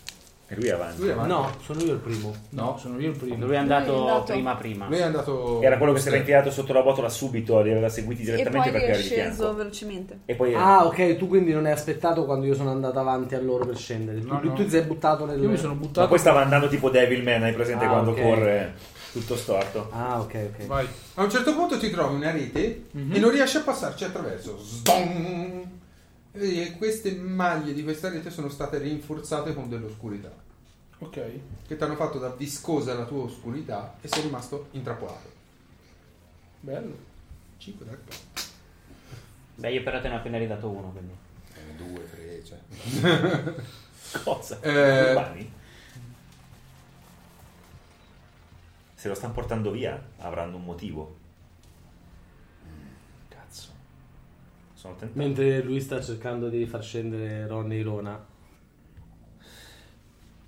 S3: E lui è avanti.
S4: lui è avanti.
S1: No, sono io il primo.
S4: No, sono io il primo.
S2: Lui è andato,
S5: Lui è andato-
S2: prima prima.
S4: Lui è andato...
S3: Era quello che si era infilato sotto la botola subito, li aveva seguiti
S5: E
S3: direttamente
S5: poi
S3: perché
S5: è
S3: era di
S5: sceso
S3: fianco.
S5: velocemente.
S3: E poi
S1: Ah, ok, tu quindi non hai aspettato quando io sono andato avanti a loro per scendere. Tu,
S4: No, no.
S1: tu ti sei buttato nel.
S10: Io mi sono
S3: Ma
S10: buttato.
S3: poi stava andando tipo Devilman, hai presente
S1: Ah,
S3: quando
S1: ok.
S3: corre tutto storto.
S1: Ah, ok, ok.
S4: Vai. A un certo punto ti trovi una rete
S3: Mhm.
S4: e non riesci a passarci attraverso. Sdong! E vedi che queste maglie di questa rete sono state rinforzate con dell'oscurità,
S6: Ok.
S4: che ti hanno fatto da viscosa la tua oscurità e sei rimasto intrappolato.
S6: Bello.
S4: 5 dark point.
S2: Beh, io però te ne ho appena ridato uno, quindi.
S4: 2, 3, cioè.
S3: Cosa?
S4: Eh.
S3: Urbani? Se lo stanno portando via, avranno un motivo. Mm, Cazzo. Sono tentato.
S11: Mentre lui sta cercando di far scendere Ron e Ilona.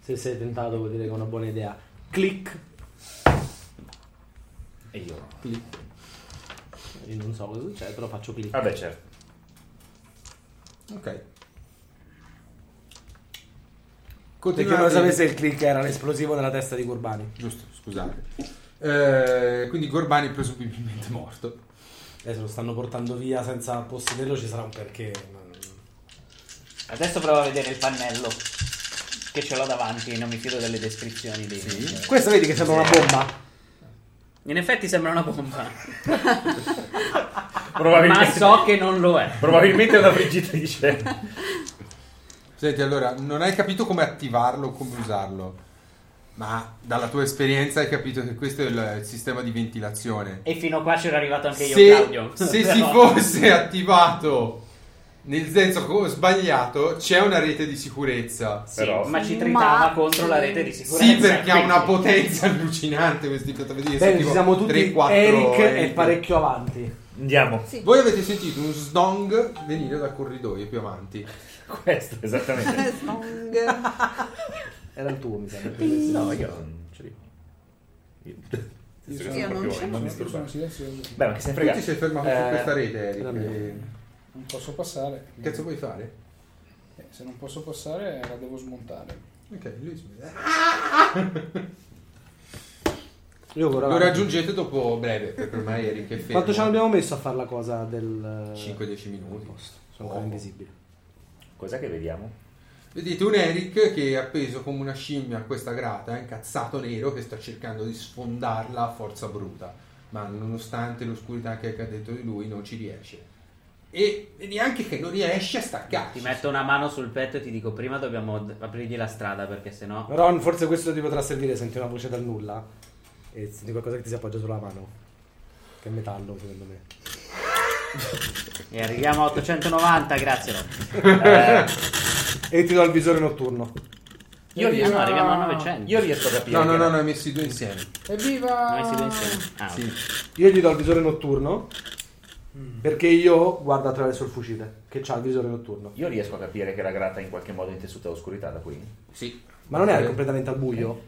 S11: Se sei tentato vuol dire che è una buona idea. Click.
S3: E io no.
S12: Io non so cosa succede, però faccio clic.
S3: Vabbè, certo.
S4: Ok.
S1: Perché non lo sapesse il click era l'esplosivo nella testa di Gurbani.
S4: Giusto, scusate. Eh, quindi Gorbani è presumibilmente morto.
S1: Eh, se lo stanno portando via senza possederlo ci sarà un perché.
S2: Adesso provo a vedere il pannello che ce l'ho davanti, non mi fido delle descrizioni dei
S1: Questa vedi che sembra una bomba.
S2: In effetti sembra una bomba.
S13: Probabilmente-
S2: Ma so che non lo è.
S13: Probabilmente è una friggitrice.
S4: Senti, allora, non hai capito come attivarlo o come usarlo, ma dalla tua esperienza hai capito che questo è il, il sistema di ventilazione.
S2: E fino a qua c'era arrivato anche io,
S4: Se,
S2: Claudio.
S4: se si
S2: Però-
S4: fosse attivato nel senso co- sbagliato, c'è una rete di sicurezza.
S2: Sì, ma ci tritava contro la rete di sicurezza.
S4: Sì, perché ha una
S2: quindi-
S4: potenza allucinante questi piattaforme.
S1: Bene, ci siamo tutti Eric è parecchio avanti.
S3: Andiamo.
S4: Voi avete sentito un sdong venire dal corridoio più avanti.
S3: Questo, esattamente.
S1: Era il tuo, mi sembra.
S3: No, io non ce l'ho. Io,
S6: Io
S3: sono
S6: sono-
S3: proprio-
S6: sono-
S3: non mi
S6: sono
S3: disturba.
S6: silenzioso.
S3: Beh, ma che se ne
S4: Tu
S3: frega.
S4: ti sei fermato
S3: Eh,
S4: su questa rete, Eric. e-
S6: Non posso passare.
S4: Che cazzo vuoi fare?
S6: Eh, se non posso passare la devo smontare.
S4: Ok, lui si eh,
S1: Io vorrei-
S4: Lo raggiungete dopo breve, perché ormai Eric è fermo.
S1: Quanto ce l'abbiamo messo a fare la cosa del...
S4: 5-10 minuti.
S1: Sono ancora invisibile.
S3: Cos'è che vediamo?
S4: Vedete un Eric che è appeso come una scimmia a questa grata, è incazzato nero, che sta cercando di sfondarla a forza bruta. Ma nonostante l'oscurità che è dentro di lui, non ci riesce. E vedi anche che non riesce a staccarsi.
S2: Ti metto una mano sul petto e ti dico prima dobbiamo d- aprirgli la strada perché sennò...
S1: Ron, forse questo ti potrà servire, senti una voce dal nulla e senti qualcosa che ti si appoggia sulla mano. Che è metallo, secondo me.
S2: E arriviamo a 890, grazie Rob. Eh,
S1: e ti do il visore notturno.
S2: Io riesco, no, arriviamo a 900.
S3: Io riesco a capire.
S4: No, no,
S3: che-
S4: no, no, hai messi i due insieme.
S6: Evviva!
S2: Noi si insieme. Ah,
S4: Sì.
S1: Io gli do il visore notturno
S3: Mm.
S1: perché io guardo attraverso il fucile che ha il visore notturno.
S3: Io riesco a capire che la grata è in qualche modo intessuta oscurità da qui.
S4: Sì.
S1: Ma non era
S4: Eh,
S1: completamente al buio?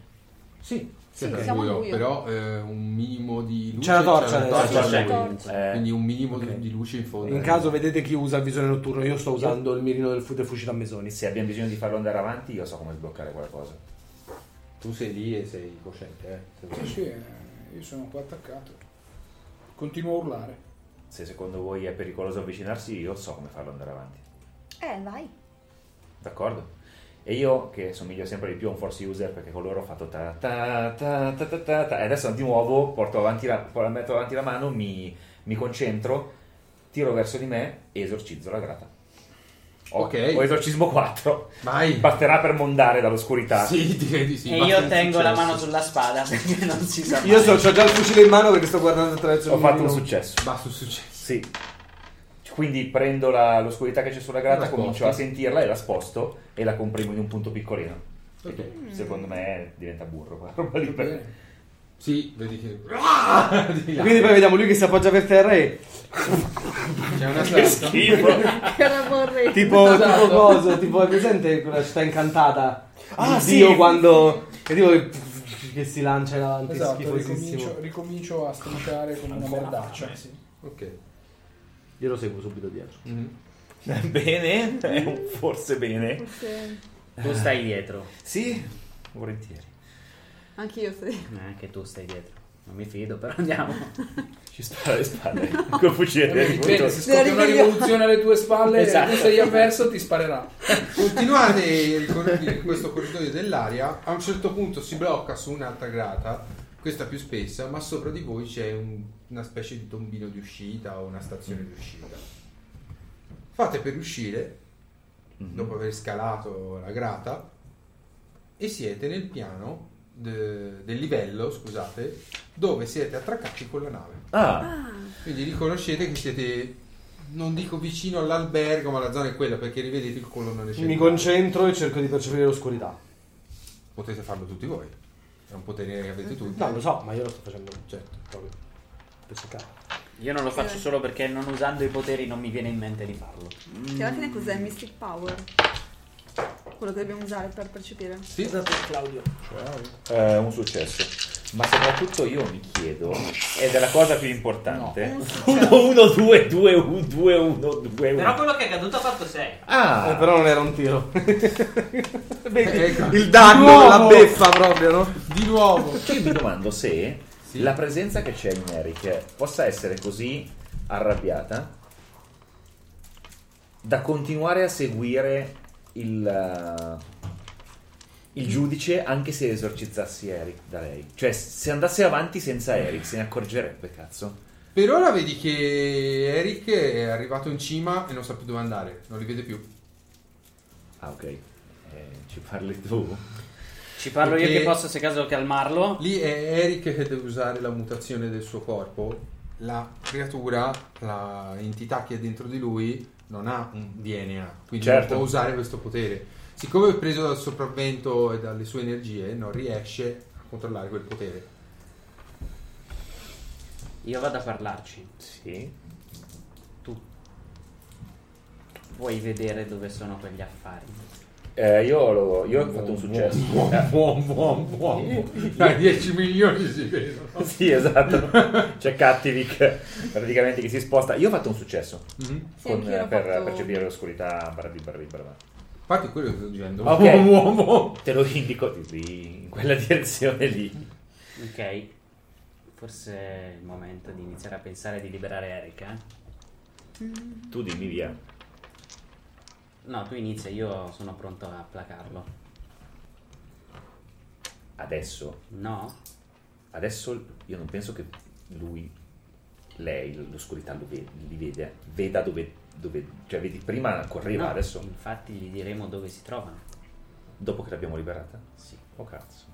S3: Sì.
S4: sì,
S5: Sì,
S4: è
S5: siamo al
S4: buio,
S5: buio.
S4: però eh, un minimo di luce.
S1: C'è la
S4: la
S1: torcia adesso,
S4: torcia
S3: c'è.
S4: lui.
S3: Torcia.
S2: Eh.
S4: Quindi un minimo di-
S1: Ok.
S4: di luce in fondo.
S1: In caso vedete chi usa il visore notturno, io sto usando il mirino del, fu- del fucile a mesoni.
S3: Se abbiamo bisogno di farlo andare avanti, io so come sbloccare qualcosa.
S4: Tu sei lì e sei cosciente, eh. se vuoi.
S6: Sì, sì, eh, io sono qua attaccato. Continuo a urlare.
S3: Se secondo voi è pericoloso avvicinarsi, io so come farlo andare avanti.
S5: Eh, vai.
S3: D'accordo? E io, che somiglio sempre di più a un force user perché con loro ho fatto ta ta ta ta ta ta, ta, e adesso di nuovo porto avanti la, po- metto avanti la mano, mi, mi concentro, tiro verso di me e esorcizzo la grata. Ho,
S4: Ok.
S3: ho esorcismo 4.
S4: Vai.
S3: Basterà per mondare dall'oscurità.
S4: Sì, direi di sì.
S2: E
S4: basta
S2: io
S4: un
S2: tengo la
S4: successo.
S2: mano sulla spada perché non si sa mai.
S1: Io so, ho già il fucile in mano perché sto guardando attraverso il
S3: Ho fatto un
S1: mirino.
S3: successo.
S4: Basta un successo.
S3: Sì. Quindi prendo la- l'oscurità che c'è sulla
S4: La
S3: grata,
S4: sposti.
S3: comincio a sentirla e la sposto e la comprimo in un punto piccolino. Perché Secondo me diventa burro quella roba lì. per-
S4: Sì, vedi che Di là.
S1: Quindi poi vediamo lui che si appoggia per terra e
S4: c'è una salta.
S5: Era vorrei.
S1: Tipo,
S6: Esatto.
S1: tipo coso, tipo è presente quella città incantata?
S3: Ah,
S1: Ah,
S3: sì.
S1: Dio quando è tipo che, che si lancia in avanti,
S6: Esatto,
S1: schifosissimo.
S6: ricomincio, ricomincio a strisciare come una
S4: eh,
S6: merdaccia. Sì.
S4: Ok.
S12: Io lo seguo subito dietro.
S3: bene, è un forse bene.
S5: Forse
S2: Tu stai dietro.
S3: Sì, volentieri.
S5: anche io sarei.
S2: Eh, Anche tu stai dietro. Non mi fido, però andiamo.
S3: Ci spara le spalle col fucile.
S6: Vabbè, dipende, se scoppia una
S5: Arriviamo.
S6: rivoluzione alle tue spalle
S2: Esatto.
S6: e tu sei avverso ti sparerà.
S4: Continuate il corridoio- questo corridoio dell'aria, a un certo punto si blocca su un'altra grata, questa più spessa, ma sopra di voi c'è un- una specie di tombino di uscita o una stazione di uscita. Fate per uscire, dopo aver scalato la grata, e siete nel piano de- del livello, scusate, dove siete attraccati con la nave.
S3: Ah,
S4: Quindi riconoscete che siete, non dico vicino all'albergo, ma la zona è quella perché rivedete il colonnone
S1: Mi
S4: centrale.
S1: concentro e cerco di percepire l'oscurità.
S4: Potete farlo tutti voi, è un potere che avete tutti.
S1: No, lo so, ma io lo sto facendo cioè,
S4: Certo.
S1: proprio per cercare.
S2: Io non lo faccio solo perché non usando i poteri non mi viene in mente di farlo.
S5: Che alla fine cos'è? Mystic Power. Quello che dobbiamo usare per percepire.
S4: Sì,
S1: Claudio.
S3: eh, un successo. Ma soprattutto io mi chiedo, ed è la cosa più importante, 1, 1, 2, 2, 1, 2, 1, 2, 1.
S14: Però quello che è caduto ha fatto 6.
S3: Ah.
S1: Eh, però non era un tiro. Eh, Vedi,
S3: Ecco.
S1: il danno,
S3: Di
S1: la
S3: nuovo.
S1: beffa proprio, no?
S3: Di nuovo. Cioè, Io mi domando se la presenza che c'è in Eric possa essere così arrabbiata da continuare a seguire il, uh, il giudice anche se esorcizzassi Eric da lei. Cioè, se andasse avanti senza Eric se ne accorgerebbe, cazzo.
S4: Per ora vedi che Eric è arrivato in cima e non sa più dove andare, non li vede più.
S3: Ah, ok. ci parli tu?
S2: Ci parlo io che posso, se caso, calmarlo.
S4: Lì è Eric che deve usare la mutazione del suo corpo. La creatura, l'entità che è dentro di lui, non ha un DNA, quindi
S3: Certo.
S4: non può usare questo potere. Siccome è preso dal sopravvento e dalle sue energie, non riesce a controllare quel potere.
S2: Io vado a parlarci.
S3: Sì.
S2: Tu vuoi vedere dove sono quegli affari?
S3: Eh, io, lo- io ho fatto un successo. Eh.
S4: Buon, buon, buon. Dai, 10 Ah, milioni si vedono.
S3: Sì, esatto. C'è Cattivic praticamente che si sposta. Io ho fatto un successo
S4: Mhm.
S5: Sì,
S3: con- eh,
S5: anch'io l'ho
S3: per
S5: fatto.
S3: percepire l'oscurità. barra di barra di barra.
S4: Infatti, quello che sto dicendo.
S3: Ok, te lo indico di- di- in quella direzione lì.
S2: Ok. Forse è il momento di iniziare a pensare di liberare Eric, eh?
S3: Tu dimmi via.
S2: No, tu inizia, io sono pronto a placarlo.
S3: Adesso?
S2: No.
S3: Adesso io non penso che lui, lei, l'oscurità lo ve- li vede, veda dove, dove- Cioè, vedi, prima correva,
S2: No,
S3: adesso.
S2: Infatti gli diremo dove si trovano.
S3: Dopo che l'abbiamo liberata? Sì. Oh cazzo.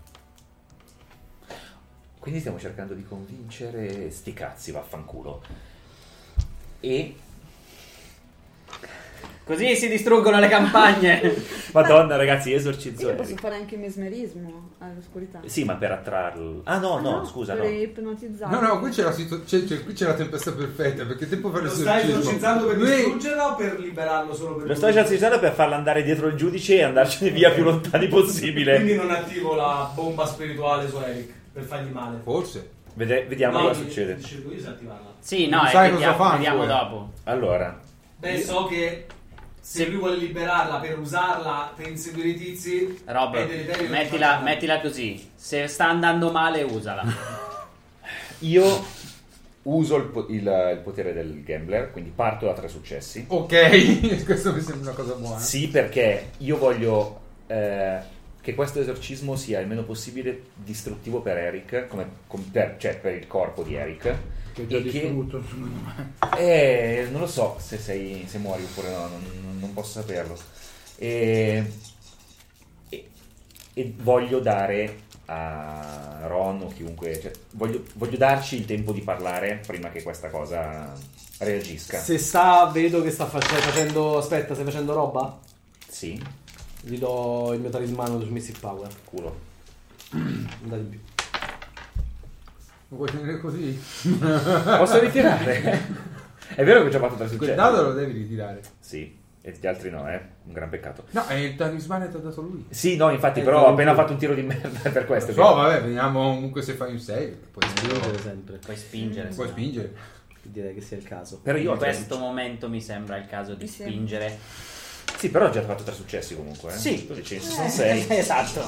S3: Quindi stiamo cercando di convincere sti cazzi, vaffanculo. E
S2: Così si distruggono le campagne.
S3: Madonna, ragazzi, esorcizzo
S5: Io posso
S3: Eric.
S5: fare anche mesmerismo all'oscurità.
S3: Eh, Sì, ma per attrarlo. Ah no, no, scusa,
S5: per
S3: no.
S5: ipnotizzare.
S4: No, no, qui c'è la, situ- c'è- c'è- qui c'è la tempesta perfetta perché tempo per
S1: Lo
S4: l'esorcismo.
S1: stai esorcizzando per
S4: Lui-
S1: distruggerla o per liberarlo solo per
S3: Lo sto esorcizzando per farla andare dietro il giudice e andarcene via più lontani
S1: Quindi
S3: possibile.
S1: non attivo la bomba spirituale su Eric per fargli male.
S4: Forse.
S3: Vede- vediamo
S1: No,
S3: cosa
S1: mi-
S3: succede.
S1: dice lui se attivarla.
S2: Sì, no, eh, vediamo, vediamo dopo.
S3: Allora,
S1: Beh, so che se lui vuole liberarla per usarla per inseguire i tizi,
S2: Rob,
S1: è deleterio che
S2: mettila, mettila così. Se sta andando male, usala.
S3: io uso il, po- il- il potere del gambler, quindi parto da tre successi.
S4: Ok, questo mi sembra una cosa
S6: Eh?
S4: buona.
S3: Sì, perché io voglio eh, che questo esorcismo sia il meno possibile distruttivo per Eric, come, com- per- cioè per il corpo di Eric.
S6: Che è già
S3: e che-
S6: distrutto, secondo me.
S3: Eh, non lo so se, sei, se muori oppure no, non, non posso saperlo. E, e- e voglio dare a Ron o chiunque, cioè, voglio, voglio darci il tempo di parlare prima che questa cosa reagisca.
S1: Se sta, vedo che sta facendo, facendo. Aspetta, stai facendo roba?
S3: Sì.
S1: Gli do il mio talismano su Mystic Power.
S3: Culo.
S1: Non di più.
S4: Lo vuoi tenere così?
S3: Posso ritirare? È vero che ho già fatto tre
S4: Quel
S3: successi.
S4: dado lo devi ritirare.
S3: Sì, e gli altri no, eh. Un gran peccato.
S4: No, è il talismano che ti ha dato lui.
S3: Sì, no, infatti,
S4: Eh,
S3: però ho
S4: dai,
S3: appena
S4: tu.
S3: fatto un tiro di merda per questo.
S4: Lo so,
S3: che-
S4: vabbè, vediamo comunque se fai un 6. Puoi spingere
S15: sempre.
S2: Puoi spingere.
S4: Puoi
S2: se no.
S4: spingere.
S15: Direi che sia il caso.
S3: Però io ho
S2: in
S3: tre
S2: questo momento mi sembra il caso di
S5: Mi sembra.
S2: spingere.
S3: Sì, però ho già fatto tre successi comunque. Eh.
S2: Sì.
S3: Tu dici, ci sono sei.
S2: esatto.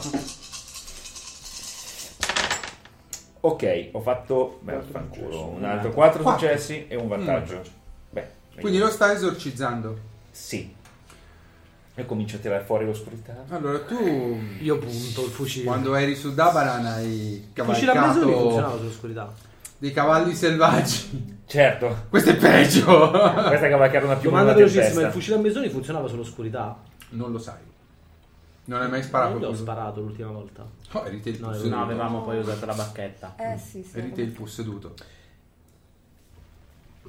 S3: Ok, ho fatto. Beh, fanculo. Un altro quattro
S4: Quattro.
S3: successi e un vantaggio. Beh,
S4: Quindi lo sta esorcizzando.
S3: Sì. E comincio a tirare fuori l'oscurità.
S4: Allora tu.
S15: Io punto il fucile.
S4: Quando eri su Dabaran hai
S15: fucile a blasone funzionava
S4: cavalcato
S15: sull'oscurità.
S4: dei cavalli selvaggi.
S3: Certo.
S4: Questo è peggio.
S3: Questa è cavalcare una piuma in
S15: Domanda
S3: una
S15: velocissima, il
S3: tempesta.
S15: fucile a mesoni funzionava sull'oscurità?
S4: Non lo sai. Non hai mai sparato
S15: Io ho
S4: qualcuno?
S15: sparato l'ultima volta.
S4: No, eri te il
S15: No,
S4: posseduto.
S2: No, avevamo poi usato la bacchetta.
S5: Eh sì, sì.
S4: Eri te il posseduto.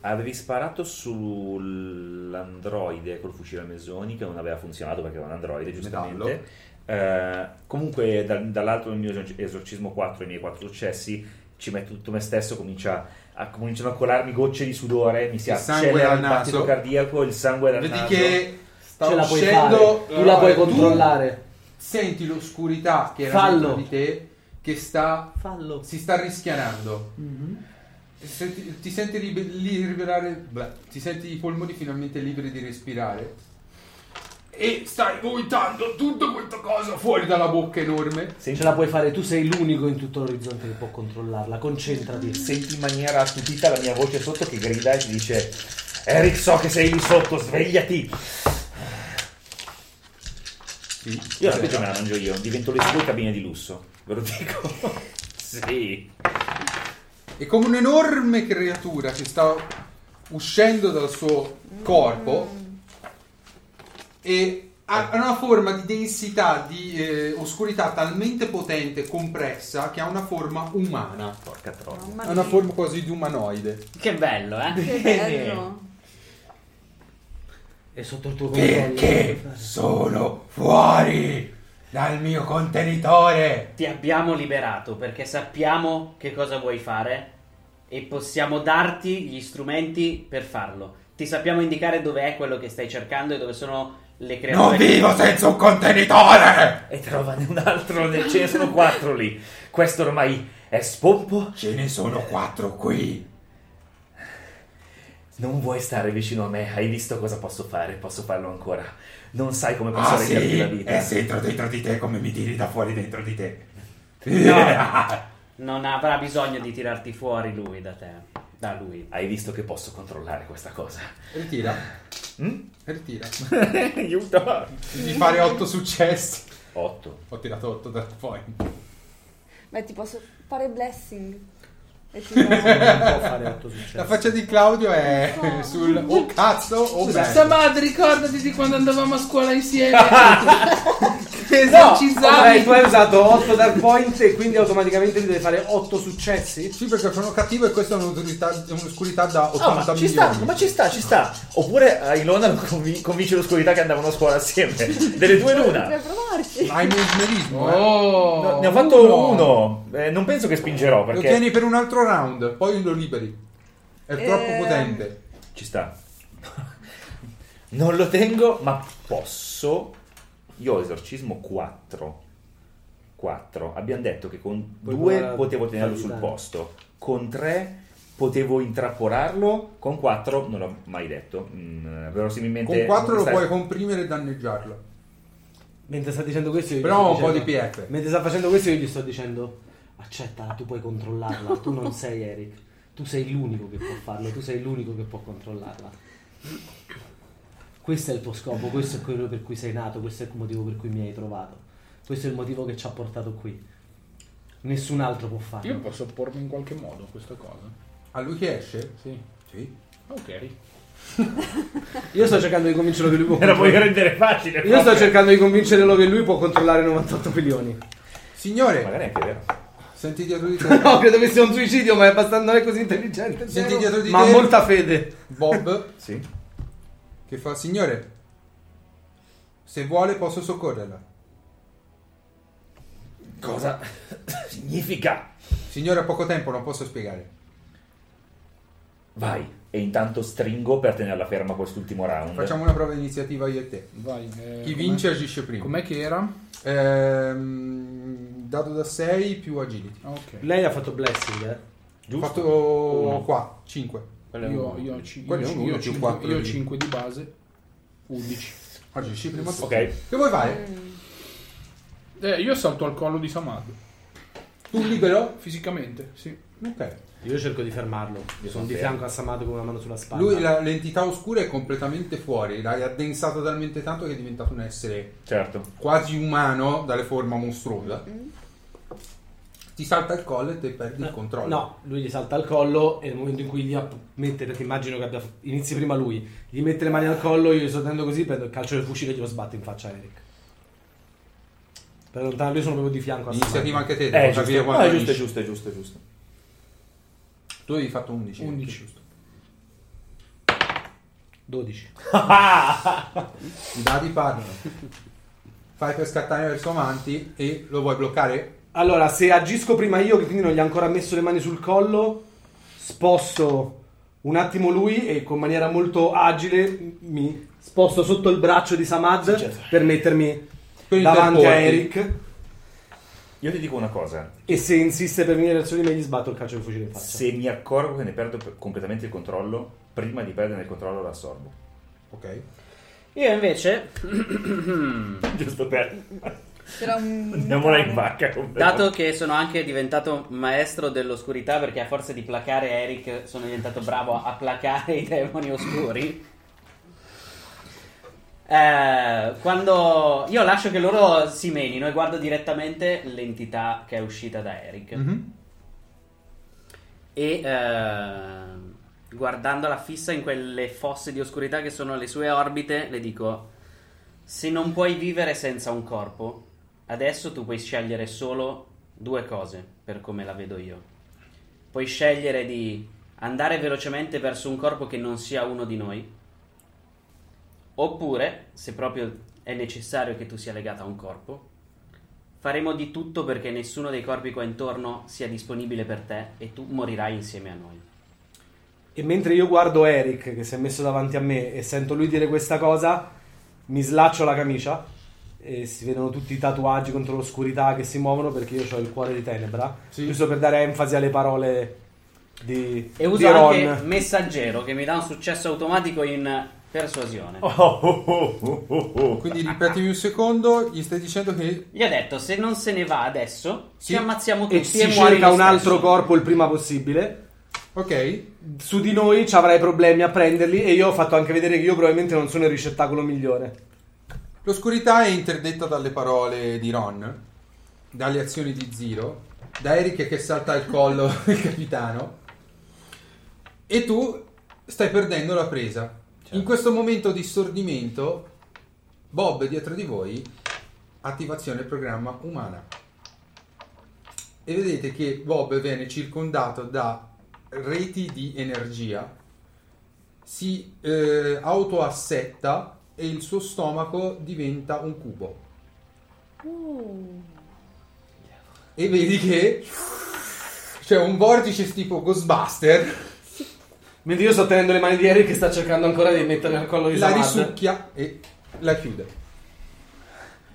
S3: Avevi sparato sull'androide col fucile a mesoni che non aveva funzionato perché era un androide, giustamente. Eh, comunque, dal- dall'altro del mio esor- esorcismo 4, i miei 4 successi, ci metto tutto me stesso, comincia a, cominciano a colarmi gocce di sudore, mi si
S4: Il sangue
S3: accelera
S4: dal
S3: il battito
S4: naso.
S3: cardiaco, il sangue dal
S4: Vedi
S3: naso.
S4: che sta
S15: Ce la puoi
S4: uscendo. Eh,
S15: fare, tu la puoi
S4: tu
S15: controllare.
S4: Senti l'oscurità che era
S15: Fallo.
S4: dentro di te che sta si sta rischianando. Senti- ti senti libe- li- liberare, bleh, ti senti i polmoni finalmente liberi di respirare e stai vomitando tutta questa cosa fuori dalla bocca enorme.
S1: Ce la puoi fare, tu sei l'unico in tutto l'orizzonte che può controllarla. Concentrati.
S3: Senti in maniera stupita la mia voce sotto che grida e ti dice: Eric, so che sei lì sotto, svegliati! Io la
S16: Vabbè,
S3: specie
S16: no.
S3: me la mangio io, divento le sue cabine di lusso, ve lo dico. sì.
S4: E come un'enorme creatura che sta uscendo dal suo corpo e ha ha una forma di densità, di eh, oscurità talmente potente e compressa che ha una forma umana.
S3: Porca
S4: Ha
S3: troia.
S4: una forma quasi di umanoide.
S2: Che bello, eh?
S5: Che bello.
S1: È sotto il tuo controllo.
S17: Perché sono fuori dal mio contenitore?
S2: Ti abbiamo liberato perché sappiamo che cosa vuoi fare e possiamo darti gli strumenti per farlo. Ti sappiamo indicare dove è quello che stai cercando e dove sono le creature.
S17: Non
S2: che-
S17: vivo senza un contenitore!
S3: E trovane un altro, ne- ce ne sono quattro lì. Questo ormai è spompo.
S17: Ce ne
S4: Eh,
S17: sono quattro qui.
S3: Non vuoi stare vicino a me, hai visto cosa posso fare, posso farlo ancora. Non sai come posso
S17: Ah
S3: renderti
S17: sì?
S3: la vita.
S17: E se entro dentro di te come mi tiri da fuori dentro di te?
S2: No, non avrà bisogno di tirarti fuori lui da te. Da lui.
S3: Hai visto che posso controllare questa cosa.
S4: Ritira.
S17: Mm?
S4: Ritira.
S3: Aiuto.
S4: Di fare 8 successi.
S3: 8.
S4: Ho tirato 8 da poi.
S5: Beh, ti posso fare blessing. E ti
S4: La faccia di Claudio è sul oh cazzo oh
S18: Scusa,
S4: bello.
S18: madre, ricordati di quando andavamo a scuola insieme. che
S19: No,
S18: esorcizzavi.
S19: ok, tu hai usato 8 dark point e quindi automaticamente ti devi fare 8 successi?
S4: Sì, perché sono cattivo e questa è un'autorità- un'oscurità da 80
S3: Ah, ma ci sta,
S4: milioni.
S3: ma ci sta, ci sta. Oppure a Ilona lo convi- convince l'oscurità che andavano a scuola assieme. Delle due l'una.
S5: Potrebbe provarci.
S4: Hai
S3: Oh.
S4: mesmerismo. eh.
S3: No, ne ho fatto uno. Eh, non penso che spingerò
S4: Lo
S3: perché
S4: tieni per un altro round, poi lo liberi. È troppo
S6: Eh,
S5: Ehm.
S4: potente.
S3: ci sta. non lo tengo, ma posso. Io ho esorcismo 4. 4. Abbiamo detto che con
S1: Puoi
S3: 2
S1: provare a
S3: potevo tenerlo
S1: fargli
S3: sul
S1: danno.
S3: posto, con 3 potevo intrappolarlo, con 4 non l'ho mai detto. Mm,
S4: Con
S3: verosimilmente
S4: 4 lo
S3: stai-
S4: puoi comprimere e danneggiarlo.
S1: Mentre sta dicendo questo, io gli
S4: Però
S1: sto
S4: un po'
S1: dicendo-
S4: di PF.
S1: Mentre sta facendo questo, io gli sto dicendo: accettala, tu puoi controllarla. Tu non sei Eric. Tu sei l'unico che può farlo. Tu sei l'unico che può controllarla. Questo è il tuo scopo. Questo è quello per cui sei nato. Questo è il motivo per cui mi hai trovato. Questo è il motivo che ci ha portato qui. Nessun altro può farlo.
S6: Io posso pormi in qualche modo a questa cosa.
S4: A lui che esce?
S6: Sì.
S4: Sì.
S6: Ok.
S1: Io sto cercando di convincerlo che lui può
S3: Me la voglio rendere facile.
S19: Io sto
S3: proprio.
S19: cercando di convincerlo che lui può controllare 98 milioni.
S4: Signore,
S3: Magari è anche vero.
S4: senti dietro di te.
S19: No, credo che sia un suicidio, ma è abbastanza non è così intelligente.
S4: Senti
S19: zero,
S4: dietro di
S19: ma
S4: te.
S19: ha molta fede.
S4: Bob
S3: Sì.
S4: che fa: Signore, se vuole posso soccorrerla.
S3: Cosa significa?
S4: Signore, ha poco tempo, non posso spiegare.
S3: Vai. E intanto stringo per tenerla ferma quest'ultimo round.
S4: Facciamo una prova di iniziativa io e te.
S6: Vai. eh,
S4: Chi
S6: com'è-
S4: vince agisce prima.
S6: Com'è che era?
S4: Ehm, dato da 6 più agility.
S6: Ah, Ok.
S1: Lei ha fatto blessing, eh?
S4: Ho
S3: Giusto.
S4: fatto qua 5.
S6: Io, io, ho cin-
S4: Quello è
S6: io
S4: uno
S6: ho cin- io ho
S4: più
S6: cinque-
S4: quattro
S6: io ho
S4: di-
S6: 5 di base, 11.
S4: Agisci prima tu.
S3: Ok.
S4: Che vuoi
S6: Mm.
S4: fare?
S6: Eh, io salto al collo di Samad.
S4: Tu libero?
S6: Fisicamente, sì.
S4: Ok.
S1: Io cerco di fermarlo.
S3: Io
S1: sono di
S3: fermo.
S1: fianco a Samad con una mano sulla spalla.
S4: Lui, la- l'entità oscura è completamente fuori, l'hai addensato talmente tanto che è diventato un essere
S3: Certo.
S4: quasi umano dalle forma mostruosa.
S3: Mm.
S4: Ti salta il collo e te perdi il controllo.
S1: No, lui gli salta al collo e nel momento in cui gli app- mette, perché immagino che abbia inizi prima lui, gli mette le mani al collo, io gli sto tenendo così, prendo il calcio del fucile e glielo sbatto in faccia a Eric. Per allontanarlo io sono proprio di fianco a
S4: Iniziativa
S1: Samad.
S4: anche te, devo
S3: Eh,
S4: capire
S3: giusto.
S4: quando
S3: No, è giusto,
S4: finisce.
S3: è giusto, è giusto, è giusto.
S4: Tu avevi fatto 11.
S6: 11.
S4: giusto.
S1: 12.
S4: I dadi parlano. Fai per scattare verso avanti e lo vuoi bloccare?
S19: Allora, se agisco prima io, che quindi non gli ho ancora messo le mani sul collo, sposto un attimo lui e con maniera molto agile mi sposto sotto il braccio di Samad per mettermi
S4: Per
S19: davanti a
S4: interporti.
S19: Eric.
S3: Io ti dico una cosa.
S1: E se insiste per venire verso di me, gli sbatto il calcio di fucile in faccia.
S3: Se mi accorgo che ne perdo per- completamente il controllo, prima di perdere il controllo l'assorbo.
S1: Ok.
S2: Io invece,
S3: Giusto per...
S5: C'era un...
S3: Andiamola in vacca.
S2: dato che sono anche diventato maestro dell'oscurità perché a forza di placare Eric sono diventato bravo a placare i demoni oscuri, eh, quando io lascio che loro si menino e guardo direttamente l'entità che è uscita da Eric.
S4: Mhm.
S2: e ehm, guardandola fissa in quelle fosse di oscurità che sono le sue orbite, le dico: Se non puoi vivere senza un corpo, adesso tu puoi scegliere solo due cose, per come la vedo io. Puoi scegliere di andare velocemente verso un corpo che non sia uno di noi, oppure, se proprio è necessario che tu sia legata a un corpo, Faremo di tutto perché nessuno dei corpi qua intorno sia disponibile per te e tu morirai insieme a noi.
S1: E mentre io guardo Eric che si è messo davanti a me e sento lui dire questa cosa, mi slaccio la camicia e si vedono tutti i tatuaggi contro l'oscurità che si muovono perché io ho il cuore di tenebra, giusto per dare enfasi alle parole di,
S2: E
S1: di
S2: uso anche
S1: Ron.
S2: messaggero che mi dà un successo automatico in persuasione.
S3: Oh,
S1: Oh.
S4: Quindi ripetimi un secondo, gli stai dicendo che
S2: Gli ho detto se non se ne va adesso
S1: Sì.
S2: ci ammazziamo tutti
S1: e
S2: e,
S1: si
S2: muori
S1: cerca
S2: lo
S1: un altro
S2: stesso.
S1: corpo il prima possibile.
S4: Ok.
S1: Su di noi ci avrai problemi a prenderli e io ho fatto anche vedere che io probabilmente non sono il ricettacolo migliore.
S4: L'oscurità è interdetta dalle parole di Ron, dalle azioni di Ziro, da Eric che salta al collo il capitano e tu stai perdendo la presa. In questo momento di stordimento, Bob dietro di voi, attivazione programma umana. E vedete che Bob viene circondato da reti di energia si eh, autoassetta e il suo stomaco diventa un cubo.
S5: Uh.
S4: E vedi che c'è un vortice tipo Ghostbuster,
S1: Mentre io sto tenendo le mani di Eric che sta cercando ancora di mettermi al collo di
S4: la
S1: Samad.
S4: risucchia e la chiude.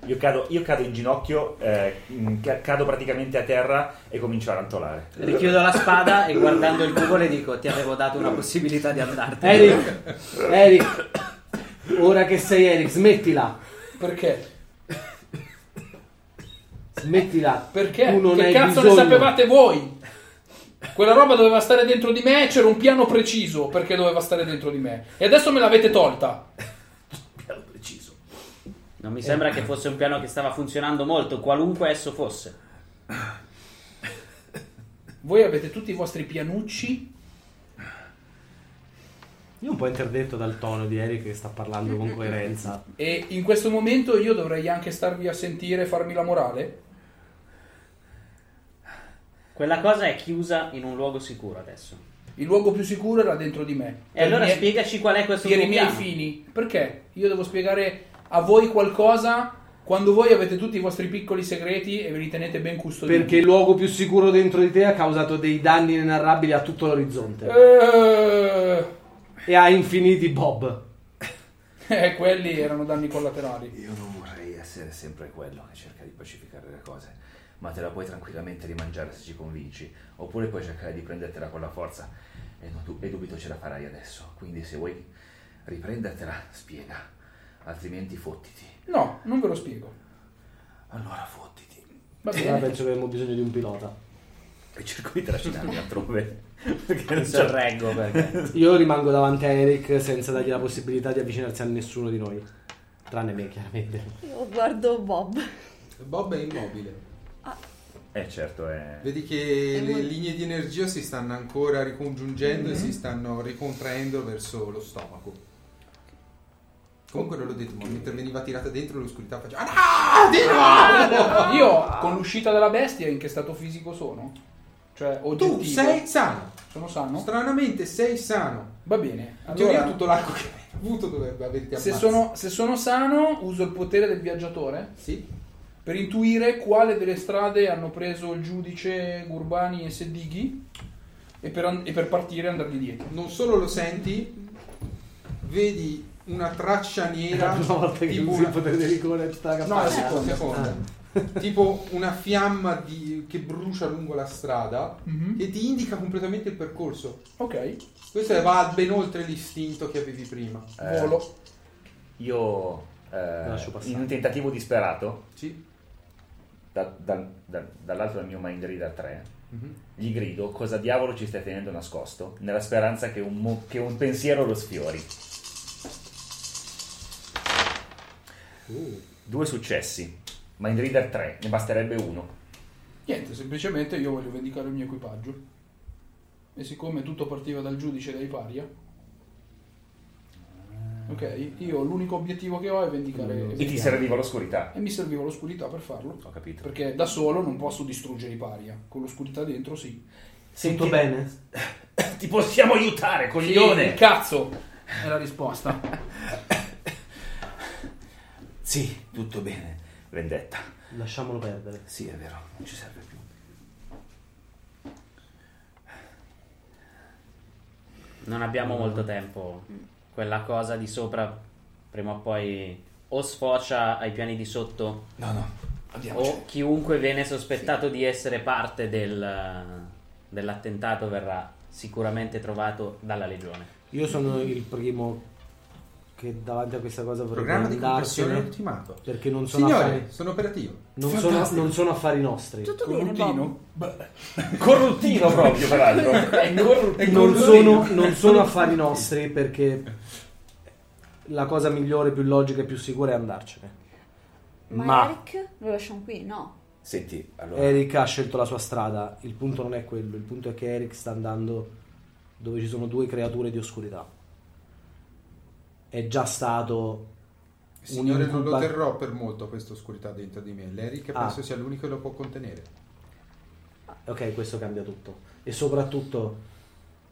S3: Io cado, io cado in ginocchio, eh, mh, ca- cado praticamente a terra e comincio a rantolare.
S2: Richiudo la spada e guardando il cubo le dico ti avevo dato una possibilità di andartene.
S20: Eric, Eric, ora che sei Eric, smettila.
S6: Perché?
S20: Smettila.
S6: Perché?
S20: Tu non
S6: che
S20: hai
S6: cazzo
S20: bisogno.
S6: ne sapevate voi? Quella roba doveva stare dentro di me, c'era un piano preciso perché doveva stare dentro di me. E adesso me l'avete tolta.
S1: Eh.
S2: Piano preciso. Non mi sembra che fosse un piano che stava funzionando molto, qualunque esso fosse.
S6: Voi avete tutti i vostri pianucci.
S21: Io un po' interdetto dal tono di Eric che sta parlando con coerenza.
S6: E in questo momento io dovrei anche starvi a sentire e farmi la morale.
S2: Quella cosa è chiusa in un luogo sicuro adesso.
S6: Il luogo più sicuro era dentro di me.
S2: E allora
S6: Per i miei-
S2: spiegaci qual è questo
S6: per
S2: tuo
S6: i miei
S2: piano.
S6: fini. Perché? Io devo spiegare a voi qualcosa quando voi avete tutti i vostri piccoli segreti e ve li tenete ben custoditi.
S20: Perché il luogo più sicuro dentro di te ha causato dei danni inenarrabili a tutto l'orizzonte.
S6: Eh,
S20: E a infiniti Bob.
S6: eh, quelli erano danni collaterali.
S3: Io non vorrei essere sempre quello che cerca di pacificare le cose, ma te la puoi tranquillamente rimangiare se ci convinci, oppure puoi cercare di prendertela con la forza, e, non du- e dubito ce la farai adesso, quindi se vuoi riprendertela, spiega, altrimenti fottiti.
S6: No, non ve lo spiego.
S3: Allora fottiti.
S6: Va bene.
S21: Ora penso che avremmo bisogno di un pilota.
S3: E cerco di trascinarmi altrove, perché
S2: Mi
S3: non ce
S4: Certo.
S3: la-
S2: sorreggo perché...
S21: Io rimango davanti a Eric senza dargli la possibilità di avvicinarsi a nessuno di noi. Tranne me, chiaramente.
S5: Io guardo Bob.
S4: Bob è immobile.
S3: Eh certo, è...
S4: Vedi che le
S5: È molto- Mm-hmm.
S4: linee di energia si stanno ancora ricongiungendo e si stanno ricontraendo verso lo stomaco. Comunque non l'ho detto, ma mentre veniva tirata dentro l'oscurità faceva... Ah, no! Di nuovo!
S6: Io con l'uscita dalla bestia in che stato fisico sono? Cioè, oggettivo.
S4: Tu sei sano.
S6: Sono sano?
S4: Stranamente sei sano.
S6: Va bene.
S4: In teoria
S6: Allora,
S4: tutto l'arco che hai avuto dovrebbe averti ammazzato.
S6: se sono, se sono sano, uso il potere del viaggiatore
S4: Sì.
S6: per intuire quale delle strade hanno preso il giudice Gurbani e Sedighi e per, an- e per partire e andargli dietro.
S4: Non solo lo senti, vedi una traccia nera
S21: Una volta che
S4: tipo
S21: usi il
S4: una-
S21: potere di rigore tutta la
S4: No, Ah, la
S21: campagna.
S4: seconda, seconda. tipo una fiamma di- che brucia lungo la strada
S6: Mm-hmm.
S4: e ti indica completamente il percorso.
S6: Ok.
S4: Questo va ben oltre l'istinto che avevi prima.
S3: Eh, Io, eh,
S4: lascio passare.
S3: in un tentativo disperato,
S4: sì.
S3: dall'alto del mio mind reader 3,
S4: Mhm.
S3: gli grido cosa diavolo ci stai tenendo nascosto, nella speranza che un, mo- che un pensiero lo sfiori. Due successi, mind reader 3, ne basterebbe uno.
S6: Niente, semplicemente io voglio vendicare il mio equipaggio. E siccome tutto partiva dal giudice dai paria, ok, io l'unico obiettivo che ho è vendicare.
S3: E ti serviva l'oscurità.
S6: E mi serviva l'oscurità per farlo.
S3: Ho capito.
S6: Perché da solo non posso distruggere i paria. Con l'oscurità dentro sì.
S3: Senti-
S6: Tutto
S3: bene? Ti possiamo aiutare, coglione!
S6: Sì, cazzo! È la risposta.
S3: Sì, tutto bene, vendetta.
S1: Lasciamolo perdere.
S3: Sì, è vero, non ci serve più.
S2: Non abbiamo molto tempo. Quella cosa di sopra prima o poi o sfocia ai piani di sotto.
S3: No, no.
S2: O chiunque viene sospettato di essere parte del- dell'attentato verrà sicuramente trovato dalla legione.
S1: Io sono il primo che davanti a questa cosa vorrebbe
S2: Programma di
S1: andarsene
S2: conversione
S4: ultimato.
S1: Perché non sono
S4: Signore,
S1: affari...
S4: sono operativo.
S1: Non sono,
S4: Fantastico.
S1: non sono affari nostri.
S5: Tutto bene, Bob.
S3: Corruttino proprio, peraltro. È corruttino.
S1: non, sono, non sono affari nostri perché la cosa migliore, più logica e più sicura è andarcene.
S5: Ma,
S1: Ma
S5: Eric lo lasciamo qui? No.
S3: Senti, allora...
S1: Eric ha scelto la sua strada. Il punto non è quello. Il punto è che Eric sta andando dove ci sono due creature di oscurità. È già stato. un
S4: Signore, non lo
S1: incuba-
S4: terrò per molto questa oscurità dentro di me. L'Eric
S1: Ah.
S4: penso sia l'unico che lo può contenere.
S1: Ok, questo cambia tutto. E soprattutto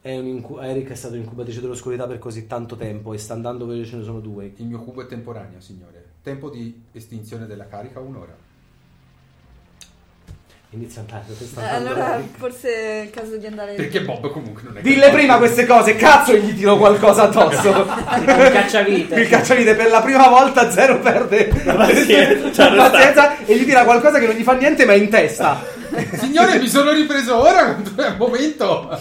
S1: è un incu- Eric è stato incubatrice dell'oscurità per così tanto tempo e sta andando dove ce ne sono due.
S4: Il mio cubo è temporaneo, signore. Tempo di estinzione della carica, un'ora.
S1: Inizia a andare.
S5: Eh, allora forse è il caso di andare...
S4: Perché Bob comunque non è...
S22: Dille prima queste cose, cazzo, e gli tiro qualcosa addosso.
S3: Ah.
S2: Il cacciavite.
S22: Il cacciavite per la prima volta zero perde la
S1: cioè,
S3: pazienza,
S22: e gli tira qualcosa che non gli fa niente, ma è in testa.
S4: Signore, mi sono ripreso ora, è un momento.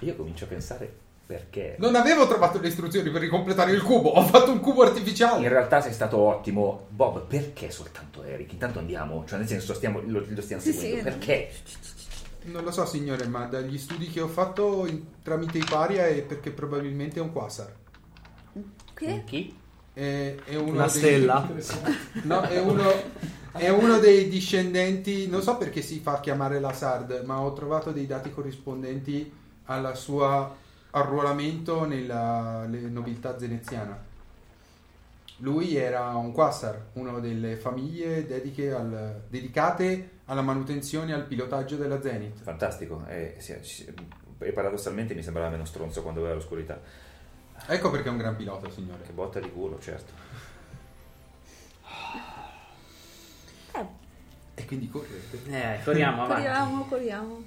S3: Io comincio a pensare perché...
S4: Non avevo trovato le istruzioni per ricompletare il cubo, ho fatto un cubo artificiale.
S3: In realtà sei stato ottimo. Bob, perché soltanto Eric? Intanto andiamo, cioè nel senso stiamo, lo, lo stiamo
S4: Sì,
S3: seguendo.
S4: sì.
S3: Perché?
S4: Non lo so, signore, ma dagli studi che ho fatto in- tramite i paria è perché probabilmente è un quasar.
S5: Che?
S2: Chi?
S4: È, è uno
S1: Una
S4: dei-
S1: stella?
S4: No, è uno, è uno dei discendenti. Non so perché si fa chiamare la Sard, ma ho trovato dei dati corrispondenti alla sua arruolamento nella le- nobiltà veneziana. Lui era un quassar, una delle famiglie dediche al- dedicate alla manutenzione e al pilotaggio della Zenith.
S3: Fantastico. E, sì, ci- e paradossalmente mi sembrava meno stronzo quando aveva l'oscurità.
S4: Ecco perché è un gran pilota, signore.
S3: Che botta di culo, certo.
S4: E quindi correte.
S2: Eh, corriamo avanti.
S5: Corriamo, corriamo.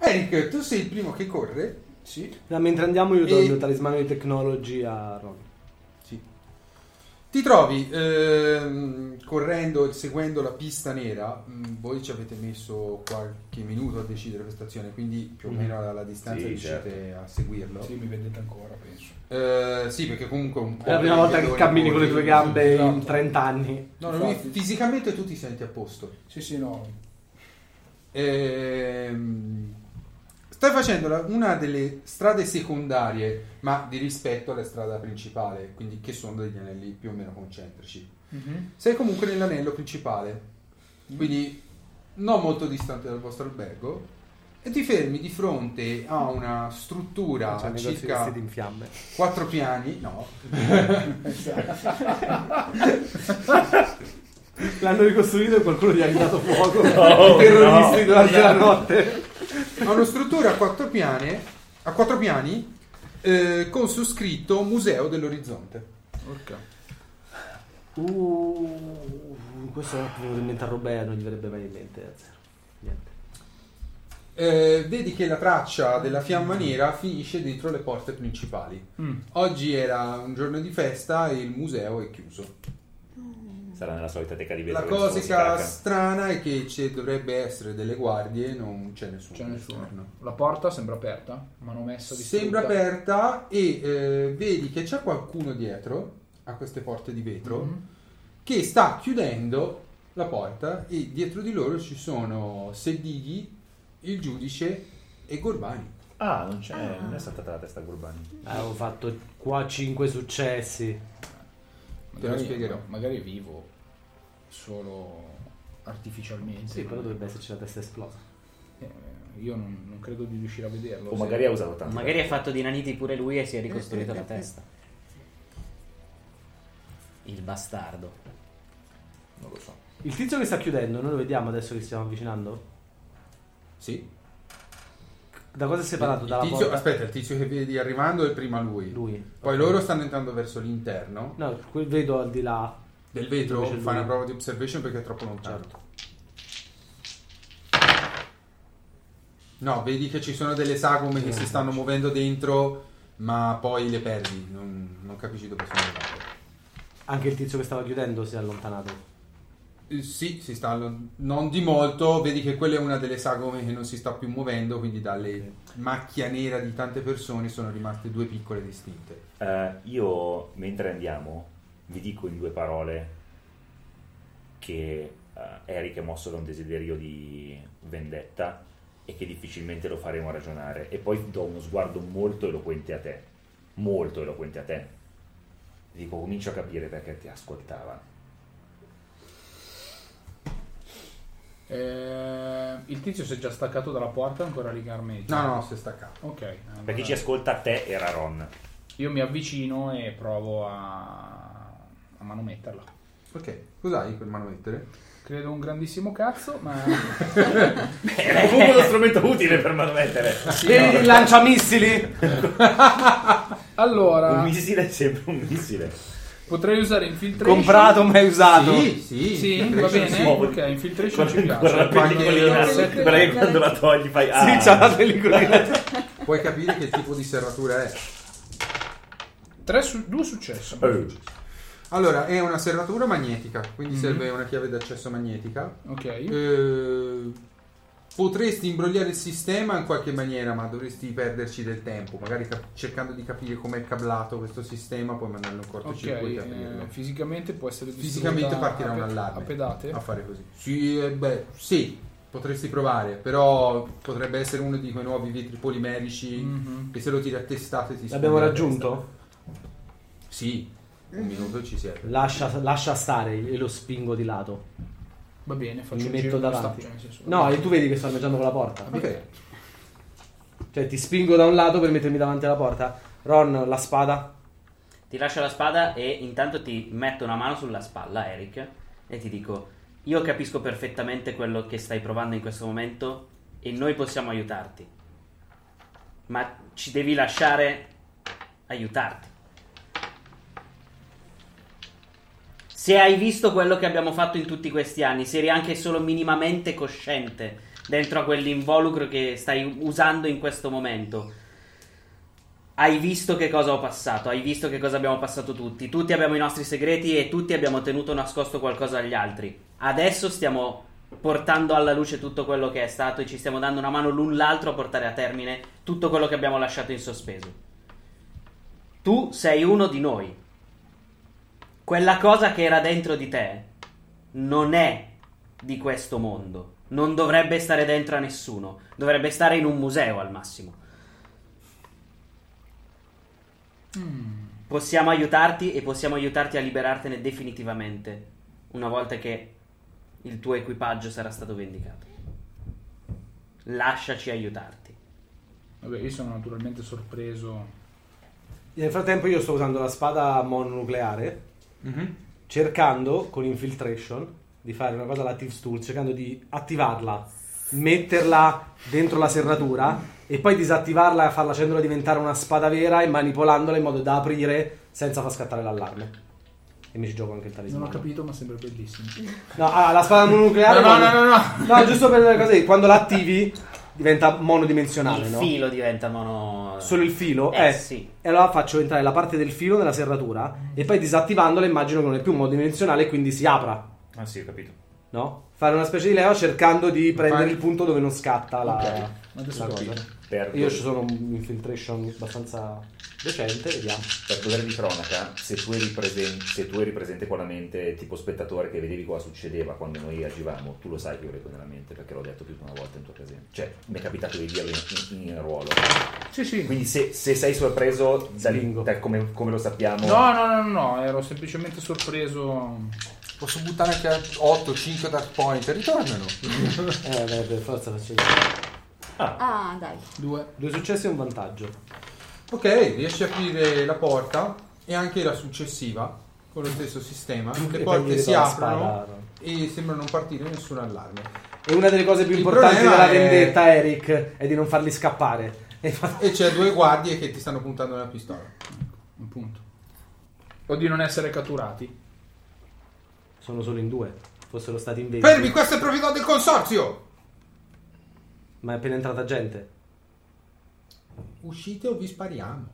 S4: Eric, tu sei il primo che corre? Sì.
S1: Ma mentre andiamo io do
S4: E-
S1: il mio talismano di tecnologia a Ron.
S4: Ti trovi ehm, correndo e seguendo la pista nera. mm, voi ci avete messo qualche minuto a decidere questa azione, quindi più o
S6: Mm.
S4: meno alla, alla distanza
S6: Sì,
S4: riuscite
S1: certo.
S4: a seguirlo.
S6: Sì, mi vedete ancora, penso.
S4: Eh, sì, perché comunque un po'
S1: È la prima volta che cammini con le tue gambe
S4: Esatto.
S1: in 30 anni.
S4: No, no, lui fisicamente tu ti senti a posto.
S6: Sì, sì, no.
S4: Ehm, stai facendo la- una delle strade secondarie, ma di rispetto alla strada principale, quindi che sono degli anelli più o meno concentrici.
S6: Mhm.
S4: Sei comunque nell'anello principale,
S1: Mm.
S4: quindi non molto distante dal vostro albergo, e ti fermi di fronte a una struttura
S1: Cioè,
S4: a
S1: negozi
S4: circa
S1: vestiti in fiamme.
S4: quattro piani, no.
S1: L'hanno ricostruito e qualcuno gli ha ridato fuoco.
S4: No,
S1: I terroristi
S4: no.
S1: durante la notte.
S4: Ha una struttura a quattro piani, a quattro piani eh, con su scritto Museo dell'Orizzonte.
S1: Uh, questo è venuto in mente a Robea, non gli verrebbe mai in mente. a zero. Niente.
S4: Eh, vedi che la traccia della fiamma nera finisce dentro le porte principali.
S1: Mm.
S4: Oggi era un giorno di festa e il museo è chiuso.
S5: Mm.
S3: Sarà nella solita teca di vetro.
S4: La
S3: che nessuno si
S4: cosa
S3: cacca.
S4: strana è che ci dovrebbe essere delle guardie, non c'è nessuno.
S6: C'è nessuno. La porta sembra aperta, manomessa di
S4: Eh, Sembra aperta e eh, vedi che c'è qualcuno dietro a queste porte di vetro
S6: Mm-hmm.
S4: che sta chiudendo la porta e dietro di loro ci sono Sedighi, il giudice e Gorbani.
S3: Ah, non c'è, non è saltata la testa a Gurbani.
S1: Avevo fatto qua 5 successi.
S4: Te lo
S6: Magari-
S4: spiegherò.
S6: Magari è vivo solo artificialmente.
S1: Sì, però dovrebbe esserci la testa esplosa.
S6: Eh, io non, non credo di riuscire a vederlo.
S3: O
S6: Se-
S3: magari ha usato tanto.
S2: Magari ha fatto di naniti pure lui e si è ricostruita la testa. Il bastardo.
S6: Non lo so.
S1: Il tizio che sta chiudendo, noi lo vediamo adesso che stiamo avvicinando?
S4: Sì.
S1: Da cosa è separato?
S4: Il
S1: Dalla
S4: tizio-
S1: porta?
S4: Aspetta, il tizio che vedi arrivando è prima lui. Poi loro stanno entrando verso l'interno.
S1: No, quel vedo al di là.
S4: Del vetro
S1: Dove c'è
S4: fa
S1: lui.
S4: una prova di observation perché è troppo lontano. No, vedi che ci sono delle sagome che si stanno muovendo dentro, ma poi le perdi. Non, non capisci dove sono arrivate.
S1: Anche il tizio che stava chiudendo si è allontanato.
S4: Eh, Sì, si sta allo- non di molto, vedi che quella è una delle sagome che non si sta più muovendo, quindi dalle macchia nera di tante persone sono rimaste due piccole distinte.
S3: Eh, io, mentre andiamo, vi dico in due parole che eh, Eric è mosso da un desiderio di vendetta e che difficilmente lo faremo ragionare. E poi do uno sguardo molto eloquente a te. Molto eloquente a te. Dico, comincio a capire perché ti ascoltava.
S6: Eh, il tizio si è già staccato dalla porta, ancora lì che armeggia.
S4: No, no, si è staccato.
S6: Ok.
S3: Per chi
S6: allora
S3: ci ascolta, te era Ron.
S6: Io mi avvicino e provo a, a manometterla.
S4: Ok, cos'hai per manomettere?
S6: Credo un grandissimo cazzo, ma...
S3: È comunque uno strumento utile per manomettere.
S6: E il
S1: lanciamissili?
S6: allora...
S3: Un missile è sempre un missile.
S6: Potrei usare infiltration.
S1: Comprato, mai usato.
S4: Sì, sì,
S6: Sì, va
S4: infiltration,
S6: bene.
S4: sì.
S6: Ok, infiltration ci
S3: Guarda la
S6: piace.
S3: pellicolina,
S6: Sette.
S3: quella che quando la togli fai...
S1: Sì,
S3: ah.
S1: c'ha la pellicolina.
S4: Puoi capire che tipo di serratura è.
S6: Tre su- due successi.
S3: Eh.
S4: Allora, è una serratura magnetica,
S6: Mhm.
S4: quindi serve una chiave d'accesso magnetica.
S6: Ok.
S4: Eh, potresti imbrogliare il sistema in qualche maniera, ma dovresti perderci del tempo. Magari cap- cercando di capire com'è cablato questo sistema, puoi mandarlo in
S6: Ok,
S4: cortocircuito e aprirlo.
S6: eh, fisicamente può essere distrutta
S4: Fisicamente partirà
S6: a
S4: un
S6: pe-
S4: allarme
S6: A pedate.
S3: Ah,
S4: a fare così. Sì, eh, beh, sì, potresti provare, però potrebbe essere uno di quei nuovi vetri polimerici
S6: Mhm.
S4: che se lo tiri a testate ti
S1: L'abbiamo
S4: sfonda la
S1: raggiunto?
S4: testa. Sì, un minuto ci serve.
S1: Lascia, lascia stare e lo spingo di lato.
S6: Va bene, faccio
S1: Mi
S6: un
S1: metto
S6: giro di
S1: davanti.
S6: staccio, nel senso- Ah,
S1: No, e tu vedi che sto mangiando con la porta.
S4: Ok,
S1: Cioè, ti spingo da un lato per mettermi davanti alla porta. Ron, la spada.
S2: Ti lascio la spada e intanto ti metto una mano sulla spalla, Eric, e ti dico: Io capisco perfettamente quello che stai provando in questo momento e noi possiamo aiutarti. Ma ci devi lasciare aiutarti. Se hai visto quello che abbiamo fatto in tutti questi anni, se eri anche solo minimamente cosciente dentro a quell'involucro che stai usando in questo momento, hai visto che cosa ho passato, hai visto che cosa abbiamo passato tutti. Tutti abbiamo i nostri segreti e tutti abbiamo tenuto nascosto qualcosa agli altri. Adesso stiamo portando alla luce tutto quello che è stato e ci stiamo dando una mano l'un l'altro a portare a termine tutto quello che abbiamo lasciato in sospeso. Tu sei uno di noi. Quella cosa che era dentro di te non è di questo mondo. Non dovrebbe stare dentro a nessuno. Dovrebbe stare in un museo al massimo. Possiamo aiutarti e possiamo aiutarti a liberartene definitivamente una volta che il tuo equipaggio sarà stato vendicato. Lasciaci aiutarti.
S6: Vabbè, io sono naturalmente sorpreso.
S1: Nel frattempo io sto usando la spada mononucleare,
S4: Mhm.
S1: cercando con infiltration di fare una cosa alla Thieves Tool, cercando di attivarla, metterla dentro la serratura e poi disattivarla e farla cendola diventare una spada vera e manipolandola in modo da aprire senza far scattare l'allarme. E mi ci gioco anche il
S6: Non
S1: talismano.
S6: ho capito, ma sembra bellissimo.
S1: No, ah, la spada mononucleare.
S6: No, no,
S1: quando-
S6: no, no,
S1: No, giusto per così, quando la attivi diventa monodimensionale,
S2: Il
S1: no?
S2: filo diventa mono.
S1: Solo il filo?
S2: Eh,
S1: Eh,
S2: sì.
S1: E allora faccio entrare la parte del filo nella serratura e poi disattivandola immagino che non è più monodimensionale e quindi si apra,
S3: Ah sì, ho capito.
S1: no? Fare una specie di leva cercando di prendere
S4: Fai-
S1: il punto dove non scatta la,
S4: Ok, adesso
S1: la
S4: capito.
S1: cosa.
S3: Perdo.
S1: Io ci sono un'infiltration abbastanza decente, vediamo.
S3: Per dovere di cronaca, se tu, eri presen- se tu eri presente con la mente tipo spettatore che vedevi cosa succedeva quando noi agivamo, tu lo sai che io vedo nella mente perché l'ho detto più di una volta in tua presenza. Cioè, mi è capitato di dirlo in, in- in ruolo.
S6: Sì, sì.
S3: Quindi se, se sei sorpreso dal, da come, come lo sappiamo...
S6: No, no, no, no, no, ero semplicemente sorpreso.
S4: Posso buttare anche 8, 5 dark point, ritornano.
S1: Eh, beh, per forza faccio
S5: Ah, dai.
S6: Due.
S1: Due successi e un vantaggio.
S4: Ok, riesci a aprire la porta e anche la successiva con lo stesso sistema. Le
S1: E
S4: porte
S1: prendi
S4: si
S1: la
S4: aprono
S1: spada.
S4: e sembra non partire nessun allarme.
S1: E una delle cose più
S4: Il
S1: importanti
S4: problema
S1: della
S4: è-
S1: vendetta, Eric, è di non farli scappare. E fa-
S4: E c'è due guardie che ti stanno puntando una pistola.
S6: Un punto. O di non essere catturati.
S1: Sono solo in due, fossero stati in venti.
S4: Fermi, questo è proprietà del consorzio!
S1: Ma è appena entrata gente.
S4: Uscite o vi spariamo.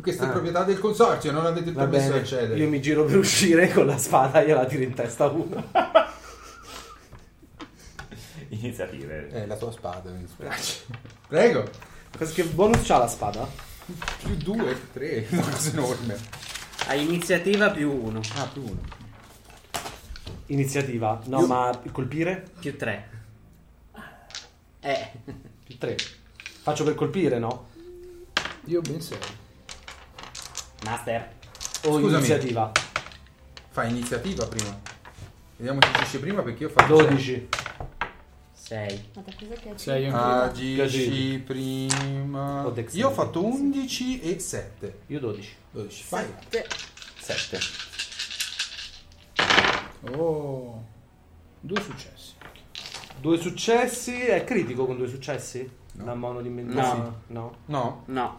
S4: Questa è
S1: Ah.
S4: proprietà del consorzio, non avete il
S1: Va
S4: permesso di
S1: bene,
S4: accedere.
S1: io mi giro per uscire con la spada e la tiro in testa a uno.
S3: Iniziative.
S4: Eh, la tua spada, mi dispiace. Prego.
S1: Cosa che bonus c'ha la spada?
S4: Più due, tre, una cosa enorme.
S2: A iniziativa più uno,
S4: Ah, più uno.
S1: Iniziativa. No, ma colpire?
S2: più tre. Eh,
S1: Più tre. Faccio per colpire, no?
S6: Io ben sei.
S2: master.
S1: O
S4: Scusami.
S1: iniziativa.
S4: Fai iniziativa prima. Vediamo se ci esce prima perché io faccio...
S1: 12.
S2: 6.
S5: Ma da cosa che c'è?
S6: Sei anche
S4: Agisci prima.
S1: Ho dexterity.
S4: Io ho fatto 11 e 7.
S1: Io 12.
S4: 12. Vai.
S3: 7.
S6: Oh. Due successi.
S1: Due successi. È critico con due successi? La mono di
S2: No.
S1: no.
S4: No.
S2: No.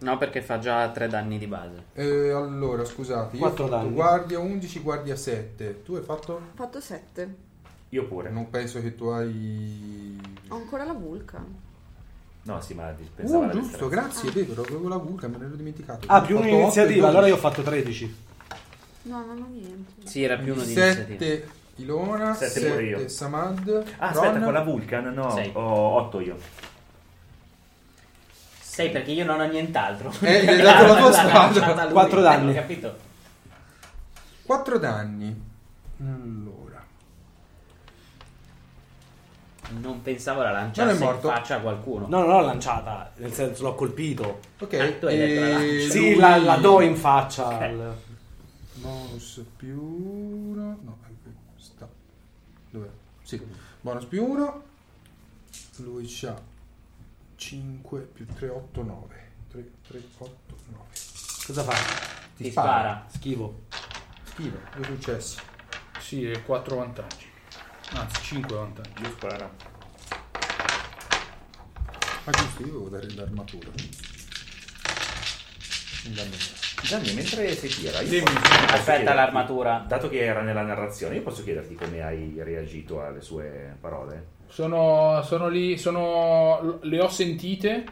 S2: No, perché fa già tre danni di base.
S4: Eh, allora, scusate. Io
S1: Quattro
S4: ho fatto
S1: danni.
S4: guardia 11, guardia 7. Tu hai fatto? Eh,
S5: Ho fatto 7.
S3: Io pure.
S4: Non penso che tu hai...
S5: Ho ancora la vulca.
S3: No, sì, ma dispensava
S4: Uh,
S3: la
S4: giusto,
S3: destrezza.
S4: grazie, è vero, avevo la vulca, me ne ero dimenticato.
S1: Ah, più
S4: Ho fatto otto
S1: un'iniziativa.
S4: e
S1: Allora io ho fatto 13.
S5: No, non ho niente.
S2: Sì, era più uno di iniziativa.
S4: 7 Ilona,
S3: Sette
S4: 7
S3: pure io.
S4: Samad,
S3: Ah,
S4: Ron.
S3: aspetta, con la Vulcan? No,
S2: Sei.
S3: ho 8 io.
S2: 6 perché io non ho nient'altro.
S4: Eh, gli hai dato la tua spada.
S1: Quattro danni.
S2: Ho capito.
S4: 4 danni. Allora.
S2: Non pensavo la
S4: Non
S2: lanciasse
S4: è
S2: in
S4: morto.
S2: faccia a qualcuno.
S1: No, non l'ho lanciata. Nel senso, l'ho colpito.
S4: Ok,
S2: Ah, tu hai detto la lancia.
S1: Sì,
S4: lui-
S1: la, la do in faccia. al-
S4: Bonus più 1. No, anche questa. Dov'è? Sì. Bonus più 1. Lui c'ha 5 più 3, 8, 9. 3, 3, 8, 9.
S1: Cosa fa?
S2: Ti, spara.
S1: Schivo.
S4: Schiva, due successi.
S6: Sì, e quattro vantaggi. Anzi, cinque vantaggi.
S3: Io spara.
S4: Ah, giusto, io devo dare l'armatura.
S3: Gianni, mentre si tira, io
S6: Dimmi.
S3: posso- posso
S2: Aspetta
S3: chiederti-
S2: l'armatura.
S3: Dato che era nella narrazione, io posso chiederti come hai reagito alle sue parole?
S6: Sono, sono lì, sono, le ho sentite.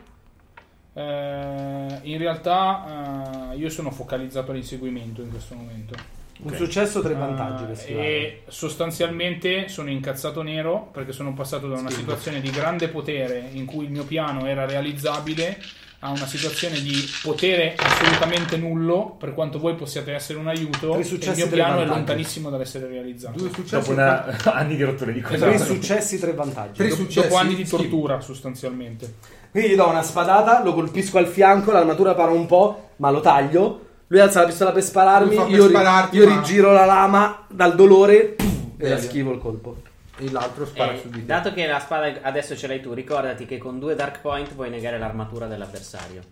S6: Eh, in realtà eh, io sono focalizzato all'inseguimento in questo momento.
S1: Un successo,
S4: Ah,
S1: tre vantaggi
S6: Eh,
S1: per schivare.
S6: e sostanzialmente sono incazzato nero perché sono passato da una situazione di grande potere in cui il mio piano era realizzabile a una situazione di potere assolutamente nullo per quanto voi possiate essere un aiuto
S1: Tre
S6: e il
S1: successi,
S6: mio
S1: tre
S6: piano è
S1: vantaggi.
S6: lontanissimo dall'essere realizzato
S4: Due
S3: Dopo
S4: successi.
S3: una- anni di rotture di
S6: Esatto.
S1: Tre
S3: coglioni.
S1: successi, tre vantaggi.
S4: Tre
S6: Do-
S4: successi,
S6: dopo anni di
S4: schivo.
S6: tortura sostanzialmente
S1: Quindi gli do una spadata, lo colpisco al fianco, l'armatura para un po', ma lo taglio. Lui alza la pistola per spararmi,
S4: Lui fa per
S1: io, ri-
S4: spararti,
S1: io
S4: ma-
S1: rigiro la lama dal dolore pum, e la
S4: Devi.
S1: schivo il colpo.
S4: E l'altro spara
S2: Eh,
S4: su di te.
S2: dato che la spada adesso ce l'hai tu, ricordati che con due dark point puoi negare l'armatura dell'avversario.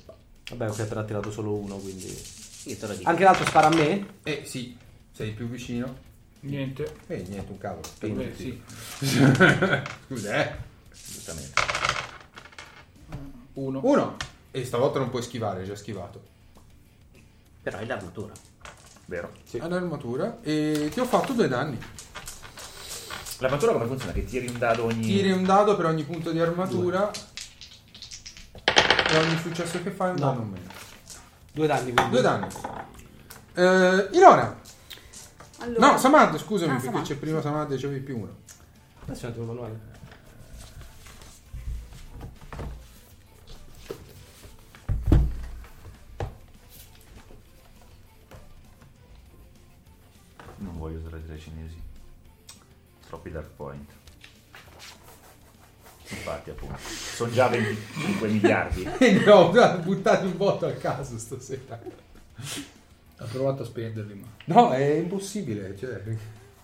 S1: Vabbè, ok, però ha tirato solo uno, quindi...
S2: Io te lo dico.
S1: Anche l'altro spara a me?
S4: Eh sì, sei più vicino.
S6: niente
S4: E niente, un
S2: Eh,
S4: cavolo.
S6: Beh, sì.
S4: Scusa, eh.
S3: Giustamente.
S6: uno
S4: Uno. E stavolta non puoi schivare, hai già schivato.
S2: Però hai l'armatura.
S3: Vero.
S4: Mm. All'armatura. E ti ho fatto due danni.
S3: La panciola come funziona? Che tiri un dado ogni...
S4: Tiri un dado per ogni punto di armatura. E ogni successo che fai è un danno in meno.
S23: Due danni quindi.
S4: Due danni. Eh, Ilona.
S5: Allora-
S4: No, Samad, scusami,
S5: Ah,
S4: perché
S5: Samad.
S4: c'è prima Samad e c'avevi più uno.
S23: Adesso il tuo manuale.
S3: Non voglio usare i cinesi. Troppi dark point. Infatti, appunto. Sono già 25 miliardi.
S4: E ne ho buttato un voto a caso stasera.
S6: Ha provato a spenderli, ma.
S4: No, è impossibile. Cioè...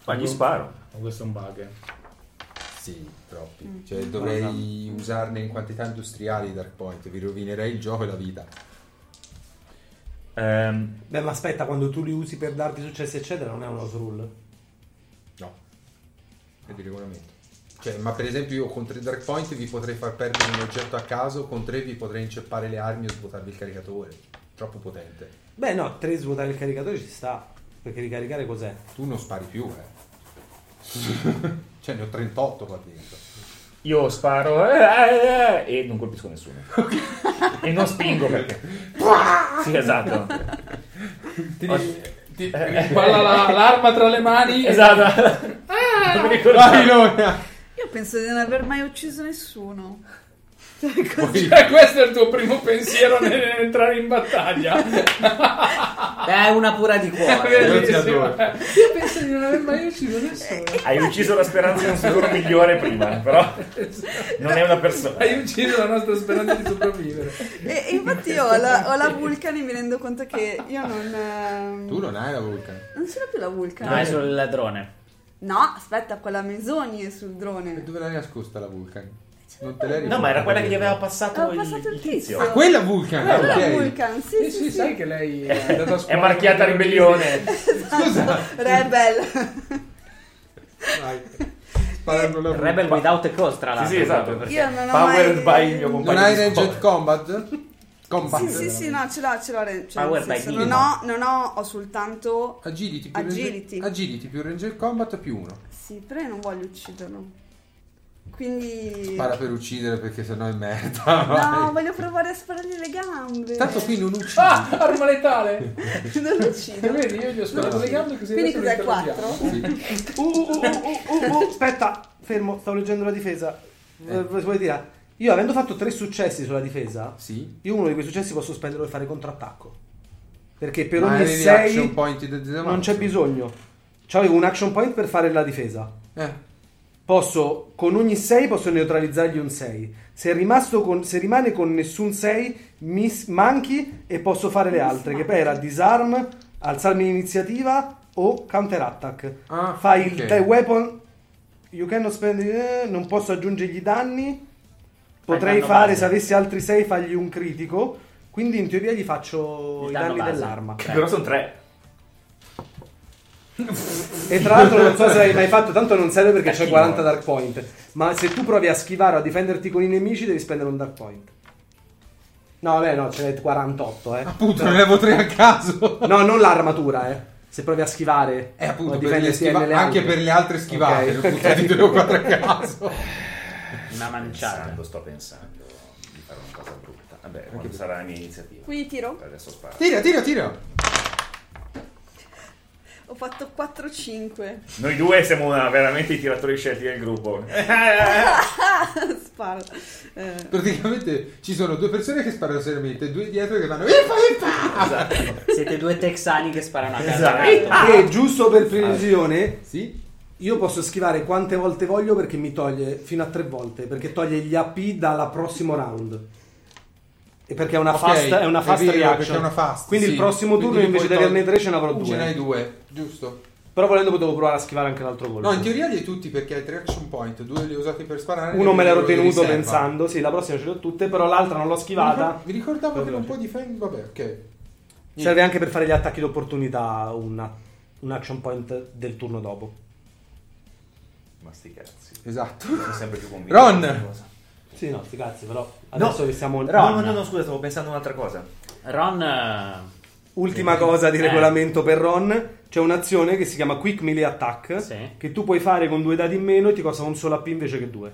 S3: Ma gli sparo.
S6: ma questo è un bug. eh.
S4: Sì,
S5: Mm.
S4: troppi. Cioè, dovrei usarne in quantità industriali i Dark Point, vi rovinerei il gioco e la vita.
S3: Ehm,
S1: Beh, ma aspetta, quando tu li usi per darti successi, eccetera, non è un house rule.
S4: No, è di regolamento. Cioè, ma per esempio io con tre Dark Point vi potrei far perdere un oggetto a caso, con tre vi potrei inceppare le armi o svuotarvi il caricatore. Troppo potente.
S1: Beh, no, 3 svuotare il caricatore ci sta. Perché ricaricare cos'è?
S4: Tu non spari più, eh. cioè, ne ho 38 qua dentro.
S3: io sparo eh, eh, eh, e non colpisco nessuno. e non spingo perché... sì, esatto.
S6: Ti, ti- Eh, balla la- l'arma tra le mani.
S3: Esatto. Non mi ricordavo.
S4: Vai, Ilona!
S5: Io penso di non aver mai ucciso nessuno.
S6: Cioè, questo è il tuo primo pensiero nell'entrare in battaglia.
S2: È una pura di cuore.
S4: Io ti adoro.
S6: Io penso di non aver mai ucciso nessuno.
S3: Hai ucciso la speranza di un futuro migliore prima, però non è una persona.
S6: Hai ucciso la nostra speranza di sopravvivere.
S5: E, e infatti io ho la, ho la Vulcan e mi rendo conto che io non... ehm,
S4: Tu non hai la Vulcan.
S5: Non ce l'ho più la Vulcan.
S2: No, è sul ladrone.
S5: No, aspetta, quella menzogna è sul
S4: E
S5: drone.
S4: dove l'hai nascosta la Vulcan? Non te l'hai
S3: No, ma era quella che gli aveva passato,
S5: Avevo passato il tizio.
S4: Ah, quella Vulcan!
S5: Quella è
S4: ok.
S5: la Vulcan, sì,
S6: Sì,
S5: sì,
S6: sì,
S5: sì.
S6: sai che lei è andata a
S3: È
S6: scuola.
S3: marchiata ribellione.
S5: Rebel.
S4: Vai. Sparano la Vulcan.
S2: Rebel without a cause, tra
S3: Sì,
S2: l'altro.
S3: sì, esatto.
S2: proprio
S5: Io non ho
S3: Powered
S5: mai-
S3: by il mio
S4: Non
S3: compagno.
S4: hai
S3: di
S4: Ranged
S3: squadra.
S4: Combat? Combat.
S5: Sì, sì, sì, no, ce l'ho, ce l'ho. Ren- Cioè,
S2: Power
S5: nel
S2: by
S5: senso,
S2: Mimo.
S5: non ho, non ho, ho soltanto...
S4: Agility più, ranger-
S5: Agility.
S4: agility più Ranger Combat più uno.
S5: Sì, però io non voglio ucciderlo. Quindi...
S4: Spara per uccidere perché sennò è merda.
S5: No,
S4: vai.
S5: voglio provare a sparargli le gambe.
S4: Tanto qui non uccidi.
S6: Ah, arma letale.
S5: non lo uccido.
S6: E vedi, io gli ho sparato le gambe così
S5: Quindi
S6: adesso
S5: cos'è
S6: lo
S5: 4?
S6: interroghiamo.
S1: Uh, uh, uh, uh, uh, uh, aspetta, fermo, stavo leggendo la difesa. Eh. Vuoi dire? Io avendo fatto tre successi sulla difesa,
S4: Sì.
S1: io uno di quei successi posso spenderlo e fare contrattacco. Perché per
S4: Ma
S1: ogni
S4: avevi action
S1: 6
S4: point di disavanzo.
S1: non c'è bisogno. C'avevo un action point per fare la difesa.
S4: Eh,
S1: Posso, con ogni 6 posso neutralizzargli un 6. Se, è rimasto con- se rimane con nessun 6, mi s- manchi e posso fare le altre, che poi era disarm, alzarmi l'iniziativa o counter attack.
S4: Ah,
S1: Fai il
S4: ok.
S1: die weapon, you cannot spend, eh, non posso aggiungergli danni. Potrei
S2: danno
S1: fare,
S2: base.
S1: se avessi altri 6, fargli un critico. Quindi in teoria gli faccio
S2: Il
S1: i
S2: danno
S1: danni
S2: base.
S1: dell'arma.
S3: Che Però sono tre.
S1: E tra l'altro non so se l'hai mai fatto, tanto non serve perché c'è 40 dark point. Ma se tu provi a schivare o a difenderti con i nemici devi spendere un dark point. No, vabbè, no, ce n'è 48, eh.
S4: appunto, ne avevo tre a caso.
S1: No, non l'armatura, eh. Se provi a schivare
S4: Eh,
S1: o a
S4: appunto, per le
S1: difenderti
S4: schiva-
S1: nelle
S4: anche
S1: altre.
S4: per le altre schivate.
S1: Ok,
S4: Ne ho buttati due o quattro a caso.
S2: Una manciata.
S3: Pensando, sto pensando di fare una cosa brutta. Vabbè, quando sarà la mia iniziativa.
S5: Quindi tiro.
S3: Adesso sparo.
S4: Tira, tira, tira.
S5: Ho fatto 4-5.
S3: Noi due siamo una- veramente i tiratori scelti del gruppo.
S5: Sparo. Eh,
S4: Praticamente ci sono due persone che sparano seriamente, e due dietro che vanno. "Iffa, iffa!"
S2: Siete due texani che sparano a casa.
S3: Esatto.
S1: E giusto per precisione,
S4: Ah! Sì?
S1: io posso schivare quante volte voglio perché mi toglie fino a tre volte, perché toglie gli AP dalla prossimo round. E perché è una
S4: Ok,
S1: fast, è una
S4: è
S1: fast
S4: vero,
S1: reaction.
S4: perché è una fast,
S1: Quindi
S4: sì.
S1: il prossimo
S4: Quindi
S1: turno
S4: ne
S1: invece di
S4: puoi
S1: averne
S4: togli-
S1: tre ce ne avrò
S4: tu
S1: due.
S4: Ce n'hai due, giusto?
S1: Però volendo potevo provare a schivare anche l'altro colpo.
S4: No, in teoria li hai tutti perché hai tre action point, due li hai usati per sparare.
S1: Uno
S4: e
S1: me l'ero
S4: uno li
S1: tenuto
S4: riserva.
S1: pensando, sì, la prossima ce l'ho tutte, però l'altra non l'ho schivata.
S4: Vi ricordavo che non
S1: Vabbè.
S4: puoi difendere. Vabbè, ok.
S1: Serve anche per fare gli attacchi d'opportunità una- un action point del turno dopo.
S3: Ma sti cazzi.
S4: Esatto.
S3: Sono sempre più convinto.
S4: Ron!
S3: di questa cosa.
S1: Sì, no, sti cazzi, però adesso che siamo...
S3: No, no, no, no, scusa, stavo pensando a un'altra cosa.
S2: Ron. eh,
S1: Ultima cosa di
S2: Eh.
S1: regolamento per Ron. c'è un'azione che si chiama Quick Melee Attack che tu puoi fare con due dadi in meno e ti costa un solo AP invece che due.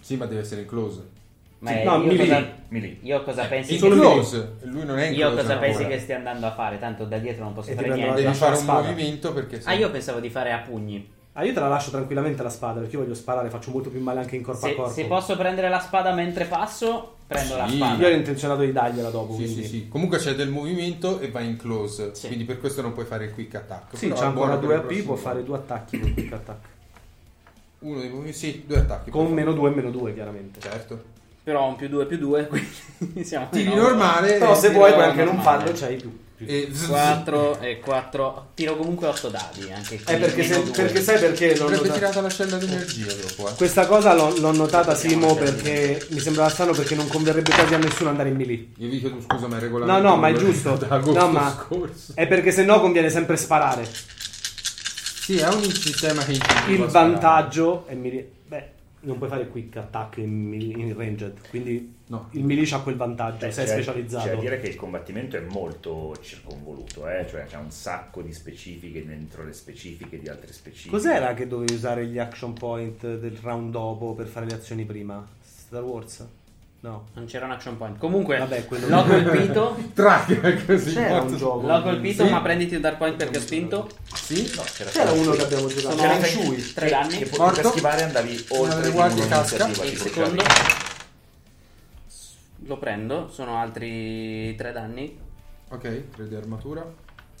S4: Sì, ma deve essere in close.
S2: Ma
S1: Sì,
S2: eh,
S1: no,
S2: io,
S1: melee.
S2: cosa, io cosa pensi
S4: solo
S2: che-
S4: close, lui non è in
S2: Io
S4: close
S2: cosa
S4: ancora.
S2: pensi che stia andando a fare? Tanto da dietro non posso
S1: E ti
S2: fare
S1: prendo
S2: niente.
S1: la-
S4: Devi
S1: Lascia la
S4: fare un
S1: spada.
S4: movimento perché
S2: Ah, io pensavo di fare a pugni.
S1: Ah, io te la lascio tranquillamente la spada perché io voglio sparare, faccio molto più male anche in corpo a
S2: Se,
S1: corpo.
S2: se posso prendere la spada mentre passo, prendo la
S4: Sì.
S1: Io
S2: spada.
S1: ero intenzionato di dargliela dopo.
S4: Sì,
S1: quindi.
S4: sì, sì. Comunque c'è del movimento e va in close, quindi per questo non puoi fare il quick attack.
S1: Sì,
S4: Però
S1: c'ha
S4: è
S1: ancora
S4: buono per
S1: due
S4: il
S1: AP, può
S4: prossimo.
S1: fare due attacchi con quick attack.
S4: Uno dei movimenti, sì, due attacchi.
S1: Con meno 2 e meno 2, chiaramente.
S4: Certo.
S2: Però ho un più 2 più 2, quindi siamo
S4: Tiri normale.
S1: Però
S4: e
S1: se
S4: tiro
S1: vuoi puoi anche non
S4: normale.
S1: farlo, c'hai più. Eh,
S4: E zzz,
S2: 4 e 4. Tiro comunque 8 dadi, anche qui.
S1: Eh, perché,
S2: meno
S1: se-
S2: due.
S1: perché sai perché l'ho
S4: Avrebbe
S1: notata-
S4: tirato l'ascella d'energia dopo, eh.
S1: Questa cosa l'ho, l'ho notata Simo perché mi sembrava strano perché non converrebbe quasi a nessuno andare in melee.
S4: Io vi chiedo scusa, ma è
S1: No,
S4: regolamento.
S1: no, ma è
S4: quello
S1: giusto.
S4: da agosto
S1: No, ma
S4: scorso.
S1: è perché se no conviene sempre sparare.
S4: Sì, è un sistema che incentiva
S1: Il
S4: a sparare.
S1: vantaggio è melee. Beh, non puoi fare quick attack in, melee- in ranged, quindi
S4: No. Eh, cioè,
S1: il melee ha quel vantaggio,
S3: Beh,
S1: sei
S3: c'è-
S1: specializzato.
S3: C'è a Cioè, dire che il combattimento è molto circonvoluto, eh? cioè c'è un sacco di specifiche dentro le specifiche di altre specifiche.
S1: Cos'era che dovevi usare gli action point del round dopo per fare le azioni prima? Star Wars? No.
S2: Non c'era un action point. Comunque,
S1: Vabbè, quello-
S2: l'ho colpito.
S4: Track, così.
S1: C'era un
S4: forza.
S1: gioco.
S2: L'ho colpito,
S4: Sì.
S2: ma prenditi un dark point perché ho spinto.
S4: Sì,
S3: No, c'era,
S1: C'era uno che abbiamo giocato.
S2: Sono
S1: C'era Shui.
S2: 3 danni.
S3: che potevi per
S4: Morto.
S3: schivare andavi
S4: Una delle
S3: oltre di
S4: guardie casca.
S3: un'iniziativa.
S2: E il
S3: tipo,
S2: secondo
S3: cioè,
S2: lo prendo, sono altri 3 danni.
S4: Ok, 3 di armatura.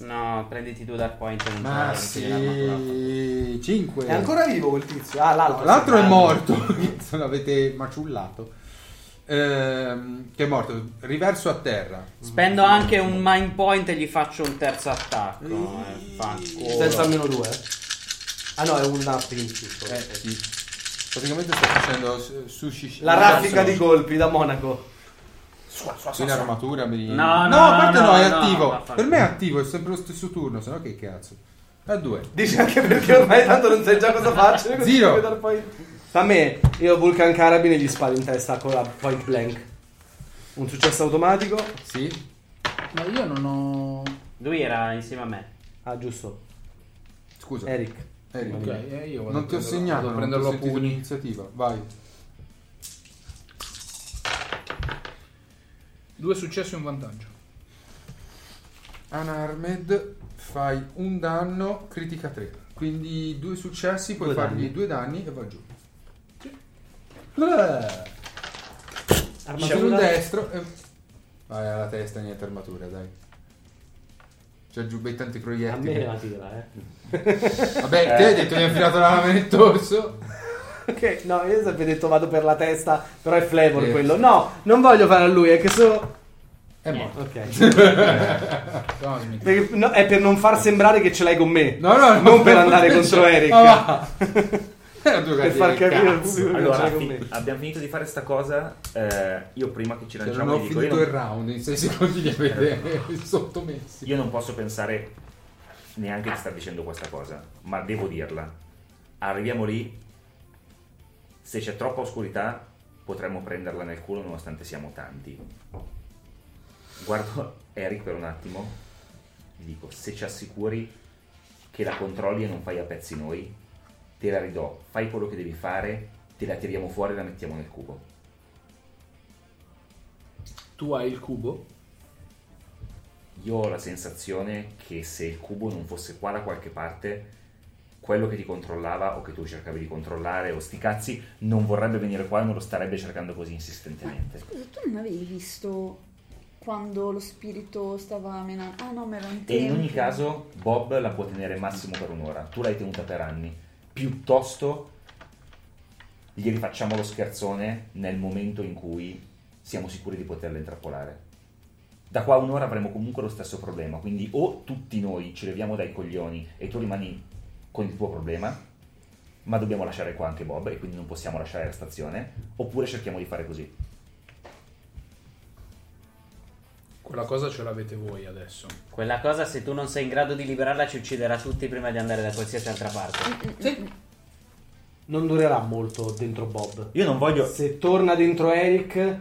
S4: Ah,
S2: No, prenditi due dark point. e Non
S4: Ma
S2: fare l'armatura.
S4: sì, 5.
S1: È ancora vivo quel tizio. Ah, l'altro.
S4: No, l'altro è morto. Se L'avete maciullato. Ehm, che è morto. Riverso a terra.
S2: Spendo anche un mind point e gli faccio un terzo attacco. eh, fanculo.
S1: Senza almeno due. Ah no, è un napping in più.
S4: Eh, sì. Praticamente sta facendo su- sushi.
S1: La raffica di colpi da Monaco.
S4: Sì, l'armatura mi...
S2: No, no,
S4: a parte
S2: no,
S4: no, è
S2: no,
S4: attivo.
S2: vaffanculo.
S4: per me è attivo, è sempre lo stesso turno, sennò che cazzo. A due.
S1: Dici anche perché ormai tanto non sai già cosa faccio. così
S4: Zero.
S1: devi dar poi- A me, io Vulcan Carabine gli sparo in testa con la point blank. Un successo automatico.
S4: Sì.
S6: Ma io non ho.
S2: Lui era insieme a me.
S1: Ah, giusto.
S4: Scusa.
S1: Eric.
S4: Eric.
S6: Ok, eh, io vado
S4: Non
S6: a
S4: ti ho
S6: prenderlo-
S4: segnato,
S6: vado a
S4: non
S6: prenderlo
S4: ti
S6: a
S4: ho sentito
S6: pugni.
S4: l'iniziativa. Vai.
S6: Due successi e un vantaggio.
S4: Unarmed fai un danno, critica 3. Quindi due successi, puoi
S1: Due
S4: fargli
S1: danni.
S4: due danni e va giù. C'è un
S1: Armatura.
S4: destro e... Vai alla testa, niente armatura, dai. C'è il giubbetto
S1: A me la
S4: antiproiettile.
S1: tira, eh.
S4: Vabbè, te hai detto che hai affilato la lama nel torso.
S1: Ok, no, io sempre detto vado per la testa, però è flavor
S4: Sì.
S1: quello. No, non voglio fare a lui, è che so.
S4: È morto.
S1: Ok.
S6: Cosmic.
S1: Perché- no, è per non far sembrare che ce l'hai con me.
S4: No, no, no,
S1: non per
S4: no,
S1: andare
S4: no,
S1: contro
S4: no,
S1: Eric.
S4: no, Ah, va. Era due
S1: per far capire al
S4: cazzo.
S1: pubblico che ce
S3: Allora,
S1: l'hai con
S3: fi-
S1: me.
S3: abbiamo finito di fare sta cosa. eh, io prima che ci
S4: Cioè, non
S1: diciamo
S3: lanciamo
S4: ho
S3: vi dico, io
S4: finito il
S3: non,
S4: round, in 6 secondi li
S1: Eh,
S4: avete sottomessi.
S3: io non posso pensare neanche di star dicendo questa cosa, ma devo dirla. Arriviamo lì, se c'è troppa oscurità potremmo prenderla nel culo nonostante siamo tanti. Guardo Eric per un attimo, gli dico se ci assicuri che la controlli e non fai a pezzi noi, te la ridò, fai quello che devi fare, te la tiriamo fuori e la mettiamo nel cubo.
S6: Tu hai il cubo.
S3: Io ho la sensazione che se il cubo non fosse qua da qualche parte, quello che ti controllava o che tu cercavi di controllare o sti cazzi non vorrebbe venire qua e non lo starebbe cercando così insistentemente.
S5: Scusa, tu non avevi visto quando lo spirito stava menando? Ah no, ma era un
S3: E in
S5: tempo.
S3: ogni caso Bob la può tenere massimo per un'ora, tu l'hai tenuta per anni. Piuttosto gli rifacciamo lo scherzone nel momento in cui siamo sicuri di poterla intrappolare. Da qua a un'ora avremo comunque lo stesso problema, quindi o tutti noi ci leviamo dai coglioni e tu rimani con il tuo problema, ma dobbiamo lasciare qua anche Bob e quindi non possiamo lasciare la stazione, oppure cerchiamo di fare così.
S24: Quella cosa ce l'avete voi adesso.
S2: Quella cosa, se tu non sei in grado di liberarla, ci ucciderà tutti prima di andare da qualsiasi altra parte.
S1: Non durerà molto dentro Bob.
S3: Io non voglio...
S1: Se torna dentro Eric,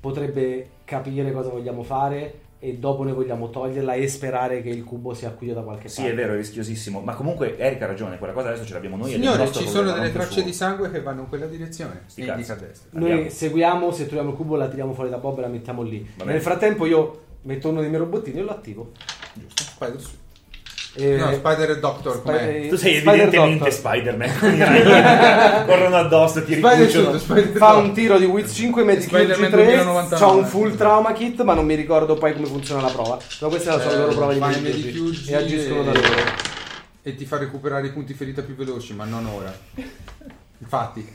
S1: potrebbe capire cosa vogliamo fare e dopo noi vogliamo toglierla e sperare che il cubo sia acquisto da qualche
S3: Sì,
S1: parte.
S3: è vero, è rischiosissimo. Ma comunque Erika ha ragione, quella cosa adesso ce l'abbiamo noi.
S4: Signore, ci sono delle tracce di sangue che vanno in quella direzione.
S3: Sti
S4: Indica
S3: cazzi.
S4: a destra.
S1: Noi
S3: Andiamo.
S1: seguiamo, se troviamo il cubo la tiriamo fuori da Bob e la mettiamo lì.
S3: bene.
S1: Nel frattempo io metto uno dei miei robottini e lo attivo.
S4: Spider Suit.
S1: E-
S4: No, Spider Doctor,
S1: Spi-
S4: com'è?
S3: Tu sei
S1: Spider
S3: evidentemente
S1: Doctor.
S3: Spider-Man. con i ragni. Corrono addosso, ti
S4: Spider
S3: ricucciono.
S4: Suit, Spider
S1: Fa
S4: Doctor.
S1: un tiro di Witch 5 Magic Energy
S25: Spider-Man
S1: 3.
S25: 2099.
S1: C'ho un full trauma kit, ma non mi ricordo poi come funziona la prova. Però questa è la sua
S4: Eh,
S1: loro prova di
S4: fai
S1: Magic
S4: Medic
S1: Energy. E agiscono da
S4: e-
S1: loro.
S4: E ti fa recuperare i punti ferita più veloci, ma non ora. Infatti,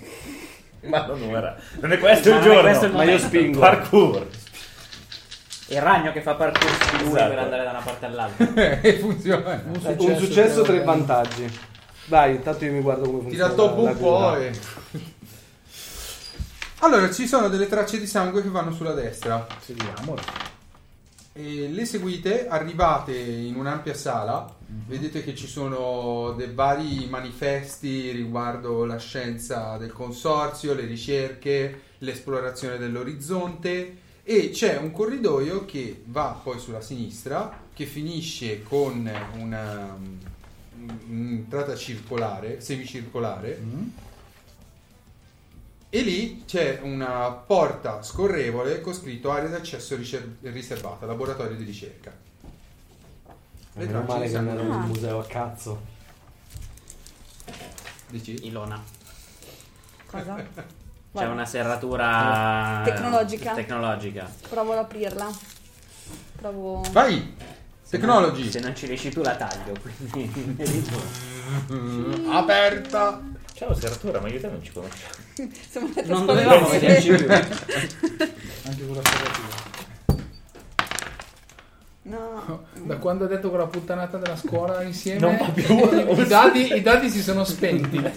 S3: Ma non ora. Non è questo il
S2: Ma non è
S3: giorno.
S2: questo il
S3: ma io
S2: momento.
S3: spingo. Parkour.
S2: È il ragno che fa parkour di lui
S3: Esatto.
S2: per andare da una parte all'altra.
S4: e funziona.
S1: Un successo, un successo, tre vantaggi. Dai, intanto io mi guardo come
S4: Ti
S1: funziona.
S4: la dopo
S1: la
S4: un po'
S1: guida.
S4: e... Allora, ci sono delle tracce di sangue che vanno sulla destra.
S25: Seguiamolo.
S4: E le seguite, arrivate in un'ampia sala, vedete che ci sono dei vari manifesti riguardo la scienza del consorzio, le ricerche, l'esplorazione dell'orizzonte e c'è un corridoio che va poi sulla sinistra, che finisce con una, um, un'entrata circolare, semicircolare. E lì c'è una porta scorrevole con scritto area d'accesso ricer- riservata, laboratorio di ricerca.
S1: Eh, Meno male
S4: di
S1: che non
S4: sangue.
S1: ero nel museo a cazzo.
S4: Dici?
S2: Ilona.
S5: Cosa?
S2: C'è
S5: Vai.
S2: una serratura
S5: Tecnologica.
S2: tecnologica.
S5: Provo ad aprirla. Provo.
S4: Vai! Technology!
S2: Se non ci riesci tu la taglio, quindi
S4: Aperta!
S3: Ciao, serratura, ma io e te non ci conosciamo.
S5: Siamo andati a
S2: non
S5: scuola
S2: dovevamo
S5: insieme.
S2: vederci più.
S25: Anche con la serratura.
S5: No.
S6: Da quando ha detto quella puttanata della scuola insieme,
S3: Non fa più.
S6: i, dadi, i dadi si sono spenti.
S5: eh,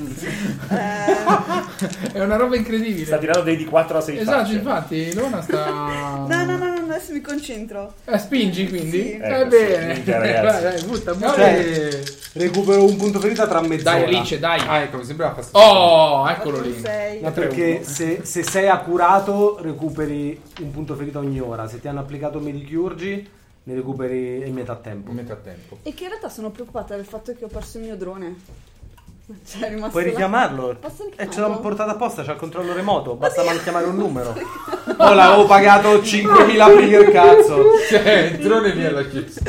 S6: È una roba incredibile.
S3: Sta tirando dei di 4 a 6
S6: esatto, infatti, Lona sta.
S5: No, no, no, no, adesso mi concentro.
S6: Eh, spingi quindi?
S5: Sì.
S6: Va
S3: Ecco,
S6: bene.
S3: spingi, ragazzi.
S6: Vai, vai, butta, butta.
S1: Cioè, recupero un punto ferita tra mezz'ora.
S6: Dai, Alice, dai.
S4: Ah, ecco, mi sembrava passato.
S6: Oh,
S25: Ah,
S6: eccolo lì.
S5: 6.
S1: No, perché se, se sei accurato recuperi un punto ferita ogni ora. Se ti hanno applicato Medichurgi ne recuperi in metà tempo.
S4: Metà tempo.
S5: E che in realtà sono preoccupata del fatto che ho perso il mio drone. Cioè, è rimasto
S1: Puoi
S5: là.
S1: richiamarlo?
S5: Posso
S1: E
S5: richiamarlo?
S1: ce l'ho portata apposta, c'ha il controllo remoto, basta man chiamare un numero. Oh, l'avevo pagato 5.000 per cazzo.
S4: Cioè, il drone mi l'ha chiesto.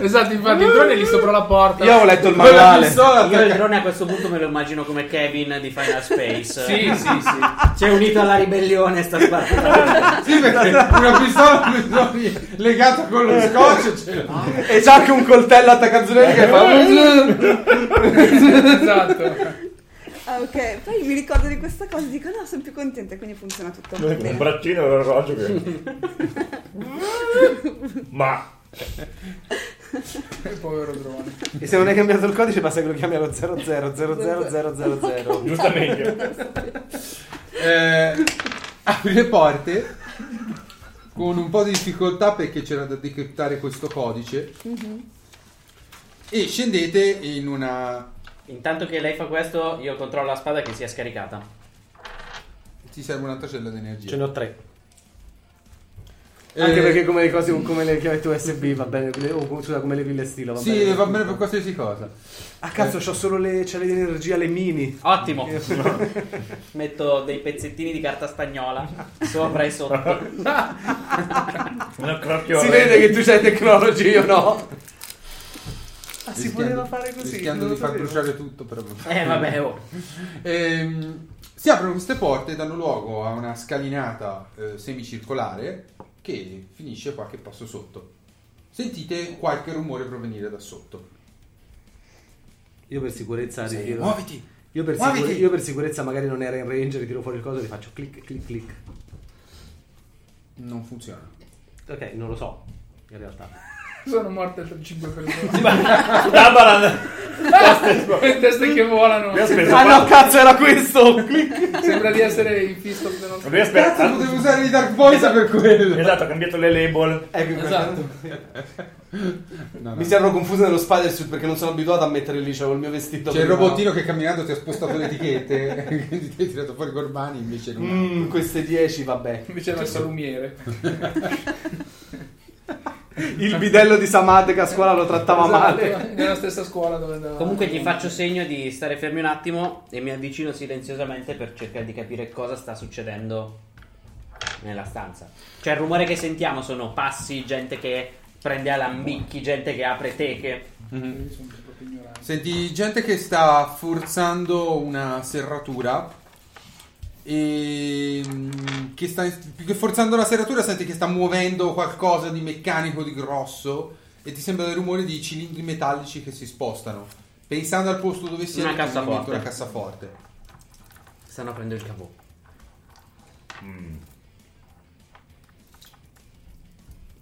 S6: Esatto, infatti, il drone è lì sopra la porta.
S1: Io ho letto il
S4: Con la
S1: manuale.
S4: pistola
S2: Io il
S4: attacca-
S2: drone a questo punto me lo immagino come Kevin di Final Space.
S6: Sì, sì, sì.
S2: C'è unito alla ribellione sta sparando.
S4: Sì, perché una pistola mi sono legata con lo scotch ce l'ho.
S1: E c'ha Esatto. anche un coltello attaccazzurelli che fa...
S6: esatto.
S5: Ah, ok. Poi mi ricordo di questa cosa e dico, no, sono più contenta, quindi funziona tutto.
S3: Un
S5: Bene.
S3: braccino e un orologio che... ma...
S6: Il povero drone.
S1: E se non hai cambiato il codice basta che lo chiami allo 0000000.
S3: Giustamente.
S4: Eh, apri le porte con un po' di difficoltà perché c'era da decriptare questo codice. E scendete in una.
S2: Intanto che lei fa questo, io controllo la spada che sia scaricata.
S4: Ti serve un'altra cella di
S1: Ce
S4: energia.
S1: ne ho tre.
S4: Eh,
S1: Anche perché come le cose, come le chiavette USB va bene, le- o come- scusa, come le pille stilo va
S4: Sì,
S1: bene.
S4: va bene per qualsiasi cosa.
S1: Ah cazzo, c'ho solo le celle di energia, le mini.
S2: Ottimo. Metto dei pezzettini di carta stagnola sopra e sotto.
S3: Una crocchiola.
S1: Si vede che tu c'hai tecnology, io no. Ah, si
S4: Rischiando-
S1: poteva fare così.
S4: Rischiando
S1: non lo
S4: di far
S1: sapevo.
S4: bruciare tutto, però.
S2: Eh vabbè, oh.
S4: Ehm, si aprono queste porte e danno luogo a una scalinata eh, semicircolare che finisce qualche passo sotto. Sentite qualche rumore provenire da sotto.
S1: Io per sicurezza ritiro-
S4: Muoviti!
S1: Io per,
S4: Muoviti!
S1: sicure- io per sicurezza magari non era in range, ritiro fuori il coso e faccio clic clic clic.
S4: Non funziona.
S1: Ok, non lo so. In realtà.
S6: Sono morte 5 persone.
S3: Tabaran!
S6: Teste che volano.
S3: Lui ha
S4: Esatto.
S3: speso
S1: Ah no,
S3: quattro-
S1: cazzo, era questo! Clic.
S6: Sembra di essere in fist of the North.
S3: Lui ha
S4: Cazzo,
S3: speso...
S4: potevo usare i Dark Voice per quello!
S3: ah, Esatto, ha cambiato le label.
S26: Ecco, in quel
S6: Esatto.
S4: No, no.
S26: Mi sembrano confuse nello spider suit perché non sono abituato a mettere lì, c'avevo il mio vestito.
S4: C'è il
S26: prima.
S4: robottino che camminando ti ha spostato le etichette, quindi ti hai tirato fuori Corbani invece non.
S1: Mm,
S6: Cioè,
S26: Mm, queste 10, vabbè.
S6: Esatto, Invece era il salumiere.
S1: il bidello di Samad che a scuola lo trattava male.
S6: Nella stessa scuola dove andava.
S2: Comunque gli faccio segno di stare fermi un attimo e mi avvicino silenziosamente per cercare di capire cosa sta succedendo nella stanza. Cioè il rumore che sentiamo sono passi, gente che prende a lambicchi, gente che apre teche.
S4: Senti gente che sta forzando una serratura e mm, che sta più che forzando la serratura senti che sta muovendo qualcosa di meccanico di grosso e ti sembra il rumore di cilindri metallici che si spostano. Pensando al posto dove siete,
S2: Una
S4: che è
S2: cassaforte.
S4: ovviamente una cassaforte.
S2: Stanno aprendo il cavo.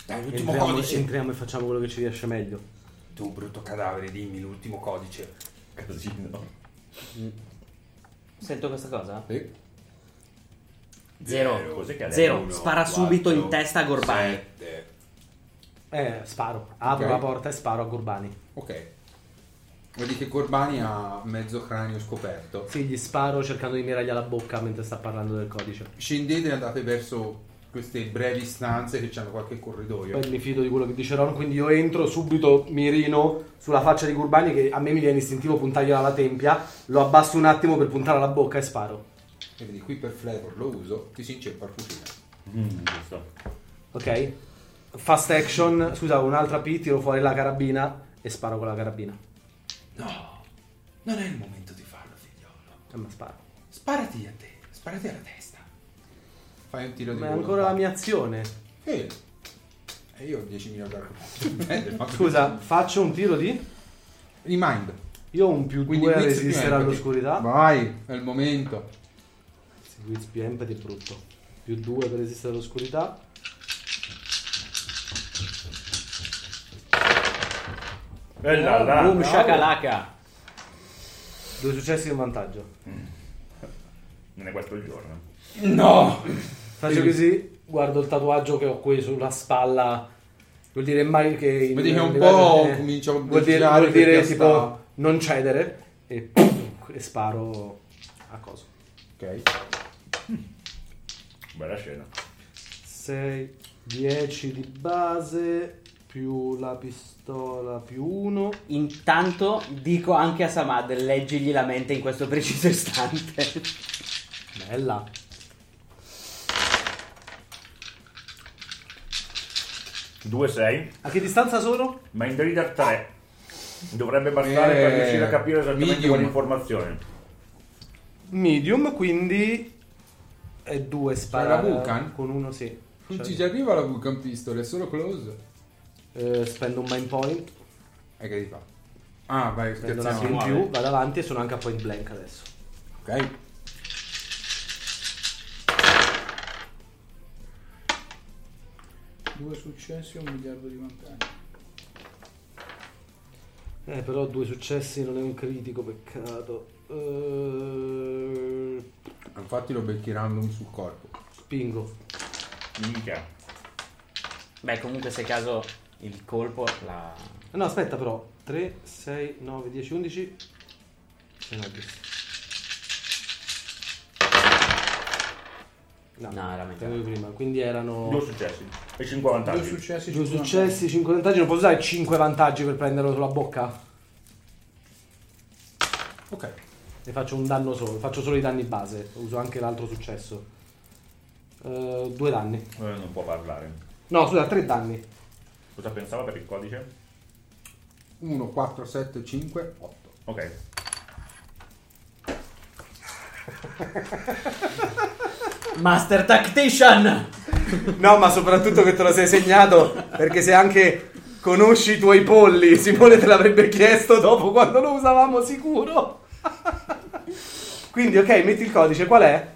S27: Dai, l'ultimo
S1: Entriamo,
S27: codice.
S1: entriamo e facciamo quello che ci riesce meglio.
S27: Tu brutto cadavere, dimmi l'ultimo codice.
S3: Casino.
S2: Sento questa cosa?
S4: Sì.
S2: Zero.
S3: Zero. Cos'è che ha
S2: Zero.
S3: detto?
S1: Uno,
S2: Spara subito in
S1: quattro,
S2: testa a Gorbani.
S1: Eh, sparo. Apro
S4: Ok.
S1: la porta e sparo a Gurbani.
S4: Ok. Vedi che Corbani ha mezzo cranio scoperto.
S1: Sì, gli sparo cercando di miraglia la bocca mentre sta parlando del codice.
S4: Scendete e andate verso queste brevi stanze che hanno qualche corridoio.
S1: Poi mi fido di quello che dice Ron, quindi io entro subito, mirino sulla faccia di Gurbani che a me mi viene istintivo puntargliela alla tempia, lo abbasso un attimo per puntare alla bocca e sparo.
S4: E vedi qui per flavor lo uso, ti si inceppa il fucile.
S3: Mm, giusto.
S1: Ok? Fast action, scusa, un'altra P, tiro fuori la carabina e sparo con la carabina.
S27: No, non è il momento di farlo, figliolo.
S1: E mi sparo.
S27: Sparati a te, sparati alla testa.
S4: Fai un tiro di
S1: Ma è
S4: volo.
S1: ancora la mia azione.
S4: Sì. E io ho 10.000 d'arco.
S1: Scusa, faccio un tiro di...
S4: Remind.
S1: Io ho un più 2 a
S4: Wiz più
S1: resistere
S4: empathy.
S1: all'oscurità.
S4: Vai, è il momento.
S1: Sì, Wiz più empathy è brutto. Più 2 per resistere all'oscurità.
S3: Bella là.
S2: Boom shakalaka.
S1: Due successi e un vantaggio.
S3: Non è questo il giorno.
S27: No!
S1: Faccio così, guardo il tatuaggio che ho qui sulla spalla. Vuol dire mai che in
S4: Vedi che un
S1: livello-
S4: po'
S1: eh,
S4: comincia a
S1: Vuol dire,
S4: girare
S1: vuol dire
S4: perché
S1: tipo
S4: sta-
S1: non cedere e, e sparo a coso.
S4: Ok.
S3: Bella scena.
S1: 6 10 di base più la pistola più 1.
S2: Intanto dico anche a Samad, leggigli la mente in questo preciso istante.
S1: Bella.
S3: Due, sei.
S1: A che distanza sono?
S3: Mind Reader 3 dovrebbe bastare per
S4: Eh,
S3: riuscire a capire esattamente
S4: medium.
S3: quale informazione.
S1: Medium, quindi è 2
S4: la
S1: spara
S4: Vulcan?
S1: con uno sì.
S4: Non
S1: Cioè,
S4: ci arriva la Vulcan Pistol, è solo close.
S1: eh, spendo un mind point.
S4: E che ti fa? Ah, vai,
S1: Prendo una
S4: scherziamo.
S1: in più, vado avanti e sono anche a point blank adesso.
S4: Ok.
S6: Due successi e un miliardo di vantaggi.
S1: Eh, però due successi non è un critico, peccato. Eh,
S4: Infatti lo becchi random sul corpo.
S1: spingo.
S3: Minchia.
S2: Beh, comunque se caso il colpo la...
S1: Eh, No, aspetta però. 3, 6, 9, 10, 11. Se no, 10. No,
S2: No, era metà.
S1: erano prima, quindi erano
S3: Due successi e 5
S6: Due
S3: vantaggi.
S6: successi.
S1: due
S6: cinque
S1: successi, 5 vantaggi. Non posso usare 5 vantaggi per prenderlo sulla bocca?
S4: Ok.
S1: Ne faccio un danno solo, faccio solo i danni base. Uso anche l'altro successo. Eh, due danni.
S3: Eh, non può parlare.
S1: No, scusa, tre danni.
S3: Cosa pensava per il codice?
S4: 1, 4, 7, 5, 8.
S3: Ok.
S2: Master Tactician!
S1: No, ma soprattutto che te lo sei segnato perché se anche conosci i tuoi polli, Simone te l'avrebbe chiesto dopo quando lo usavamo sicuro. Quindi, ok, metti il codice, qual è?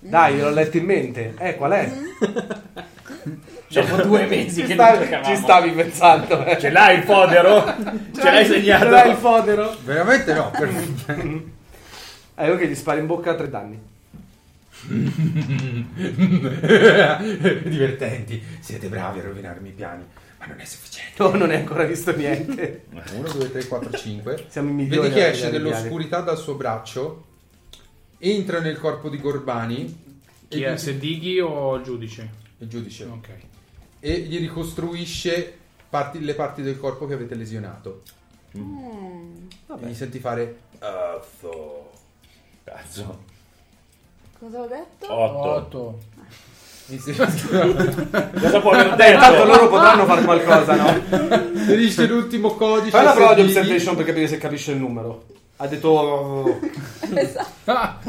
S1: Dai, l'ho letto in mente. Eh, qual è?
S2: Dopo due mesi
S1: Ci
S2: che non
S1: stavi,
S2: giocavamo.
S1: ci stavi pensando. eh.
S3: Ce l'hai il fodero? Ce l'hai segnato?
S1: Ce l'hai il fodero?
S4: Veramente no, per-
S1: Eh, ok, gli spari in bocca tre danni.
S27: Divertenti, siete bravi a rovinarmi i piani, ma non è sufficiente.
S1: No, non hai ancora visto niente.
S4: 1, 2, 3, 4, 5.
S1: Siamo i migliori.
S4: Vedi che
S1: a
S4: esce
S1: tagliare i piani.
S4: dall'oscurità dal suo braccio, entra nel corpo di Gorbani
S28: Chi
S4: e
S28: è? Se Dighi o il giudice?
S4: il giudice.
S28: Ok.
S4: e gli ricostruisce parti- le parti del corpo che avete lesionato.
S5: Mm,
S4: E gli senti fare
S3: Cazzo. Cazzo.
S5: cosa ho detto?
S3: Otto.
S4: gli
S3: Cosa può aver
S1: Beh,
S3: detto?
S1: intanto loro potranno fare qualcosa, no?
S4: Finisce l'ultimo codice.
S1: Fai una prova di
S4: se digli-
S1: observation per capire se capisce il numero. Ha detto. oh,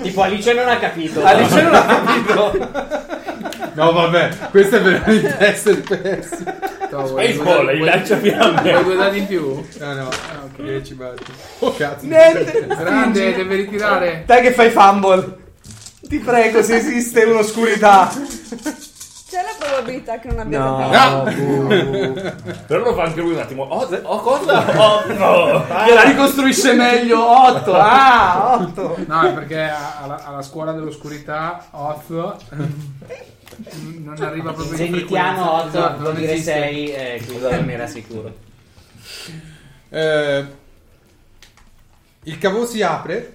S2: Tipo Alice non ha capito.
S1: Alice non ha capito.
S4: No, vabbè, questo è veramente essere pessimo.
S3: Ehi, colla, il lanciafiamme.
S6: Vuoi due dadi in più?
S4: Ah, No, no, ok, ci batti. Oh, cazzo.
S6: Grande, deve ritirare.
S1: Dai, che fai fumble. Ti prego, se esiste un'oscurità.
S5: C'è la probabilità che non abbiate
S1: No.
S5: capito.
S4: Ah!
S3: Però lo fa anche lui un attimo. Oh, se- oh, cosa? Otto.
S1: Gliela ricostruisce meglio. 8. Ah, 8.
S6: No, è perché a- alla, alla scuola dell'oscurità, Oz non arriva proprio
S2: In
S6: in
S2: genitiano
S6: frequenza.
S2: 8
S6: Esatto,
S2: vuol
S6: non
S2: dire
S6: esiste.
S2: 6, eh, quindi non era sicuro.
S4: Eh, il cavo si apre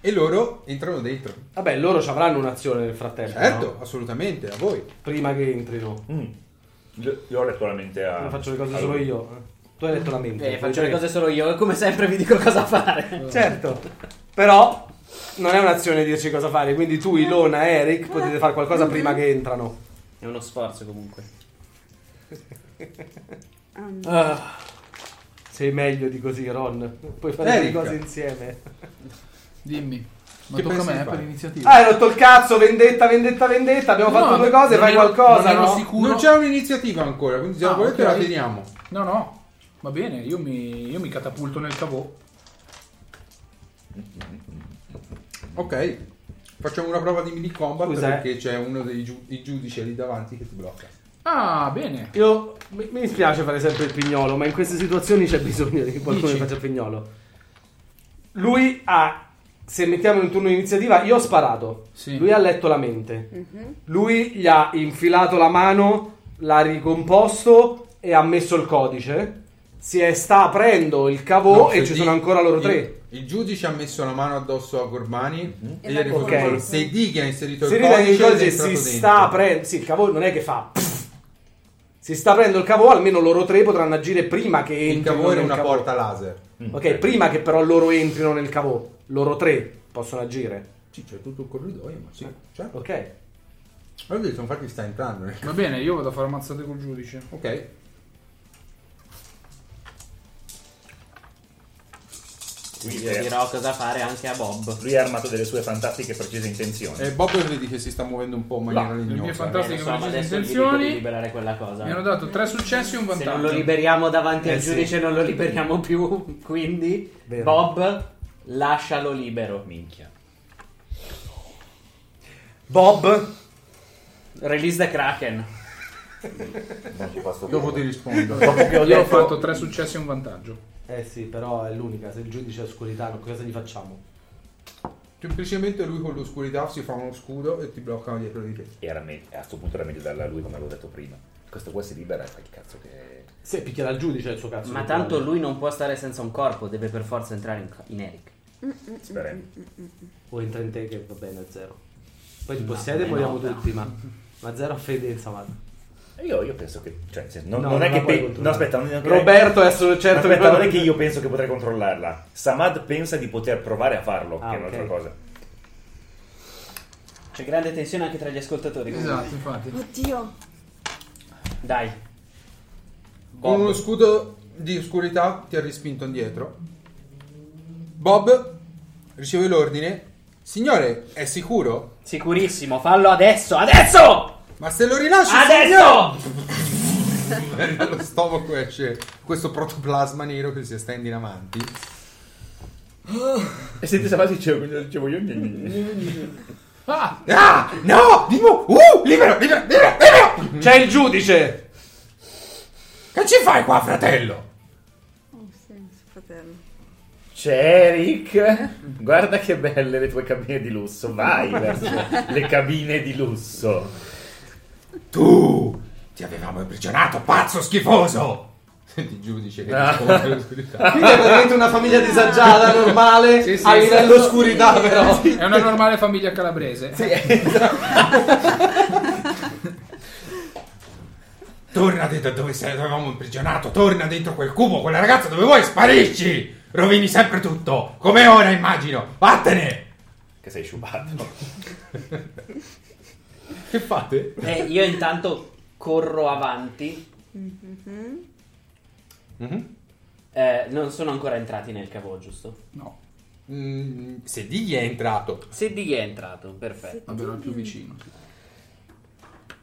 S4: e loro entrano dentro.
S29: Vabbè, loro ci avranno un'azione nel frattempo.
S4: Certo,
S29: no?
S4: assolutamente, a voi.
S29: Prima che entrino.
S3: Mm. Io io ho letto la mente a...
S29: Non faccio le cose
S3: a
S29: solo
S3: lui.
S29: io. eh. Tu hai letto la mente.
S2: Eh, faccio le cose solo io e come sempre vi dico cosa fare.
S29: Certo.
S1: Però non è un'azione dirci cosa fare, quindi tu, Ilona e Eric potete fare qualcosa prima che entrano.
S2: È uno sforzo comunque.
S25: Ah.
S29: Ah, Sei meglio di così, Ron. Puoi fare le
S4: Eric.
S29: cose insieme.
S6: Dimmi, ma
S4: Che
S6: tocca a
S4: pensi di
S6: me
S4: fare?
S6: per l'iniziativa.
S1: Ah, hai rotto il cazzo, vendetta, vendetta, vendetta. Abbiamo
S6: No,
S1: fatto due
S6: non
S1: cose, fai
S6: ero-
S1: qualcosa,
S6: non ero
S1: no?
S6: sicuro.
S4: Non c'è un'iniziativa ancora, quindi se la
S6: Ah,
S4: volete
S6: ok.
S4: la teniamo.
S6: No, no, va bene, io mi, io mi catapulto nel cavò.
S4: Ok, facciamo una prova di mini combat
S29: Scusa,
S4: perché c'è uno dei giu- i giudici lì davanti che ti blocca.
S6: Ah, bene.
S29: Io mi, mi dispiace fare sempre il pignolo, ma in queste situazioni c'è bisogno che qualcuno
S6: Dici?
S29: mi faccia il pignolo.
S1: Lui ha. Se mettiamo in turno iniziativa, io ho sparato.
S6: Sì.
S1: Lui ha letto la mente. Lui gli ha infilato la mano, l'ha ricomposto e ha messo il codice. Si è, sta aprendo il cavò
S4: No,
S1: e
S4: se
S1: ci
S4: di-
S1: sono ancora loro
S4: il-
S1: tre.
S4: Il, giudice ha messo la mano addosso a Gorbani Mhm. e gli ha
S5: E la
S4: ricordato
S1: Ok.
S4: se Dighi ha inserito
S1: Si
S4: il
S1: ride
S4: codice,
S1: che il
S4: ed è
S1: codice
S4: entrato
S1: si
S4: dentro.
S1: sta aprendo. Sì, il cavò non è che fa. Si sta aprendo il cavò, almeno loro tre potranno agire prima che
S4: Il
S1: entrino.
S4: cavo era
S1: nel
S4: una
S1: cavò.
S4: porta laser.
S6: Mm,
S1: Ok, prima che però loro entrino nel cavò. Loro tre possono agire.
S4: Sì, c'è tutto il corridoio, ma sì, certo.
S1: Ok.
S4: Ho detto, infatti sta entrando.
S6: Va bene, io vado a fare ammazzate col giudice.
S4: Ok.
S3: Quindi
S2: Io
S3: è-
S2: dirò cosa fare anche a Bob.
S3: Lui è armato delle sue fantastiche e precise intenzioni.
S4: E Bob vedi che si sta muovendo un po' in maniera eh.
S6: Le mie
S4: legnosa.
S2: Vabbè,
S6: fantastiche
S2: Eh, lo so, ma adesso
S6: precise
S2: gli dico di
S6: intenzioni
S2: liberare quella cosa.
S6: mi hanno dato tre successi e un
S2: Se non lo
S6: vantaggio.
S2: liberiamo davanti al
S1: Eh, sì.
S2: giudice non lo liberiamo più, quindi
S1: Vero.
S2: Bob lascialo libero.
S3: Minchia.
S1: Bob.
S2: Release the Kraken.
S3: Eh, Non ci posso
S4: Dopo ti
S3: credere.
S4: rispondo.
S6: Io ho fatto tre successi e un vantaggio.
S29: Eh sì, però è l'unica. Se il giudice è oscurità, cosa gli facciamo?
S4: Semplicemente lui con l'oscurità si fa uno scudo e ti bloccano dietro di te.
S3: Era me- a questo punto era meglio darla a lui, come avevo detto prima. Questo qua si libera e fa il cazzo che...
S29: Se picchierà il giudice è il suo cazzo.
S2: Ma
S29: di
S2: tanto
S29: cuore.
S2: lui non può stare senza un corpo, deve per forza entrare in, in Eric.
S3: Speriamo.
S29: O entra in te che va bene, zero. Poi ti possiede e
S2: no,
S29: moriamo
S2: no.
S29: tutti, ma... Ma zero a fedezza, ma...
S3: E Io, io penso che... Cioè, nel senso, non,
S29: No,
S3: non è
S29: non la
S3: che...
S29: puoi
S3: pe- no,
S29: controllare.
S3: aspetta, non è
S1: Roberto è solo certo
S3: aspetta,
S1: che
S3: non è che io penso che potrei controllarla. Samad pensa di poter provare a farlo,
S29: Ah,
S3: che è un'altra
S29: ok.
S3: cosa.
S2: C'è grande tensione anche tra gli ascoltatori. comunque.
S6: Esatto, infatti.
S5: Oddio.
S2: Dai.
S4: Con uno
S2: Bob.
S4: scudo di oscurità ti ha respinto indietro. Bob riceve l'ordine. Signore, è sicuro?
S2: Sicurissimo, fallo adesso, adesso!
S4: Ma se lo rilasci,
S2: Adesso!
S4: signore! Dallo stomaco esce questo protoplasma nero che si estende in avanti.
S3: E senti Samad dicevo, dicevo io... gni, gni, gni.
S6: Ah!
S4: Ah! No! Dimo! Uh! Libero, libero, libero, libero!
S1: C'è il giudice.
S4: Che ci fai qua, fratello?
S5: Oh, sì, fratello.
S3: C'è Eric! Guarda che belle le tue cabine di lusso. Vai verso le cabine di lusso.
S4: Tu! Ti avevamo imprigionato, pazzo schifoso! Senti il giudice che
S2: Ah.
S4: risponde all'oscurità.
S1: Quindi è veramente una famiglia disagiata, normale,
S6: Sì, sì,
S1: a
S6: sì.
S1: livello oscurità però.
S6: È una normale famiglia calabrese.
S30: Torna dentro dove sei, dove avevamo imprigionato, torna dentro quel cubo, quella ragazza dove vuoi, sparisci! Rovini sempre tutto, come ora immagino, vattene!
S3: Che sei sciubato.
S29: Che fate?
S2: Eh, io intanto corro avanti.
S5: Mhm.
S30: Mm-hmm.
S2: Eh, non sono ancora entrati nel cavo, giusto?
S6: No.
S29: Mm, se digli è entrato.
S2: Se di chi è entrato, perfetto.
S6: Vabbè, era più vicino.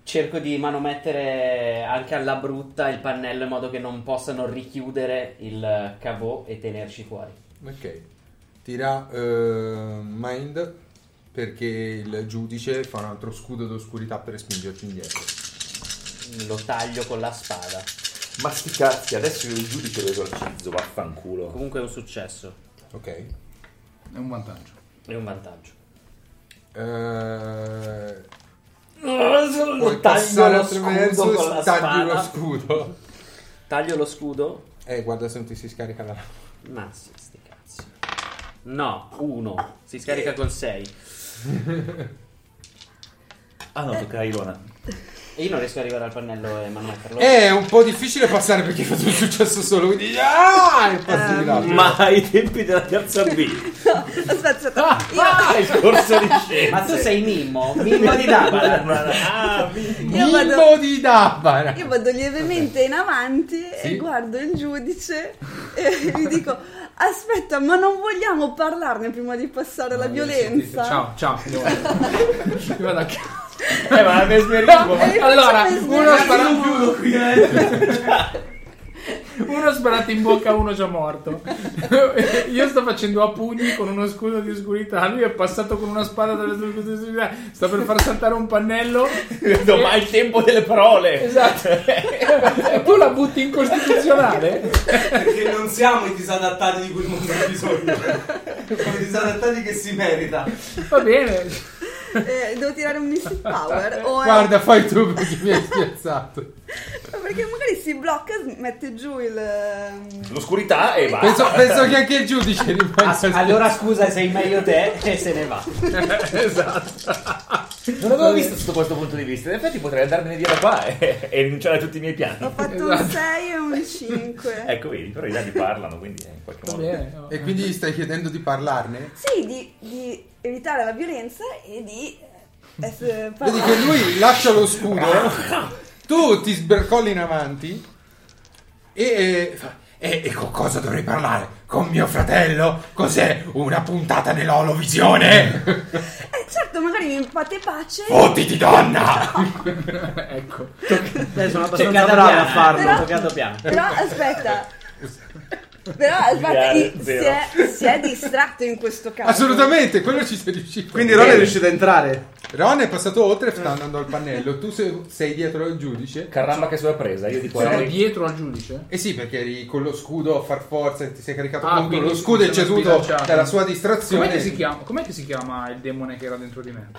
S2: Cerco di manomettere anche alla brutta il pannello in modo che non possano richiudere il cavo e tenerci fuori.
S4: Ok. Tira eh, mind perché il giudice fa un altro scudo d'oscurità per spingerti indietro.
S2: Lo taglio con la spada.
S3: Ma sti cazzi, adesso il giudice lo esorcizzo, vaffanculo.
S2: Comunque è un successo,
S4: Ok.
S6: È un vantaggio.
S2: è un vantaggio.
S4: Eh,
S2: Lo
S4: puoi
S2: taglio
S4: passare
S2: lo scudo
S4: attraverso
S2: con la
S4: e tagli lo
S2: spada.
S4: scudo.
S2: Taglio lo scudo.
S4: Eh, guarda se non ti si scarica la...
S2: Ma sì, sti cazzi. No, uno. Si scarica con 6.
S3: Ah no, tocca a Ilona.
S2: E io non riesco ad arrivare al pannello e manometterlo.
S4: Eh, è un po' difficile passare perché hai fatto un successo solo, quindi... Ah! È
S5: Eh,
S4: passato
S3: Ma ai Ah, tempi della terza B,
S5: Aspetta, aspetta. Io,
S3: il corso di scienza.
S2: Ma tu sei Mimmo, Mimmo di Dabala.
S3: Ah.
S5: io vado,
S4: ah, Mimmo di Dabbara!
S5: io vado lievemente in avanti e guardo il giudice e gli dico: Aspetta, ma non vogliamo parlarne prima di passare alla violenza?
S7: Ciao, ciao. Io vado- io vado a casa.
S3: Eh, ma la mesmerismo.
S5: E gli faccio
S6: Allora,
S5: pensare-
S6: uno sparato Uno sparato in bocca, uno già morto. Io sto facendo a pugni con uno scudo di oscurità. Lui è passato con una spada dalla scudo di oscurità. Sta per far saltare un pannello.
S3: No, ma il tempo delle parole.
S6: Esatto. E tu la butti in costituzionale?
S8: Perché non siamo i disadattati di cui il mondo ha bisogno. Sono i disadattati che si merita.
S6: Va bene.
S5: eh, devo tirare un Mystic Power. O è-
S4: Guarda, fai tu perché mi hai spiazzato.
S5: Ma Perché magari si blocca, mette giù il. ehm,
S3: L'oscurità e va.
S4: Penso, penso che anche il giudice rimanga...
S2: Allora Ah, scusa, sei meglio te e se ne va.
S3: Non avevo visto sotto questo punto di vista. In effetti potrei andarmene via da qua e, e rinunciare a tutti i miei
S5: Ho
S3: piani.
S5: fatto un 6 e un 5.
S3: Ecco, vedi, però i dadi parlano, quindi eh, in qualche
S6: Va
S3: modo.
S6: bene.
S4: E quindi gli stai chiedendo di parlarne?
S5: Sì, di, di evitare la violenza e di. eh, essere-
S4: Vedi che lui lascia lo scudo, tu ti sbercolli in avanti e... eh, fa-
S30: E, e con cosa dovrei parlare? Con mio fratello? Cos'è? Una puntata nell'olovisione?
S5: Eh, certo, magari mi fate pace.
S4: Oh,
S30: Fottiti donna!
S6: Ecco.
S1: Eh, sono abbastanza
S2: Toccato
S1: bravo a
S2: piano,
S1: farlo.
S5: Però-
S2: Toccato piano.
S5: Però aspetta. Però aspetta,
S3: Miliardi,
S5: i- si
S3: zero.
S5: è, si è distratto in questo caso.
S4: Assolutamente, quello ci sei riuscito.
S1: Quindi Ron è riuscito a entrare.
S4: Ron è passato oltre e
S3: Mm.
S4: sta andando al pannello, tu sei, sei dietro al giudice.
S3: Caramba che sorpresa, io dico
S6: Sono
S3: eh,
S6: dietro al giudice.
S4: E sì, perché eri con lo scudo a far forza e ti sei caricato
S6: Ah,
S4: contro
S6: quindi
S4: lo scudo e
S6: mi sono
S4: ceduto
S6: sbilanciato.
S4: dalla sua
S6: Com'è
S4: distrazione.
S6: che, si chiama, com'è che si chiama il demone che era dentro di me?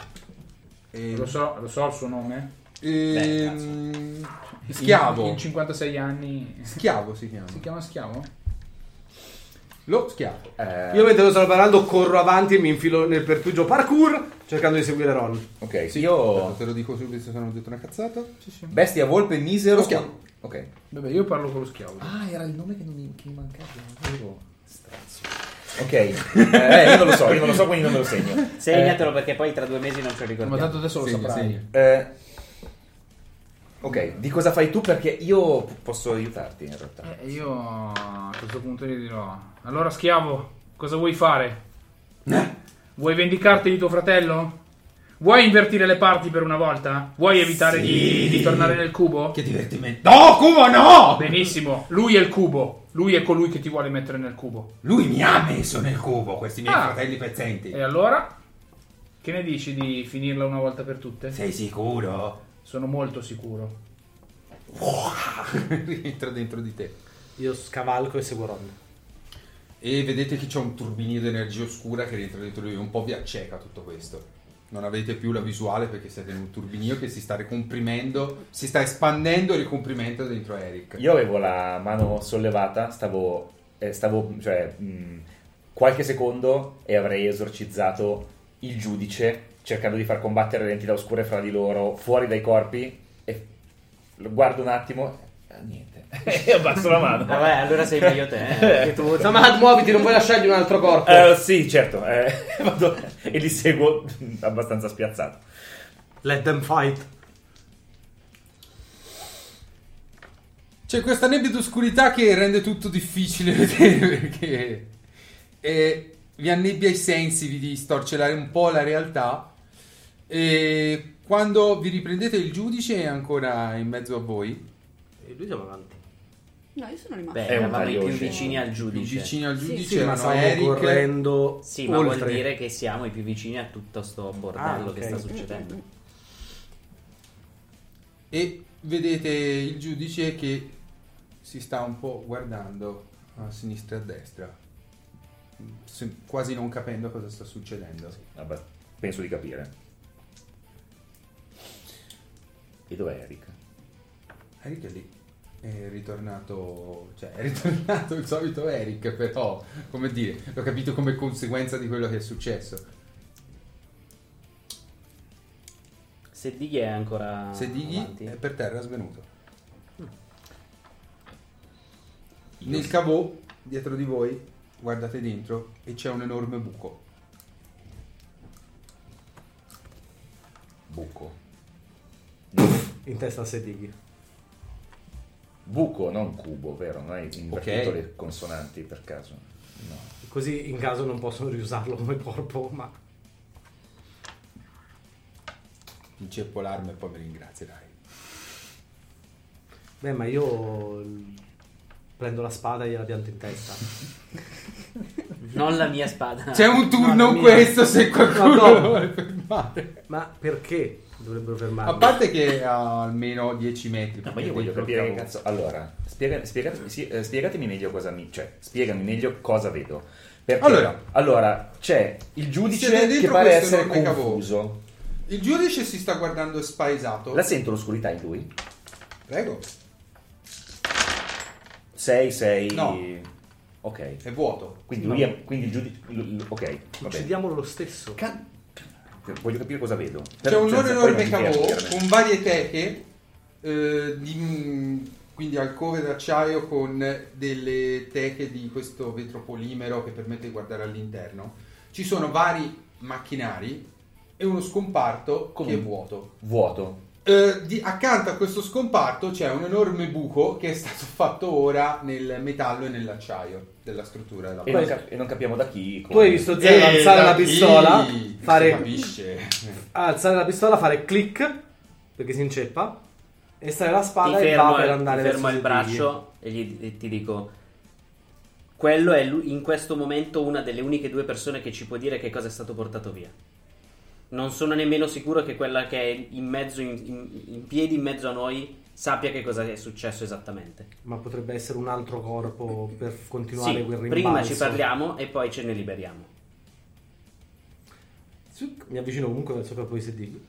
S4: E- Eh,
S6: Lo so, lo so il suo nome.
S4: ehm,
S6: In,
S4: schiavo.
S6: in 56 anni.
S4: Schiavo si chiama.
S6: Si chiama schiavo?
S4: Lo schiavo.
S3: Eh,
S1: Io mentre lo sto parlando corro avanti e mi infilo nel pertugio parkour cercando di seguire Ron.
S3: Ok,
S4: Sì, aspetta,
S3: io
S4: te lo dico subito se non ho detto una cazzata.
S6: Sì, sì.
S3: bestia volpe misero.
S4: Lo schiamo.
S3: Ok.
S6: Vabbè, io parlo con lo schiavo.
S3: Ah, era il nome che non mi, che mi mancava. Avevo. Strazzo. Ok, eh, io non lo so, io non lo so, quindi non me lo segno.
S2: Segnatelo perché poi tra due mesi non ce lo
S6: Ma
S2: ricordiamo.
S6: tanto adesso lo
S4: Segna,
S6: saprai.
S4: segna.
S3: Eh, ok, di cosa fai tu? Perché io posso aiutarti in realtà.
S6: Eh, io a questo punto gli dirò: Allora, schiavo, cosa vuoi fare? Vuoi vendicarti di tuo fratello? Vuoi invertire le parti per una volta? Vuoi evitare di, di tornare nel cubo?
S30: Che divertimento! No, Cubo, no!
S6: Benissimo, lui è il cubo. Lui è colui che ti vuole mettere nel cubo.
S30: Lui mi ha messo nel cubo, questi miei
S6: Ah.
S30: fratelli pezzenti.
S6: E allora? Che ne dici di finirla una volta per tutte?
S30: Sei sicuro?
S6: Sono molto sicuro.
S4: Ah, Rientra dentro di te.
S29: Io scavalco e seguo Ron.
S4: E vedete che c'è un turbinio di energia oscura che rientra dentro di lui, un po' vi acceca tutto questo. Non avete più la visuale perché siete in un turbinio che si sta ricomprimendo, si sta espandendo e ricomprimendo dentro Eric.
S3: Io avevo la mano sollevata, stavo, eh, stavo cioè, mh, qualche secondo e avrei esorcizzato il giudice cercando di far combattere le entità oscure fra di loro, fuori dai corpi e Lo guardo un attimo, eh, niente. E abbasso la mano.
S2: Vabbè, allora sei meglio te. eh.
S31: Ma muoviti, non puoi lasciargli un altro corpo.
S3: Eh, sì, certo. eh, vado- e li seguo mm, abbastanza spiazzato.
S1: Let them fight.
S4: C'è questa nebbia d'oscurità Ah, che rende tutto difficile vedere perché eh, vi annebbia i sensi, vi distorce la- un po' la realtà. E quando vi riprendete il giudice è ancora in mezzo a voi.
S1: E lui siamo avanti.
S5: No, io sono rimasta.
S2: Beh,
S3: È un
S2: eravamo i più
S3: tagliosceno.
S2: vicini al
S4: Più
S2: giudice.
S4: vicino al giudice,
S1: sì, ma
S4: ma
S1: stavamo
S4: Eric.
S1: correndo
S2: Sì, ma vuol
S1: oltre.
S2: dire che siamo i più vicini a tutto sto bordello
S1: Ah, ok.
S2: che sta
S5: Mm,
S2: succedendo.
S4: E vedete il giudice che si sta un po' guardando a sinistra e a destra, se- quasi non capendo cosa sta succedendo.
S3: Vabbè, penso di capire. E dov'è Eric?
S4: Eric è lì. È ritornato, cioè è ritornato il solito Eric, però, come dire, l'ho capito come conseguenza di quello che è successo.
S2: Se Dighi è ancora
S4: Se dighi
S2: Ah, avanti.
S4: è per terra svenuto. Nel cavò, dietro di voi, guardate dentro e c'è un enorme buco.
S3: Buco.
S1: In testa a Sedighi.
S3: Buco, non cubo, vero? Non hai invertito
S4: Ok.
S3: le consonanti per caso. No.
S1: Così in caso non possono riusarlo come corpo, ma
S4: Inceppo l'arma e poi mi ringrazierai.
S1: Beh, ma io prendo la spada e gliela pianto in testa.
S2: Non la mia spada.
S4: C'è un turno
S1: Mamma mia.
S4: questo se qualcuno
S1: Ma no.
S4: lo vuole fermare.
S1: Ma perché dovrebbero fermarmi?
S4: A parte che ha almeno 10 metri.
S3: No, ma io voglio capire che cazzo. Allora, spiega- spiegate- sì, eh, spiegatemi meglio cosa mi. cioè, spiegami meglio cosa vedo. Perché,
S4: Allora.
S3: allora, c'è il
S4: Siete
S3: giudice che
S4: dentro
S3: pare
S4: questo
S3: essere
S4: enorme cavò.
S3: confuso.
S4: Il giudice si sta guardando spaesato.
S3: La sento l'oscurità in lui?
S4: Prego.
S3: 6, 6.
S4: No.
S3: Ok.
S4: È vuoto.
S3: Quindi lui è. Quindi il giudice. l- l- Ok, va bene.
S1: Uccidiamolo lo stesso.
S3: Voglio capire cosa vedo.
S4: C'è un loro enorme cavò
S3: cavolo
S4: con varie teche, eh, di- quindi alcove d'acciaio con delle teche di questo vetro polimero che permette di guardare all'interno. Ci sono vari macchinari e uno scomparto che è vuoto.
S3: Vuoto.
S4: Eh, di- accanto a questo scomparto c'è un enorme buco che è stato fatto ora nel metallo e nell'acciaio della struttura della
S3: E non, cap- e non capiamo da chi.
S1: Tu hai
S3: come-
S1: visto
S4: Eh,
S1: Zero alzare la pistola, fare,
S4: capisce.
S1: alzare la pistola, fare click, perché si inceppa, e stare la
S2: Ti
S1: spada e va
S2: fermo,
S1: per andare
S2: ti fermo
S1: verso
S2: il
S1: Sedighi.
S2: braccio e, gli- e ti dico... Quello è lu- in questo momento una delle uniche due persone che ci può dire che cosa è stato portato via. Non sono nemmeno sicuro che quella che è in mezzo, in, in- in piedi in mezzo a noi, sappia che cosa è successo esattamente.
S1: Ma potrebbe essere un altro corpo per continuare
S2: Sì,
S1: quel rimbalzo.
S2: prima ci parliamo e poi ce ne liberiamo.
S1: Zuc, Mi avvicino comunque verso il corpo di Sedighi.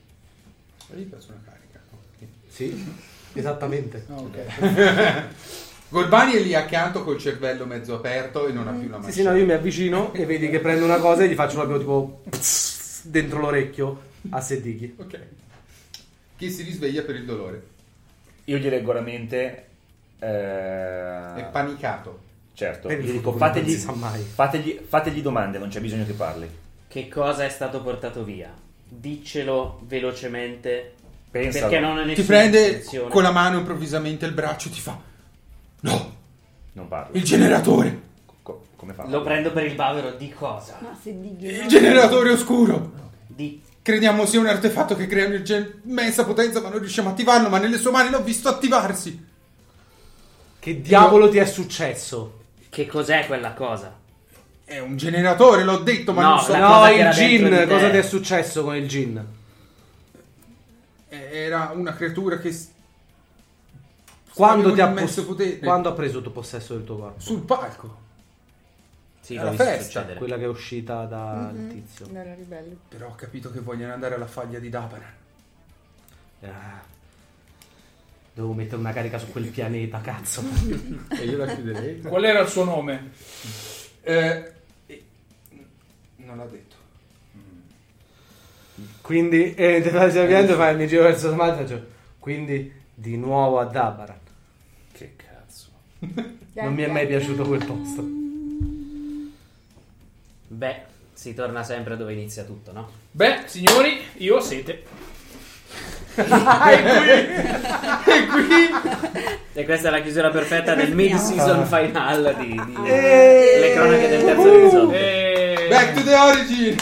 S4: Gli faccio una carica. ok.
S1: Sì, esattamente.
S4: Gorbani è lì accanto col cervello mezzo aperto e non ha più la
S1: Sì,
S4: mano.
S1: sì, no, io mi avvicino e vedi che prendo una cosa e gli faccio proprio tipo pss, dentro l'orecchio a Sedighi.
S4: Ok. Che si risveglia per il dolore.
S3: Io gli leggo la mente. eh,
S4: È panicato.
S3: Certo,
S1: Per il
S3: gli dico,
S1: futuro,
S3: fategli,
S1: non si sa mai.
S3: fategli- fategli domande, non c'è bisogno che parli.
S2: Che cosa è stato portato via? Diccelo velocemente.
S3: Pensalo.
S2: Perché non è nessuna
S4: Ti prende
S2: intenzione.
S4: con la mano improvvisamente il braccio e ti fa... No,
S3: Non parli.
S4: il generatore!
S3: Co- come fa?
S2: Lo prendo per il bavero di cosa?
S5: Ma se dighi.
S4: Il generatore oscuro!
S2: Di
S4: Crediamo sia un artefatto che crea un'immensa potenza ma non riusciamo a attivarlo, ma nelle sue mani l'ho visto attivarsi!
S1: Che diavolo ti è successo?
S2: che cos'è quella cosa?
S4: È un generatore, l'ho detto, ma
S2: No,
S4: non so...
S2: La
S1: No,
S2: cosa che
S1: il
S2: era dentro di
S1: gin,
S2: te.
S1: cosa ti è successo con il gin?
S4: Era una creatura che... s-
S1: Quando
S4: Avevo
S1: ti ha,
S4: immenso
S1: pos-
S4: potere.
S1: quando ha preso tu possesso del tuo corpo?
S4: Sul palco!
S2: Sì,
S4: È
S2: l'ho
S4: la
S2: visto
S4: festa,
S2: succedere.
S1: Quella che è uscita dal
S5: Mhm.
S1: tizio.
S5: Mm-hmm. Era ribello.
S4: Però ho capito che vogliono andare alla faglia di Daparan.
S1: Ah. Devo mettere una carica su quel pianeta, cazzo.
S4: E io la chiuderei.
S6: Qual era il suo nome?
S4: Eh, eh, non l'ha detto.
S1: Quindi, eh, te la stai piangendo, fai- mi giro verso la faccio. Quindi,
S32: di nuovo a Dabaran.
S33: Che cazzo.
S32: non mi è mai piaciuto quel posto.
S2: Beh, si torna sempre dove inizia tutto, no?
S34: Beh, signori, io ho sete.
S2: E questa è la chiusura perfetta del mid-season final di, di-
S35: Eh.
S2: Le cronache del terzo
S35: Uhu.
S2: episodio.
S6: Uhuh. Eh, ah,
S4: Back to the origin!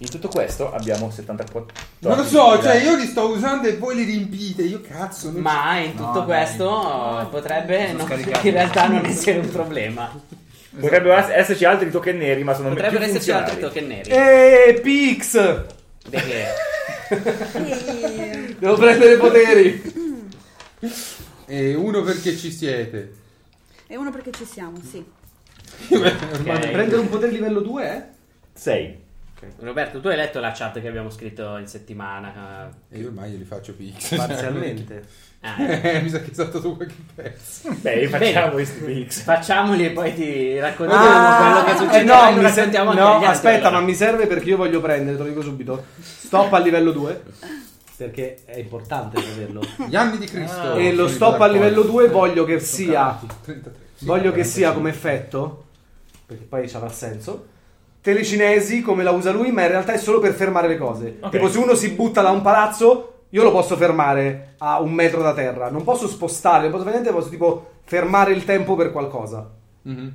S3: In tutto questo abbiamo 74.
S4: Non lo so, cioè io li sto usando e voi li riempite, io cazzo. Non
S2: Ma in tutto questo potrebbe non- in realtà non essere un problema.
S3: Potrebbero ess- esserci altri token neri, ma sono
S2: Potrebbero
S3: più
S2: esserci altri
S3: funzionali.
S2: token neri.
S1: E Eh, Pix!
S2: Perché
S1: Devo prendere i poteri.
S4: E Eh, uno perché ci siete.
S5: E uno perché ci siamo, sì.
S1: Prendere un potere livello 2, eh?
S3: 6.
S2: Roberto, tu hai letto la chat che abbiamo scritto in settimana?
S4: E io ormai glieli faccio pix.
S1: Parzialmente.
S2: Ah,
S4: Eh, mi sa che è stato tu qualche pezzo.
S3: Beh, facciamo questi mix.
S2: Facciamoli e poi ti raccontiamo quello che
S1: eh
S2: succede.
S1: no, mi ser- no, aspetta, ma
S2: ma
S1: mi serve perché io voglio prendere, te lo dico subito. Stop al livello 2.
S32: Perché è importante saperlo.
S4: Gli anni di Cristo.
S1: Ah. e lo stop al livello 2 voglio che sia. voglio che sia come effetto. Perché poi ci avrà senso. Telecinesi come la usa lui, ma in realtà è solo per fermare le cose. Tipo, se uno si butta da un palazzo, io lo posso fermare a un metro da terra. Non posso spostare, non posso fare niente, posso tipo fermare il tempo per qualcosa.
S4: Mhm.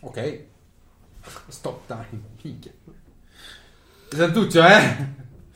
S4: Ok. Stop time. Minchia. Santuccio, eh?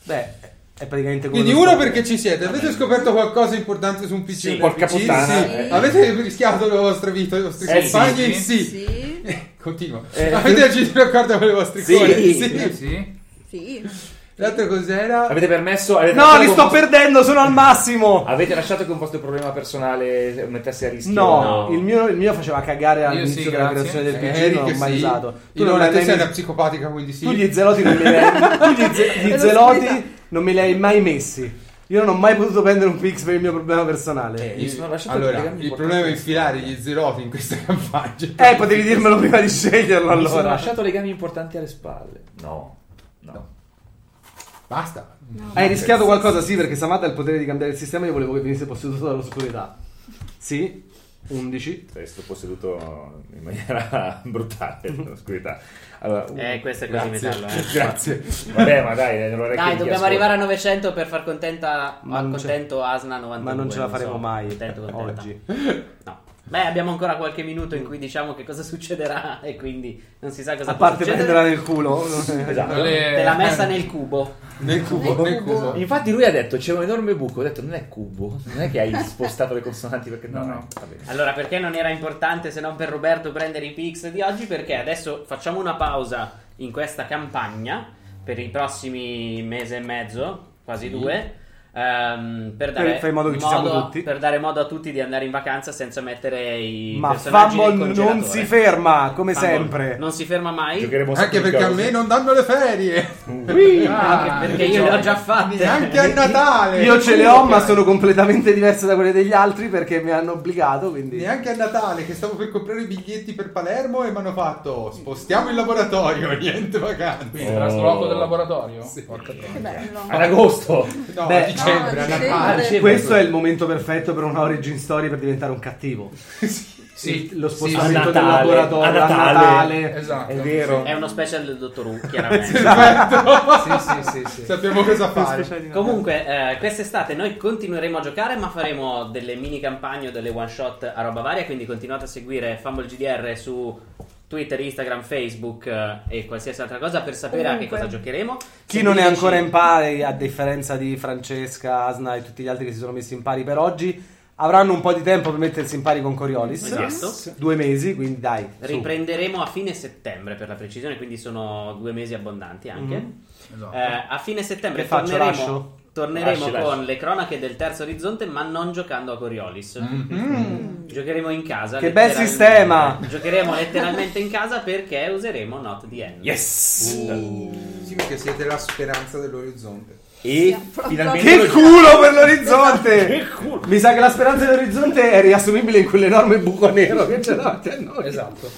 S1: Beh, è praticamente come.
S4: Quindi
S1: lo
S4: uno
S1: stop.
S4: perché ci siete. Avete scoperto qualcosa importante su un PC?
S3: Sì,
S4: Un
S3: porca
S4: PC?
S3: puttana,
S4: Sì.
S3: eh.
S4: Avete rischiato le vostre vite, i vostri
S3: Eh,
S4: compagni?
S6: sì.
S4: Sì. Eh,
S5: Sì.
S4: Continua.
S1: Eh.
S4: Avete agito d'accordo con le vostre
S3: Sì.
S4: cose?
S6: Eh
S4: Sì.
S6: sì.
S5: Sì.
S4: L'altro cos'era?
S3: Avete permesso? Avete
S1: No,
S3: lasciato
S1: li
S3: che un
S1: sto
S3: vostro-
S1: perdendo, sono al massimo.
S4: Ah,
S3: Avete lasciato che un vostro problema personale mettesse a rischio?
S1: No, Il, mio, il mio faceva cagare all'inizio
S6: sì,
S1: della
S6: grazie.
S1: creazione del
S4: Eh,
S1: PC, non
S4: Eric,
S1: l'ho mai
S4: sì.
S1: usato. Tu, non
S4: Ilona,
S1: l'hai
S4: te
S1: mai
S4: sei una
S1: mes-
S4: psicopatica, quindi sì.
S1: tu gli zeloti non me li hai, tu gli ze- gli
S5: L'ho scritta.
S1: zeloti non me li hai mai messi. Io non ho mai potuto prendere un pix per il mio problema
S2: Eh.
S1: personale.
S3: Mi sono lasciato
S4: Eh, Allora,
S3: collegarmi
S4: il
S3: importante.
S4: problema è infilare gli zeroti in questa campagna.
S1: Eh, potevi dirmelo prima di sceglierlo
S3: Mi sono
S1: allora.
S3: lasciato legami importanti alle spalle. No, no.
S4: Basta.
S1: Hai rischiato qualcosa? Sì, perché Samata ha il potere di cambiare il sistema. Io volevo che venisse posseduto dall'oscurità. Sì, 11.
S3: Sei stato posseduto in maniera brutale nell'oscurità. Allora, uh,
S2: Eh, questo è così metallo. eh.
S3: grazie. Vabbè, ma dai, non è che
S2: Dai,
S3: mi
S2: dobbiamo
S3: ascolta.
S2: arrivare a 900 per far contenta
S1: Ma
S2: al
S1: non c'è-
S2: contento Asna 92.
S1: Ma non ce la
S2: so.
S1: faremo mai
S2: Contento, contenta.
S1: oggi.
S2: No. Beh, abbiamo ancora qualche minuto in cui diciamo che cosa succederà e quindi non si sa cosa
S1: A parte
S2: può
S1: prenderla
S2: succedere.
S1: nel culo.
S3: Esatto.
S6: Le-
S2: Te l'ha messa nel cubo.
S4: Nel cubo, nel cubo.
S3: Infatti lui ha detto c'è un enorme buco, ho detto non è cubo, non è che hai spostato le consonanti perché no,
S6: No, no.
S3: no. va bene.
S2: Allora, perché non era importante se non per Roberto prendere i pix di oggi? Perché adesso facciamo una pausa in questa campagna per i prossimi mese e mezzo, quasi due. ehm, per, dare
S1: Eh, fai in modo che ci siamo tutti.
S2: per dare modo a tutti di andare in vacanza senza mettere i
S1: Ma
S2: personaggi nel
S1: Fumble non
S2: congelatore.
S1: si ferma, come
S2: Fumble
S1: sempre.
S2: non si ferma mai
S3: Giocheremo un sacco
S4: Anche
S3: di
S4: perché a
S3: cose.
S4: me non danno le ferie.
S2: anche Ah, perché io le ho già fatte
S4: Neanche a Natale.
S1: Io ce le ho, ma sono completamente diverse da quelle degli altri perché mi hanno obbligato. Quindi.
S4: Neanche a Natale che stavo per comprare i biglietti per Palermo e mi hanno fatto spostiamo il laboratorio, niente vacanze.
S6: Il trasloco del laboratorio?
S2: Eh.
S5: Che bello.
S3: Ad agosto!
S4: No,
S1: Beh,
S4: a dicembre,
S5: no,
S4: a
S5: a
S4: Natale.
S5: dicembre.
S1: Questo è il momento perfetto per una origin story per diventare un cattivo.
S6: Sì,
S1: Lo
S3: a
S1: spostamento del
S3: Natale,
S1: laboratorio
S3: a
S1: a Natale.
S3: Natale.
S1: eh,
S6: esatto.
S3: È vero.
S2: è uno special del dottor Who chiaramente
S6: Sì, sì, sì, sì.
S4: Sappiamo cosa fare.
S2: Comunque, eh, quest'estate noi continueremo a giocare, ma faremo delle mini campagne o delle one shot a roba varia. Quindi continuate a seguire Fumble GDR su Twitter, Instagram, Facebook eh, e qualsiasi altra cosa per sapere a che
S5: Comunque.
S2: cosa giocheremo.
S1: Chi non è
S2: Seguiteci-
S1: ancora in pari, a differenza di Francesca, Asna e tutti gli altri che si sono messi in pari per oggi, avranno un po' di tempo per mettersi in pari con Coriolis.
S2: Esatto.
S1: Due mesi, quindi dai. su.
S2: Riprenderemo a fine settembre per la precisione, quindi sono due mesi abbondanti anche.
S6: Esatto.
S2: Eh, a fine settembre
S1: Mhm. Che faccio,
S2: torneremo,
S1: lascio?
S2: torneremo
S3: Lasci,
S2: con
S3: lasci.
S2: le cronache del terzo orizzonte, ma non giocando a Coriolis. Giocheremo in casa.
S1: Che bel
S2: letteralmente.
S1: sistema!
S2: Giocheremo letteralmente in casa perché useremo Not the End.
S3: Yes!
S2: Uh.
S4: Sì, perché siete la speranza dell'orizzonte.
S3: E finalmente...
S8: Che
S3: lo-
S8: culo per
S6: Esatto,
S8: l'orizzonte!
S3: Che culo!
S8: Mi sa che la speranza dell'orizzonte è riassumibile in quell'enorme buco nero che c'è davanti a noi.
S29: Esatto.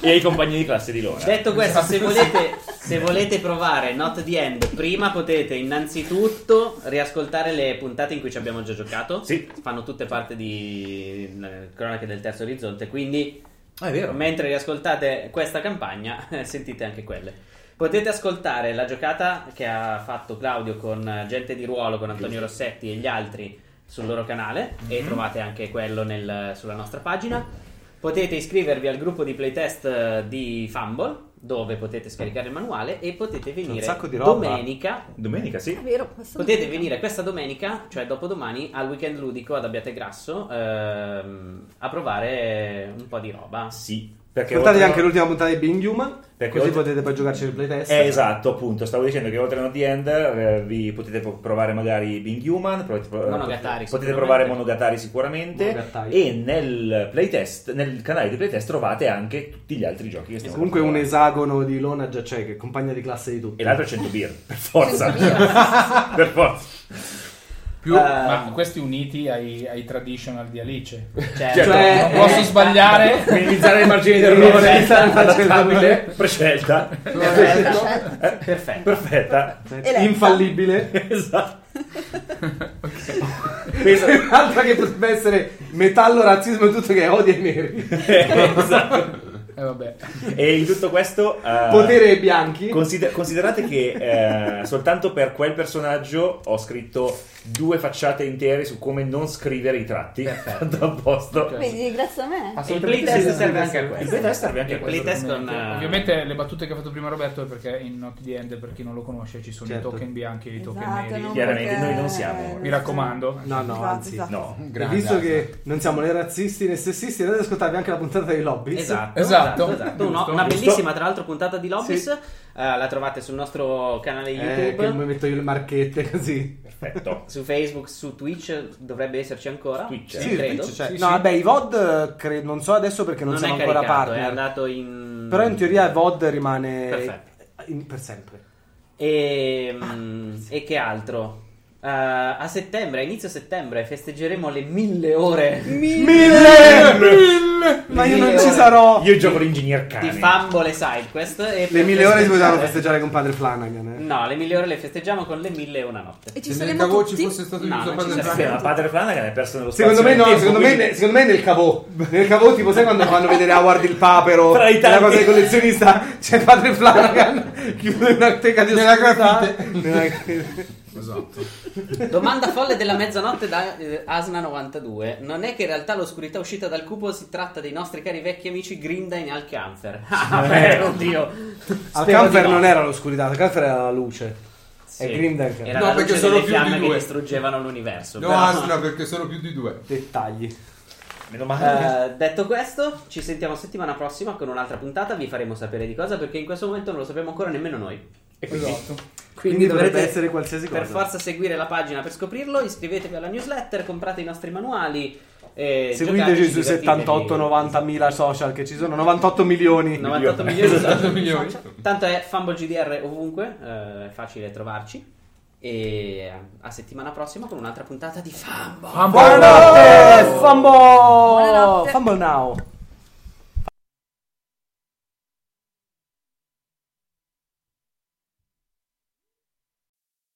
S3: E ai compagni di classe di Lora.
S2: Detto questo, se volete, se volete provare Not the End, prima potete innanzitutto riascoltare le puntate in cui ci abbiamo già giocato.
S3: Sì.
S2: Fanno tutte parte di eh, Cronache del Terzo Orizzonte, quindi
S29: Ah, è vero.
S2: mentre riascoltate questa campagna eh, sentite anche quelle. Potete ascoltare la giocata che ha fatto Claudio con eh, Gente di Ruolo, con Antonio Rossetti e gli altri sul loro canale
S8: Mhm.
S2: e trovate anche quello nel- sulla nostra pagina. Potete iscrivervi al gruppo di playtest eh, di Fumble dove potete scaricare il manuale e potete venire
S8: sacco di roba.
S2: domenica.
S3: Domenica, sì.
S5: È vero, questo
S2: Potete venire questa domenica, cioè dopodomani, al weekend ludico ad Abbiate Grasso ehm, a provare un po' di roba.
S3: Sì. Perché
S1: Ascoltate
S3: oltre-
S1: anche l'ultima puntata di Being Human.
S3: Perché
S1: così
S3: oltre-
S1: potete poi giocarci il playtest.
S3: Eh, esatto, appunto. Stavo dicendo che oltre a Not the End eh, vi potete pro- provare magari Being Human, provate- pro-
S2: Monogatari,
S3: potete
S2: sicuramente.
S3: provare Monogatari sicuramente
S1: Monogatari.
S3: e nel playtest, nel canale di playtest trovate anche tutti gli altri giochi che stiamo
S1: Comunque un
S3: provando.
S1: esagono di Lona già c'è, che è compagna di classe di tutti.
S3: E l'altro è 100 beer, per forza. per forza.
S6: Più, ma questi uniti ai, ai traditional di Alice.
S2: Cioè,
S3: Certo.
S1: Cioè,
S6: Non posso sbagliare.
S3: Minimizzare i margini d'errore, adattabile, prescelta,
S1: eh,
S5: Perfetto.
S2: perfetto.
S3: perfetta,
S5: Eletta.
S1: Infallibile.
S3: esatto. Penso-
S1: Un'altra che potrebbe essere metallo, razzismo e tutto che odia i neri.
S3: esatto.
S6: Eh, vabbè.
S3: E in tutto questo... eh,
S1: Potere ai bianchi.
S3: Consider- considerate che eh, soltanto per quel personaggio ho scritto due facciate intere su come non scrivere i tratti. Fatto apposta.
S5: Vedi, grazie a me.
S2: E il
S6: Assolutamente
S2: playtest
S6: sì,
S2: serve anche a
S3: Il
S2: questo.
S3: playtest serve anche a
S2: Il
S3: quello.
S2: playtest con eh,
S6: Ovviamente le battute che ha fatto prima Roberto è perché in Not the End, per chi non lo conosce, ci sono
S2: Certo.
S6: i token bianchi e i token
S5: Esatto,
S6: neri.
S5: non
S3: chiaramente
S5: perché-
S3: noi non siamo.
S6: Mi raccomando.
S1: No, no,
S5: Esatto,
S1: anzi.
S5: esatto.
S3: No.
S1: E Visto che non siamo né razzisti né sessisti, andate ad ascoltarvi anche la puntata dei lobby.
S2: Esatto,
S6: Esatto.
S2: esatto, esatto. Una, una
S3: Giusto.
S2: bellissima, tra l'altro, puntata di Lobbies. eh, la trovate sul nostro canale
S1: Eh,
S2: YouTube,
S1: che mi metto io le marchette così.
S3: Perfetto.
S2: su Facebook, su Twitch. Dovrebbe esserci ancora.
S3: Twitch,
S2: eh,
S3: sì,
S2: credo.
S1: Twitch c'è.
S6: Sì,
S1: no,
S6: sì.
S1: vabbè, i VOD eh, cre- non so adesso perché non,
S2: Non,
S1: sono
S2: è
S1: ancora
S2: caricato, è
S1: partner.
S2: andato in.
S1: Però in teoria il VOD rimane
S2: Perfetto.
S1: in- per sempre.
S2: E, mm,
S1: Ah,
S2: e che altro? Eh, a settembre, a inizio settembre, festeggeremo le mille ore
S1: Ma io
S2: Mille
S1: non ci
S2: ore.
S1: sarò.
S3: Io gioco l'ingegner
S2: di
S3: cane.
S2: Fumble e Sidequest. e
S1: Le
S2: per
S1: mille ore si potevano
S2: festeggiare-
S1: festeggiare con padre Flanagan. Eh.
S2: No, le mille ore le festeggiamo con le mille e una notte.
S5: E ci
S4: Se nel
S5: saremo
S4: cavo ci
S5: tutti.
S4: fosse stato
S2: No,
S4: chiuso
S2: non
S4: padre
S2: ci
S4: Franco-
S3: Sì, ma padre Flanagan è perso nello spazio.
S8: Secondo me
S3: nel
S8: no,
S3: tempo,
S8: secondo me,
S3: cioè, quindi-
S8: secondo me nel cavò. Nel cavò tipo sai quando fanno vedere Howard il papero,
S3: Tra
S8: la
S3: i tanti.
S8: cosa del collezionista, c'è padre Flanagan, chiude una teca di
S4: Nella
S8: oscurità.
S4: grafite.
S8: Nella grafite.
S4: Esatto.
S2: Domanda folle della mezzanotte da Asna92. Non è che in realtà l'oscurità uscita dal cubo si tratta dei nostri cari vecchi amici Grinda e Alcanfer? Ah, beh, oddio.
S1: Al camper Eh. non era l'oscurità, al camper era la luce.
S2: Sì.
S1: è Grinda e Alcanfer.
S2: Era
S4: No,
S2: la
S4: perché
S2: luce
S4: sono
S2: delle
S4: più di
S2: fiamme che
S4: due.
S2: distruggevano l'universo.
S4: No,
S2: però-
S4: Asna, perché sono più di due.
S1: Dettagli.
S3: Meno male.
S2: Eh, detto questo, ci sentiamo settimana prossima con un'altra puntata. Vi faremo sapere di cosa perché in questo momento non lo sappiamo ancora nemmeno noi.
S6: Esatto.
S1: Quindi dovrebbe
S2: dovrete
S1: essere qualsiasi
S2: Per
S1: cosa.
S2: forza seguire la pagina per scoprirlo. Iscrivetevi alla newsletter, comprate i nostri manuali. E
S1: Seguiteci sui 78 90 mila social che ci sono, 98 milioni.
S2: 98 milioni.
S4: Esatto, milioni.
S2: Tanto è FumbleGDR ovunque, eh, è facile trovarci. E a settimana prossima con un'altra puntata di Fumble.
S1: Buonanotte! Fumble!
S5: Buonanotte.
S1: Eh, Fumble now!